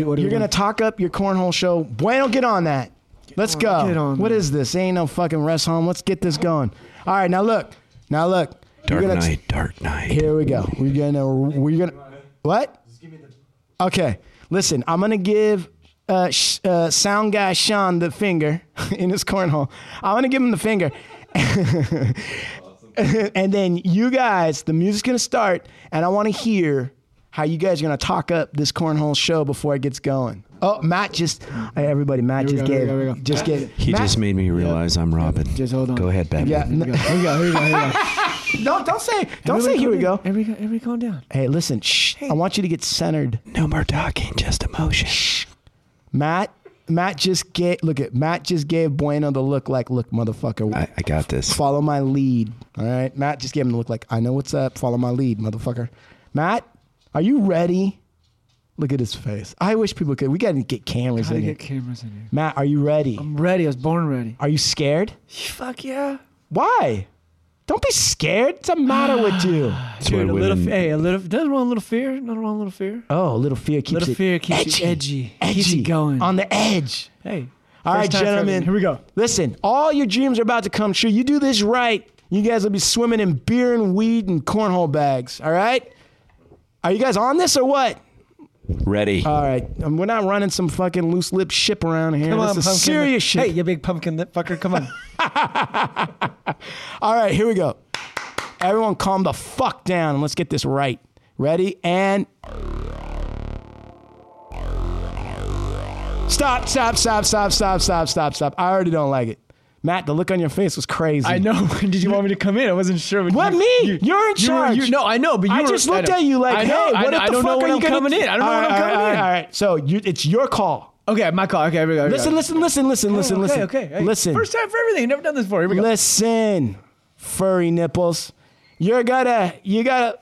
[SPEAKER 15] what do you
[SPEAKER 4] you are
[SPEAKER 15] do?
[SPEAKER 4] gonna talk up your cornhole show. Bueno, get on that. Let's go.
[SPEAKER 15] get on
[SPEAKER 4] What is this? Ain't no fucking rest home. Let's get this going. All right, now look. Now look. We're
[SPEAKER 16] Dark
[SPEAKER 4] gonna-
[SPEAKER 16] night, dark night.
[SPEAKER 4] Here we go. We're gonna. We're gonna. What? Okay. Listen, I'm gonna give uh, sh- uh, sound guy Sean the finger in his cornhole. I'm gonna give him the finger. and then you guys, the music's gonna start, and I want to hear how you guys are gonna talk up this cornhole show before it gets going. Oh, Matt just, hey, everybody,
[SPEAKER 15] Here
[SPEAKER 4] Matt
[SPEAKER 15] we
[SPEAKER 4] just
[SPEAKER 15] go, here
[SPEAKER 4] gave,
[SPEAKER 15] we go, here we go.
[SPEAKER 4] just gave.
[SPEAKER 16] He
[SPEAKER 4] Matt-
[SPEAKER 16] just made me realize I'm Robin.
[SPEAKER 15] Just hold on.
[SPEAKER 16] Go ahead, Batman.
[SPEAKER 4] Yeah. n-
[SPEAKER 15] Here we go. Here we go. Here we go.
[SPEAKER 4] don't don't say don't
[SPEAKER 15] Everybody
[SPEAKER 4] say here we
[SPEAKER 15] calm down.
[SPEAKER 4] go.
[SPEAKER 15] Everybody, everybody, calm down.
[SPEAKER 4] Hey, listen, shh. I want you to get centered.
[SPEAKER 16] No more talking, just emotion.
[SPEAKER 4] Shh. Matt, Matt just get look at Matt just gave Bueno the look like look motherfucker.
[SPEAKER 16] I, I got this.
[SPEAKER 4] follow my lead. All right, Matt just gave him the look like I know what's up. Follow my lead, motherfucker. Matt, are you ready? Look at his face. I wish people could. We gotta get cameras
[SPEAKER 15] Gotta
[SPEAKER 4] in
[SPEAKER 15] get
[SPEAKER 4] here.
[SPEAKER 15] cameras in here.
[SPEAKER 4] Matt, are you ready?
[SPEAKER 15] I'm ready. I was born ready.
[SPEAKER 4] Are you scared?
[SPEAKER 15] Fuck yeah.
[SPEAKER 4] Why? Don't be scared. What's the matter with you?
[SPEAKER 15] Dude, a little, hey, a little, nothing wrong, with a little fear, nothing wrong, with a little fear.
[SPEAKER 4] Oh, a little fear keeps
[SPEAKER 15] Little
[SPEAKER 4] it
[SPEAKER 15] fear keeps
[SPEAKER 4] edgy,
[SPEAKER 15] you edgy,
[SPEAKER 4] edgy,
[SPEAKER 15] keeps you going.
[SPEAKER 4] on the edge.
[SPEAKER 15] Hey,
[SPEAKER 4] All right,
[SPEAKER 15] first time for
[SPEAKER 4] gentlemen.
[SPEAKER 15] everything. here we go.
[SPEAKER 4] Listen, all your dreams are about to come true. You do this right, you guys will be swimming in beer and weed and cornhole bags. All right? Are you guys on this or what?
[SPEAKER 16] Ready.
[SPEAKER 4] All right, um, we're not running some fucking loose lip ship around here.
[SPEAKER 15] Come
[SPEAKER 4] this
[SPEAKER 15] on,
[SPEAKER 4] is
[SPEAKER 15] pumpkin
[SPEAKER 4] serious
[SPEAKER 15] lip.
[SPEAKER 4] shit.
[SPEAKER 15] Hey, you big pumpkin lip fucker, come on.
[SPEAKER 4] All right, here we go. Everyone, calm the fuck down and let's get this right. Ready and stop, stop, stop, stop, stop, stop, stop, stop. I already don't like it. Matt, the look on your face was crazy.
[SPEAKER 15] I know. Did you want me to come in? I wasn't sure. but
[SPEAKER 4] What
[SPEAKER 15] you-
[SPEAKER 4] me?
[SPEAKER 15] You,
[SPEAKER 4] You, are
[SPEAKER 15] you were-
[SPEAKER 4] in charge.
[SPEAKER 15] you- no, I know, but you
[SPEAKER 4] I
[SPEAKER 15] were-
[SPEAKER 4] just looked
[SPEAKER 15] I know.
[SPEAKER 4] at you like,
[SPEAKER 15] I know,
[SPEAKER 4] hey,
[SPEAKER 15] I
[SPEAKER 4] what
[SPEAKER 15] know,
[SPEAKER 4] the
[SPEAKER 15] I don't
[SPEAKER 4] fuck
[SPEAKER 15] know
[SPEAKER 4] are
[SPEAKER 15] when
[SPEAKER 4] you
[SPEAKER 15] I'm
[SPEAKER 4] gonna
[SPEAKER 15] coming
[SPEAKER 4] do?
[SPEAKER 15] in. I don't know
[SPEAKER 4] All
[SPEAKER 15] when I'm
[SPEAKER 4] right, all
[SPEAKER 15] coming
[SPEAKER 4] right,
[SPEAKER 15] in.
[SPEAKER 4] All right, so you, it's your call.
[SPEAKER 15] Okay, my call. Okay, here we go. here we go.
[SPEAKER 4] Listen, listen, listen, listen, listen,
[SPEAKER 15] Oh, okay,
[SPEAKER 4] listen.
[SPEAKER 15] Okay, hey,
[SPEAKER 4] listen.
[SPEAKER 15] First time for everything. Never done this before. Here we go.
[SPEAKER 4] Listen, furry nipples. You're gonna, you gotta.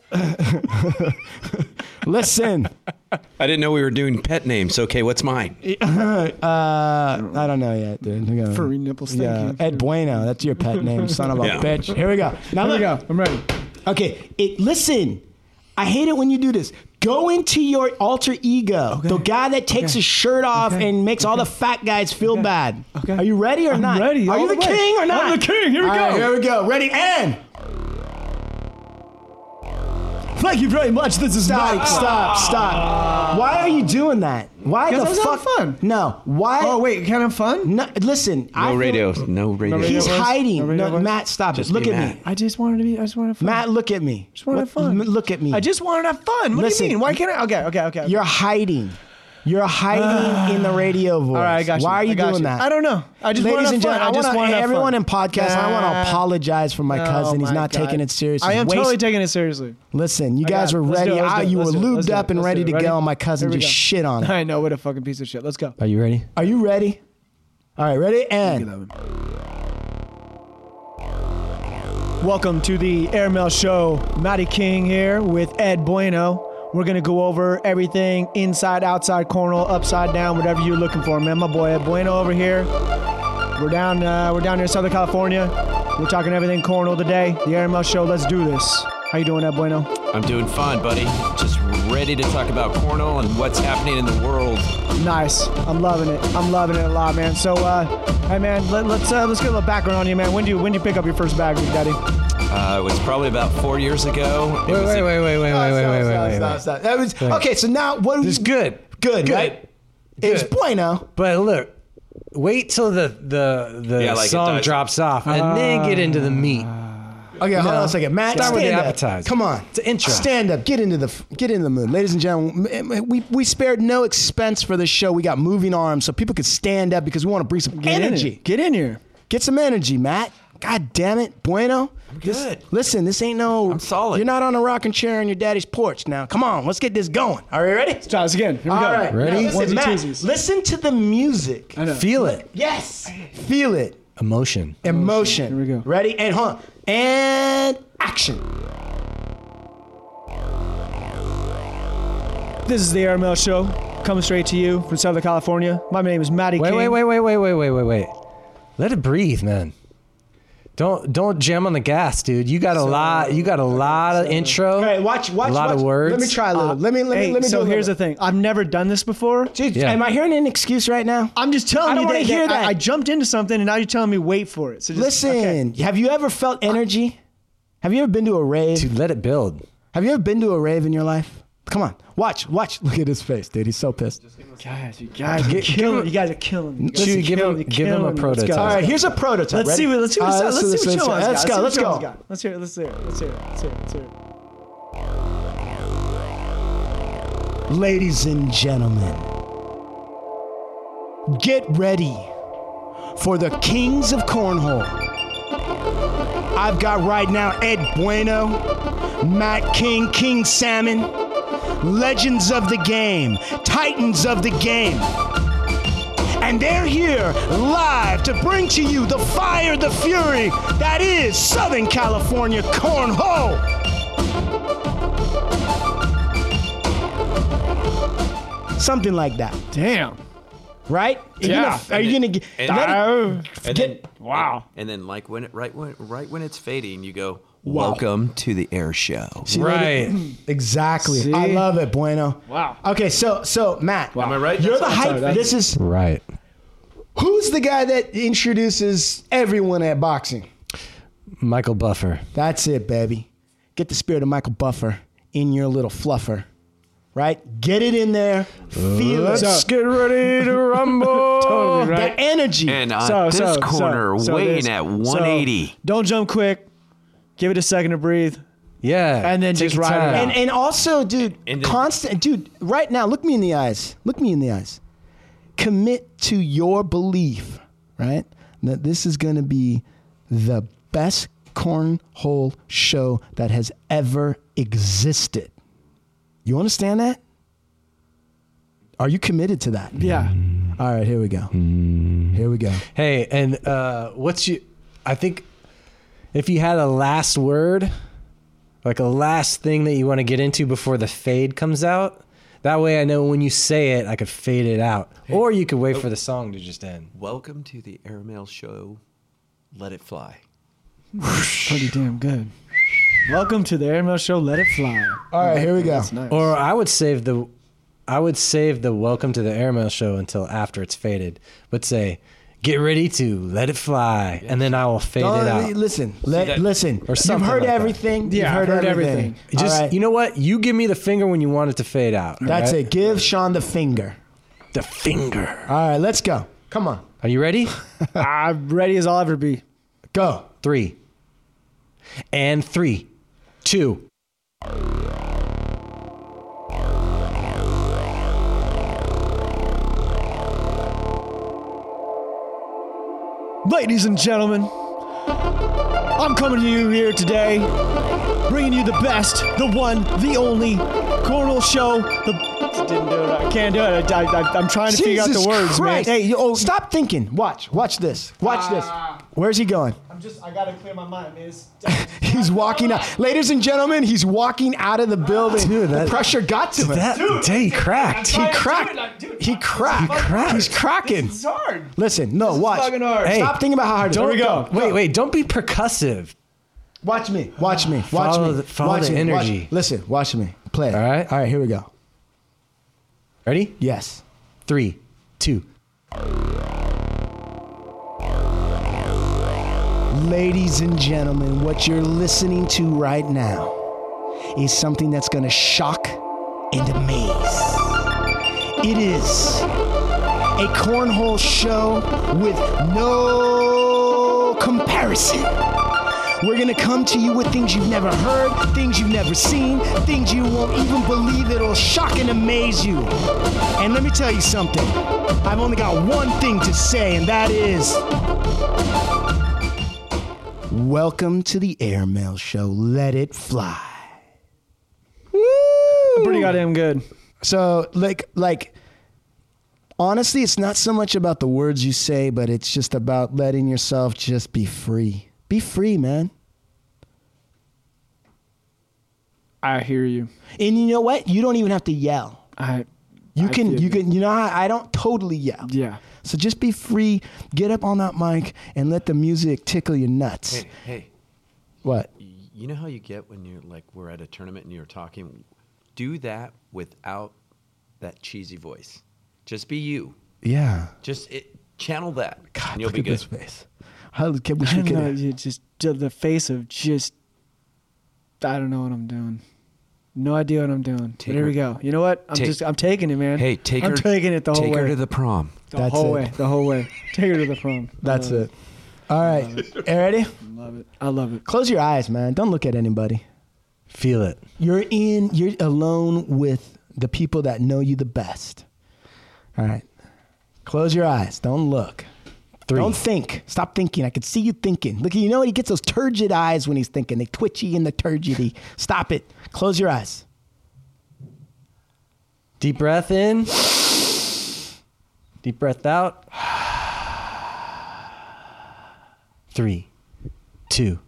[SPEAKER 4] Listen,
[SPEAKER 16] I didn't know we were doing pet names. Okay, what's mine?
[SPEAKER 4] uh, I don't know yet, dude. We gotta-
[SPEAKER 15] Furry nipples, thank
[SPEAKER 4] Yeah,
[SPEAKER 15] you.
[SPEAKER 4] Ed Bueno, that's your pet name, son of a
[SPEAKER 16] Yeah.
[SPEAKER 4] bitch. Here we go. Now
[SPEAKER 15] Here we
[SPEAKER 4] look,
[SPEAKER 15] go. I'm ready.
[SPEAKER 4] Okay, it listen. I hate it when you do this. Go into your alter ego, the guy that takes his shirt off and makes all the fat guys feel bad. Okay. Are you ready or
[SPEAKER 15] I'm
[SPEAKER 4] not?
[SPEAKER 15] ready
[SPEAKER 4] Are
[SPEAKER 15] all
[SPEAKER 4] you the,
[SPEAKER 15] the way.
[SPEAKER 4] king or
[SPEAKER 15] I'm
[SPEAKER 4] not?
[SPEAKER 15] the king. Here we
[SPEAKER 4] All right,
[SPEAKER 15] go.
[SPEAKER 4] here we go. Ready and
[SPEAKER 15] Thank you very much. This is
[SPEAKER 4] stop,
[SPEAKER 15] Mike.
[SPEAKER 4] stop, stop. Why are you doing that? Why the
[SPEAKER 15] Because I was having
[SPEAKER 4] fuck?
[SPEAKER 15] fun.
[SPEAKER 4] No. Why?
[SPEAKER 15] Oh wait, kind of fun.
[SPEAKER 4] No, listen. I
[SPEAKER 16] No
[SPEAKER 4] feel-
[SPEAKER 16] radio. No radio.
[SPEAKER 4] He's
[SPEAKER 15] voice?
[SPEAKER 4] hiding.
[SPEAKER 15] No radio
[SPEAKER 4] No,
[SPEAKER 15] voice?
[SPEAKER 4] Matt, stop
[SPEAKER 16] Just
[SPEAKER 4] it. Look
[SPEAKER 16] be
[SPEAKER 4] at me.
[SPEAKER 16] Matt.
[SPEAKER 15] I just wanted to be. I just wanted to. Have fun.
[SPEAKER 4] Matt, look at me.
[SPEAKER 15] just wanted
[SPEAKER 4] What-
[SPEAKER 15] fun.
[SPEAKER 4] m- Look at me.
[SPEAKER 15] I just wanted to have fun. What
[SPEAKER 4] Listen.
[SPEAKER 15] do you mean? Why can't I? Okay, okay, okay. okay.
[SPEAKER 4] You're hiding. You're hiding in the radio voice.
[SPEAKER 15] All right, I got you.
[SPEAKER 4] Why are you
[SPEAKER 15] I got
[SPEAKER 4] doing
[SPEAKER 15] you.
[SPEAKER 4] that?
[SPEAKER 15] I don't know. I just
[SPEAKER 4] ladies
[SPEAKER 15] wanted
[SPEAKER 4] and
[SPEAKER 15] fun.
[SPEAKER 4] gentlemen,
[SPEAKER 15] I just
[SPEAKER 4] want
[SPEAKER 15] wanted to have
[SPEAKER 4] everyone
[SPEAKER 15] fun.
[SPEAKER 4] in podcast. I want
[SPEAKER 15] Nah.
[SPEAKER 4] to apologize for my
[SPEAKER 15] No,
[SPEAKER 4] cousin. He's
[SPEAKER 15] my
[SPEAKER 4] not
[SPEAKER 15] God.
[SPEAKER 4] taking it seriously.
[SPEAKER 15] I am totally
[SPEAKER 4] Waste-
[SPEAKER 15] taking it seriously.
[SPEAKER 4] Listen, you
[SPEAKER 15] I got
[SPEAKER 4] guys
[SPEAKER 15] it.
[SPEAKER 4] were
[SPEAKER 15] Let's do
[SPEAKER 4] ready.
[SPEAKER 15] it, let's
[SPEAKER 4] Ah,
[SPEAKER 15] do it,
[SPEAKER 4] you were
[SPEAKER 15] let's do it, let's
[SPEAKER 4] lubed
[SPEAKER 15] do it,
[SPEAKER 4] up and
[SPEAKER 15] let's
[SPEAKER 4] ready
[SPEAKER 15] do
[SPEAKER 4] to
[SPEAKER 15] it. Ready?
[SPEAKER 4] go. and My cousin
[SPEAKER 15] Here we
[SPEAKER 4] just
[SPEAKER 15] go.
[SPEAKER 4] shit on it.
[SPEAKER 15] I know what a fucking piece of shit. Let's go.
[SPEAKER 3] Are you ready?
[SPEAKER 4] Are you ready? All right, ready and
[SPEAKER 15] Welcome to the Airmail Show. Matty King here with Ed Bueno. We're gonna go over everything inside, outside, corner, upside down, whatever you're looking for, man. My boy Ed Bueno over here. We're down, uh, we're down here in Southern California. We're talking everything corner today. The Airmail Show. Let's do this. How you doing, Ed Bueno?
[SPEAKER 16] I'm doing fine, buddy. Just ready to talk about Cornell and what's happening in the world.
[SPEAKER 15] Nice. I'm loving it. I'm loving it a lot, man. So, uh, hey, man, let, let's uh, let's get a little background on you, man. When do you when do you pick up your first bag, Big Daddy?
[SPEAKER 16] Uh, it was probably about four years ago. It was a-
[SPEAKER 3] wait, wait, wait, wait, wait, wait,
[SPEAKER 4] Stop, stop. That was- okay. So now what? This is
[SPEAKER 3] good.
[SPEAKER 4] Good.
[SPEAKER 3] Good.
[SPEAKER 4] Right? It's
[SPEAKER 3] Good.
[SPEAKER 4] bueno.
[SPEAKER 3] But look, wait till the the the
[SPEAKER 4] Yeah, like it
[SPEAKER 3] song
[SPEAKER 4] dies.
[SPEAKER 3] drops off, and then get into the meat.
[SPEAKER 4] Okay, oh, hold
[SPEAKER 3] No.
[SPEAKER 4] on a second, Matt.
[SPEAKER 3] Start
[SPEAKER 4] stand
[SPEAKER 3] with the
[SPEAKER 4] up.
[SPEAKER 3] appetizer.
[SPEAKER 4] Come on,
[SPEAKER 3] It's an intro.
[SPEAKER 4] Stand up. Get into the f- get into the mood, ladies and gentlemen. m- m- We we spared no expense for this show. We got moving arms so people could stand up because we want to bring some
[SPEAKER 15] in
[SPEAKER 4] energy.
[SPEAKER 15] here. Get in here.
[SPEAKER 4] Get some energy, Matt. God damn it, Bueno. I'm
[SPEAKER 16] good.
[SPEAKER 4] listen, this ain't no. I'm solid. You're not on a rocking chair on your daddy's porch now. Come on, let's get this going. Are you ready? Let's
[SPEAKER 15] try this again. Here we
[SPEAKER 4] All
[SPEAKER 15] go.
[SPEAKER 4] right,
[SPEAKER 15] Ready?
[SPEAKER 4] Now, listen,
[SPEAKER 15] Onesie,
[SPEAKER 4] Matt,
[SPEAKER 15] twosies.
[SPEAKER 4] listen to the music.
[SPEAKER 15] I know.
[SPEAKER 3] Feel it.
[SPEAKER 4] Yes. Feel it.
[SPEAKER 3] Emotion.
[SPEAKER 4] Emotion. Here we go. Ready and hold on. And action.
[SPEAKER 15] This is the Airmail Show, coming straight to you from Southern California. My name is Matty
[SPEAKER 3] Wait,
[SPEAKER 15] King.
[SPEAKER 3] wait, wait, wait, wait, wait, wait, wait, wait. Let it breathe, man. Don't don't jam on the gas, dude. You got a lot. You got a lot of intro. All
[SPEAKER 4] right, watch, watch,
[SPEAKER 3] A lot of
[SPEAKER 4] watch.
[SPEAKER 3] words. Uh,
[SPEAKER 4] Let me try a little. let me, let me,
[SPEAKER 15] Uh, hey,
[SPEAKER 4] let me.
[SPEAKER 15] so
[SPEAKER 4] do a
[SPEAKER 15] here's
[SPEAKER 4] little.
[SPEAKER 15] the thing. I've never done this before.
[SPEAKER 3] Yeah.
[SPEAKER 4] Am I hearing an excuse right now?
[SPEAKER 15] I'm just telling
[SPEAKER 4] I don't
[SPEAKER 15] you
[SPEAKER 4] wanna
[SPEAKER 15] that,
[SPEAKER 4] hear
[SPEAKER 15] I-
[SPEAKER 4] that.
[SPEAKER 15] I, jumped into something and now you're telling me wait for it. So just,
[SPEAKER 4] Listen, have you ever felt energy? Have you ever been to a rave? Dude,
[SPEAKER 3] let it build.
[SPEAKER 4] Have you ever been to a rave in your life? Come on, watch, watch. Look at his face, dude. He's so pissed.
[SPEAKER 15] Guys, you guys are
[SPEAKER 4] Get-
[SPEAKER 15] killing.
[SPEAKER 4] give
[SPEAKER 15] You guys are killing. me. You guys
[SPEAKER 4] Chew,
[SPEAKER 15] are
[SPEAKER 4] give
[SPEAKER 15] killing
[SPEAKER 4] him-
[SPEAKER 15] me,
[SPEAKER 4] give him
[SPEAKER 15] killing
[SPEAKER 4] a
[SPEAKER 15] me. Let's go.
[SPEAKER 4] prototype. All right, here's a prototype.
[SPEAKER 15] Let's
[SPEAKER 4] Ready?
[SPEAKER 15] see what. Let's see what.
[SPEAKER 4] All right,
[SPEAKER 15] let's,
[SPEAKER 4] let's
[SPEAKER 15] see what
[SPEAKER 4] listen,
[SPEAKER 15] Joe has
[SPEAKER 4] listen, let's
[SPEAKER 15] got.
[SPEAKER 4] go,
[SPEAKER 15] Let's see
[SPEAKER 4] let's
[SPEAKER 15] what Joe's got. Let's hear. it, Let's hear. it,
[SPEAKER 4] go.
[SPEAKER 15] Let's hear. it, Let's hear. it, Let's hear. it.
[SPEAKER 4] Ladies and gentlemen, get ready for the Kings of Cornhole. I've got right now Ed Bueno, Matt King, King Salmon, legends of the game, titans of the game. And they're here live to bring to you the fire, the fury that is Southern California Cornhole. Something like that.
[SPEAKER 15] Damn.
[SPEAKER 4] Right? Are you
[SPEAKER 15] Yeah.
[SPEAKER 4] gonna- are you gonna get?
[SPEAKER 16] And
[SPEAKER 4] let it-
[SPEAKER 16] then- and then-
[SPEAKER 15] wow.
[SPEAKER 16] And then, like when it right when right when it's fading, you go,
[SPEAKER 4] Wow.
[SPEAKER 16] "Welcome to the air show."
[SPEAKER 4] See, lady- Exactly. I
[SPEAKER 16] See?
[SPEAKER 4] love it, Bueno.
[SPEAKER 16] Wow.
[SPEAKER 4] Okay, so so Matt,
[SPEAKER 16] Am I right?
[SPEAKER 4] You're
[SPEAKER 16] That's
[SPEAKER 4] the
[SPEAKER 16] what I'm
[SPEAKER 4] hype.
[SPEAKER 16] talking about.
[SPEAKER 4] This is
[SPEAKER 3] right.
[SPEAKER 4] Who's the guy that introduces everyone at boxing?
[SPEAKER 3] Michael Buffer.
[SPEAKER 4] That's it, baby. Get the spirit of Michael Buffer in your little fluffer. Right? Get it in there. Feel
[SPEAKER 3] Let's
[SPEAKER 4] it.
[SPEAKER 3] get ready to rumble.
[SPEAKER 15] Totally right.
[SPEAKER 4] The energy.
[SPEAKER 16] And on this corner, weighing
[SPEAKER 15] this-
[SPEAKER 16] at 180.
[SPEAKER 15] so don't jump quick. Give it a second to breathe.
[SPEAKER 3] Yeah.
[SPEAKER 15] And then
[SPEAKER 4] Take
[SPEAKER 15] just
[SPEAKER 4] your
[SPEAKER 15] ride it
[SPEAKER 4] time.
[SPEAKER 15] out.
[SPEAKER 4] And and also, dude,
[SPEAKER 15] And then-
[SPEAKER 4] constant dude, right now, look me in the eyes. Look me in the eyes. Commit to your belief, right? That this is gonna be the best cornhole show that has ever existed. You understand that? Are you committed to that? Mm.
[SPEAKER 15] Yeah.
[SPEAKER 4] All right, here we go.
[SPEAKER 3] Mm.
[SPEAKER 4] Here we go.
[SPEAKER 3] Hey, and uh, what's you? I think if you had a last word, like a last thing that you want to get into before the fade comes out, that way I know when you say it, I could fade it out, or you could wait
[SPEAKER 4] Oh.
[SPEAKER 3] for the song to just end.
[SPEAKER 16] Oh. Welcome to the Airmail Show. Let it fly.
[SPEAKER 15] Pretty damn good. Welcome to the Airmail Show. Let it fly.
[SPEAKER 4] All right, here we go.
[SPEAKER 15] That's nice.
[SPEAKER 3] Or I would save the, I would save the welcome to the airmail show until after it's faded, but say. Get ready to let it fly, and then I will fade it
[SPEAKER 4] Don't-
[SPEAKER 3] out.
[SPEAKER 4] Listen, let-
[SPEAKER 3] that-
[SPEAKER 4] listen.
[SPEAKER 3] or something
[SPEAKER 4] You've heard
[SPEAKER 3] like that.
[SPEAKER 4] everything. You've heard, everything. All
[SPEAKER 3] Just
[SPEAKER 4] right.
[SPEAKER 3] you know what? You give me the finger when you want it to fade out.
[SPEAKER 4] That's
[SPEAKER 3] alright?
[SPEAKER 4] it. Give Sean the finger.
[SPEAKER 3] The finger.
[SPEAKER 4] All right, let's go. Come on.
[SPEAKER 3] Are you ready?
[SPEAKER 15] I'm ready as I'll ever be.
[SPEAKER 4] Go.
[SPEAKER 3] Three. And three, two.
[SPEAKER 15] Ladies and gentlemen, I'm coming to you here today, bringing you the best, the one, the only Cornell show. The didn't do it. I can't do it. I, am trying to figure out
[SPEAKER 4] Jesus
[SPEAKER 15] the words,
[SPEAKER 4] Christ.
[SPEAKER 15] man.
[SPEAKER 4] Hey, you- oh, stop thinking. Watch, watch this. Watch
[SPEAKER 15] Ah.
[SPEAKER 4] this. Where's he going?
[SPEAKER 15] I'm just. I gotta clear my mind, man.
[SPEAKER 4] He's walking out. Ladies and gentlemen, he's walking out of the building.
[SPEAKER 3] that-
[SPEAKER 4] the pressure got to him.
[SPEAKER 3] that Dude,
[SPEAKER 4] day cracked.
[SPEAKER 15] I'm trying
[SPEAKER 4] He
[SPEAKER 15] to do
[SPEAKER 4] cracked.
[SPEAKER 15] it, like, dude,
[SPEAKER 4] he cracked.
[SPEAKER 15] fucking hard.
[SPEAKER 4] He's cracking.
[SPEAKER 15] This is hard.
[SPEAKER 4] Listen, no,
[SPEAKER 15] is
[SPEAKER 4] watch.
[SPEAKER 15] fucking hard.
[SPEAKER 4] Hey,
[SPEAKER 15] Stop
[SPEAKER 4] stop thinking about how hard.
[SPEAKER 3] Don't go. Wait, wait. Don't be percussive.
[SPEAKER 4] Watch me. Watch me. Watch
[SPEAKER 3] Follow
[SPEAKER 4] me.
[SPEAKER 3] the- follow
[SPEAKER 4] watch
[SPEAKER 3] the
[SPEAKER 4] me. Watch-
[SPEAKER 3] energy.
[SPEAKER 4] Listen. Watch me. Play. All
[SPEAKER 3] right.
[SPEAKER 4] All right. Here we go.
[SPEAKER 3] Ready?
[SPEAKER 4] Yes. Three, two. Ladies and gentlemen, what you're listening to right now is something that's going to shock and amaze. It is a cornhole show with no comparison. We're going to come to you with things you've never heard, things you've never seen, things you won't even believe that'll shock and amaze you. And let me tell you something. I've only got one thing to say, and that is Welcome to the Airmail Show. Let it fly. I'm
[SPEAKER 15] pretty goddamn good.
[SPEAKER 4] So, like, like, honestly, it's not so much about the words you say, but it's just about letting yourself just be free. Be free, man.
[SPEAKER 15] I hear you.
[SPEAKER 4] And you know what? You don't even have to yell.
[SPEAKER 15] I.
[SPEAKER 4] You
[SPEAKER 15] I
[SPEAKER 4] can,
[SPEAKER 15] feel
[SPEAKER 4] you can, you know, how I don't totally yell.
[SPEAKER 15] Yeah.
[SPEAKER 4] So just be free. Get up on that mic and let the music tickle your nuts.
[SPEAKER 16] Hey, hey,
[SPEAKER 4] What?
[SPEAKER 16] you know how you get when you're like we're at a tournament and you're talking. Do that without that cheesy voice. Just be you.
[SPEAKER 4] Yeah.
[SPEAKER 16] Just it, channel that. and you'll
[SPEAKER 4] look
[SPEAKER 16] be
[SPEAKER 4] at
[SPEAKER 16] good.
[SPEAKER 4] this face. How can we
[SPEAKER 15] I don't
[SPEAKER 4] could-
[SPEAKER 15] know. You just the face of just. I don't know what I'm doing. No idea what I'm doing.
[SPEAKER 16] Take
[SPEAKER 15] but here
[SPEAKER 16] her-
[SPEAKER 15] we go. You know what? I'm
[SPEAKER 16] take-
[SPEAKER 15] just. I'm taking it, man.
[SPEAKER 16] Hey, take
[SPEAKER 15] I'm
[SPEAKER 16] her.
[SPEAKER 15] taking it the whole
[SPEAKER 16] take
[SPEAKER 15] way.
[SPEAKER 16] her to the prom.
[SPEAKER 15] the whole way. The whole way. Take her to the prom. I
[SPEAKER 4] That's
[SPEAKER 15] love
[SPEAKER 4] it. All right. Ready?
[SPEAKER 15] Love it. I love it.
[SPEAKER 4] Close your eyes, man. Don't look at anybody.
[SPEAKER 3] Feel it.
[SPEAKER 4] You're in, you're alone with the people that know you the best. All right. Close your eyes. Don't look.
[SPEAKER 3] Three.
[SPEAKER 4] Don't think. Stop thinking. I can see you thinking. Look, you know he gets those turgid eyes when he's thinking. They twitchy and the turgidy. Stop it. Close your eyes.
[SPEAKER 3] Deep breath in. Deep breath out.
[SPEAKER 4] Three, two.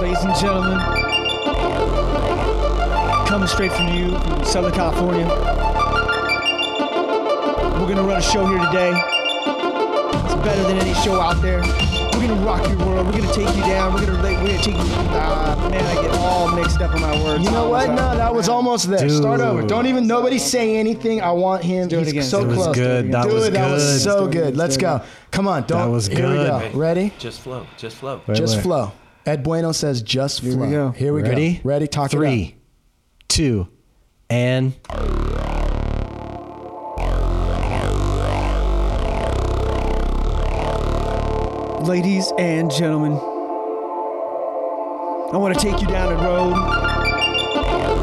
[SPEAKER 15] Ladies and gentlemen, coming straight from you, from Southern California. We're gonna run a show here today. It's better than any show out there. We're gonna rock your world. We're gonna take you down. We're gonna, we're gonna take you. Ah, man, I get all mixed up in my words.
[SPEAKER 4] You know what?
[SPEAKER 15] Almost
[SPEAKER 4] No,
[SPEAKER 15] out.
[SPEAKER 4] that was almost there. Start over. Don't even nobody say anything. I want him.
[SPEAKER 15] do it
[SPEAKER 4] He's
[SPEAKER 15] again.
[SPEAKER 4] so
[SPEAKER 15] That was
[SPEAKER 4] close.
[SPEAKER 3] good. That
[SPEAKER 4] Dude,
[SPEAKER 3] was
[SPEAKER 4] that
[SPEAKER 3] good.
[SPEAKER 4] was so
[SPEAKER 3] Let's do it
[SPEAKER 4] good.
[SPEAKER 3] again.
[SPEAKER 4] Let's
[SPEAKER 3] Let's do it
[SPEAKER 4] go.
[SPEAKER 3] again.
[SPEAKER 4] Come on. Don't.
[SPEAKER 3] That was
[SPEAKER 4] Here we
[SPEAKER 3] good.
[SPEAKER 4] go.
[SPEAKER 3] Hey.
[SPEAKER 4] Ready?
[SPEAKER 16] Just flow. Just flow.
[SPEAKER 4] just flow. Ed Bueno says just flow. Here we go. Here we
[SPEAKER 3] Ready?
[SPEAKER 4] go. Ready? Talk it
[SPEAKER 3] Three, two, and.
[SPEAKER 15] Ladies and gentlemen, I want to take you down a road.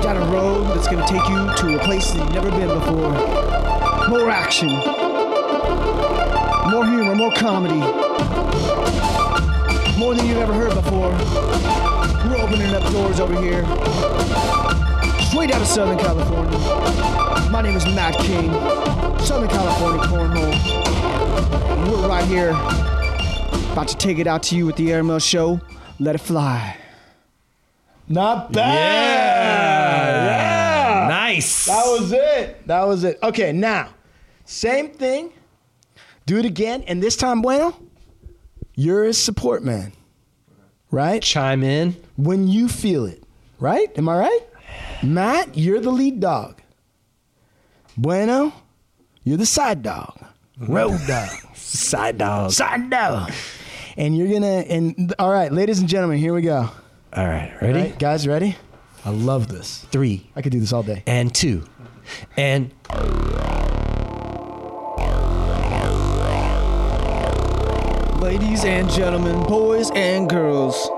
[SPEAKER 15] Down a road that's going to take you to a place that you've never been before. More action. More humor, more comedy. More than you've ever heard before. We're opening up doors over here. Straight out of Southern California. My name is Matt King. Southern California Cornhole. We're right here about to take it out to you with the Airmail Show. Let it fly.
[SPEAKER 4] Not bad. Yeah.
[SPEAKER 3] Nice.
[SPEAKER 4] That was it. That was it. Okay, now, same thing. Do it again. And this time, Bueno, you're his support man, right?
[SPEAKER 3] Chime in.
[SPEAKER 4] When you feel it, right? Am I right? Matt, you're the lead dog. Bueno, you're the side dog. Road dog.
[SPEAKER 3] Side dog.
[SPEAKER 4] Side dog. And you're going to, and all right, ladies and gentlemen, here we go.
[SPEAKER 3] All right. Ready?
[SPEAKER 4] All right, guys, ready? I love this.
[SPEAKER 3] Three
[SPEAKER 4] I could do this all day.
[SPEAKER 3] and two and.
[SPEAKER 15] Ladies and gentlemen, boys and girls,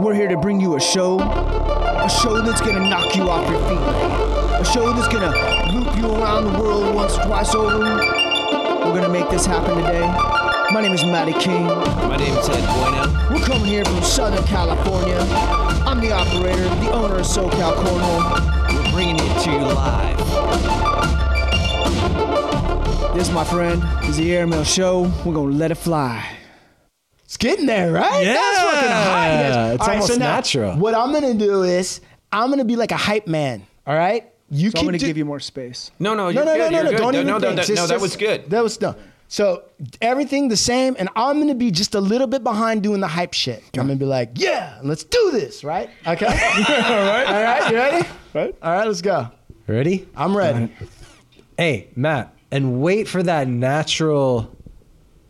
[SPEAKER 15] We're here to bring you a show, a show that's gonna knock you off your feet, a show that's gonna loop you around the world once, twice over. We're gonna make this happen today. My name is Matty King.
[SPEAKER 17] My name's Ted Bueno.
[SPEAKER 15] We're coming here from Southern California. I'm the operator, the owner of SoCal Cornhole.
[SPEAKER 17] We're bringing it to you live.
[SPEAKER 15] This, my friend, is the Airmail Show. We're gonna let it fly.
[SPEAKER 18] It's getting there, right?
[SPEAKER 3] Yeah.
[SPEAKER 18] That's fucking hot. You guys-
[SPEAKER 3] It's almost
[SPEAKER 18] now
[SPEAKER 3] natural.
[SPEAKER 18] What I'm gonna do is I'm gonna be like a hype man. All right. You
[SPEAKER 15] So I'm
[SPEAKER 18] can
[SPEAKER 15] gonna
[SPEAKER 18] do-
[SPEAKER 15] give you more space.
[SPEAKER 19] No, no,
[SPEAKER 18] no,
[SPEAKER 19] you're
[SPEAKER 18] no,
[SPEAKER 19] good.
[SPEAKER 18] no,
[SPEAKER 19] you're
[SPEAKER 18] no, no.
[SPEAKER 19] good.
[SPEAKER 18] Don't
[SPEAKER 19] no,
[SPEAKER 18] even
[SPEAKER 19] no,
[SPEAKER 18] think.
[SPEAKER 19] no,
[SPEAKER 18] Just-
[SPEAKER 19] no, that
[SPEAKER 18] just-
[SPEAKER 19] was good.
[SPEAKER 18] That was no. So everything the same, and I'm gonna be just a little bit behind doing the hype shit. I'm gonna be like, yeah, let's do this, right? Okay. all right. All right. You ready? Right. All right. Let's go.
[SPEAKER 3] Ready?
[SPEAKER 18] I'm ready.
[SPEAKER 3] Hey, Matt, and wait for that natural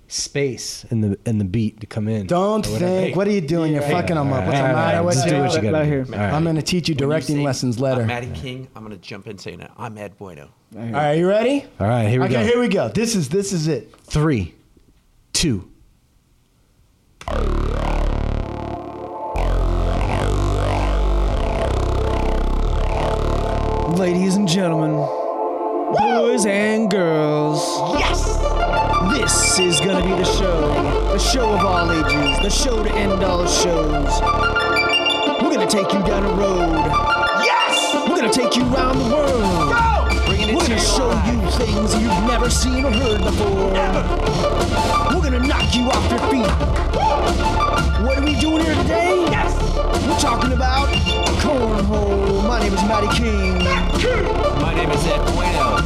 [SPEAKER 3] space in the in the beat to come in.
[SPEAKER 18] Don't think. What are you doing? You're
[SPEAKER 3] Yeah.
[SPEAKER 18] fucking them up.
[SPEAKER 3] All
[SPEAKER 18] What's the
[SPEAKER 3] right,
[SPEAKER 18] matter
[SPEAKER 3] all right,
[SPEAKER 18] with
[SPEAKER 3] just
[SPEAKER 18] you?
[SPEAKER 3] do what you gotta do. All right.
[SPEAKER 18] I'm gonna teach you
[SPEAKER 19] When
[SPEAKER 18] directing
[SPEAKER 19] say,
[SPEAKER 18] lessons later.
[SPEAKER 19] I'm Matty King. I'm gonna jump in saying it. I'm Ed Bueno.
[SPEAKER 18] All right. You ready?
[SPEAKER 3] All right, here we
[SPEAKER 18] okay,
[SPEAKER 3] go.
[SPEAKER 18] here we go. This is this is it.
[SPEAKER 3] Three, two.
[SPEAKER 15] Ladies and gentlemen, boys and girls.
[SPEAKER 18] Yes!
[SPEAKER 15] This is gonna be the show. The show of all ages. The show to end all shows. We're gonna take you down a road.
[SPEAKER 18] Yes!
[SPEAKER 15] We're gonna take you around the world. We're gonna show you things you've never seen or heard before. We're gonna knock you off your feet. What are we doing here today? Yes! We're talking about cornhole. My name is Matty King.
[SPEAKER 17] My name is Ed Bueno.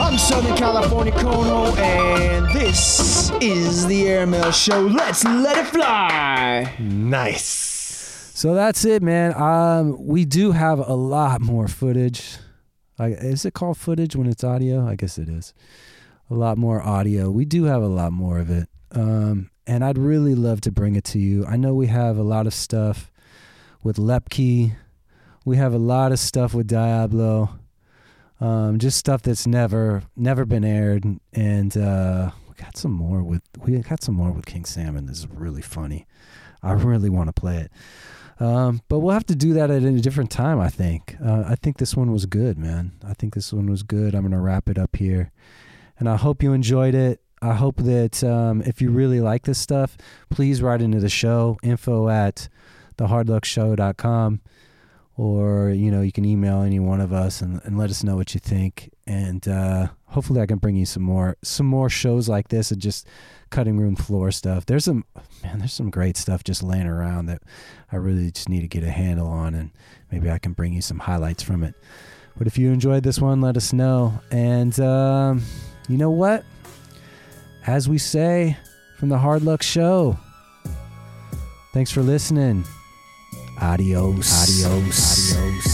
[SPEAKER 15] I'm Southern California Cornhole, and this is the Airmail Show. Let's let it fly.
[SPEAKER 3] Nice. So that's it, man. Um, we do have a lot more footage. I is it called footage when it's audio? I guess it is. A lot more audio. We do have a lot more of it. Um, and I'd really love to bring it to you. I know we have a lot of stuff with Lepke. We have a lot of stuff with Diablo. Um, just stuff that's never never been aired, and uh, we got some more with we got some more with King Salmon. This is really funny. I really want to play it. Um, but we'll have to do that at a different time, I think. Uh, I think this one was good, man. I think this one was good. I'm going to wrap it up here. And I hope you enjoyed it. I hope that um, if you really like this stuff, please write into the show info at thehardluckshow.com or you know you can email any one of us and, and let us know what you think and uh, hopefully i can bring you some more some more shows like this and just cutting room floor stuff there's some man there's some great stuff just laying around that i really just need to get a handle on and maybe i can bring you some highlights from it but if you enjoyed this one let us know and um, you know what as we say from the hard luck show thanks for listening Adios. Adios. Adios.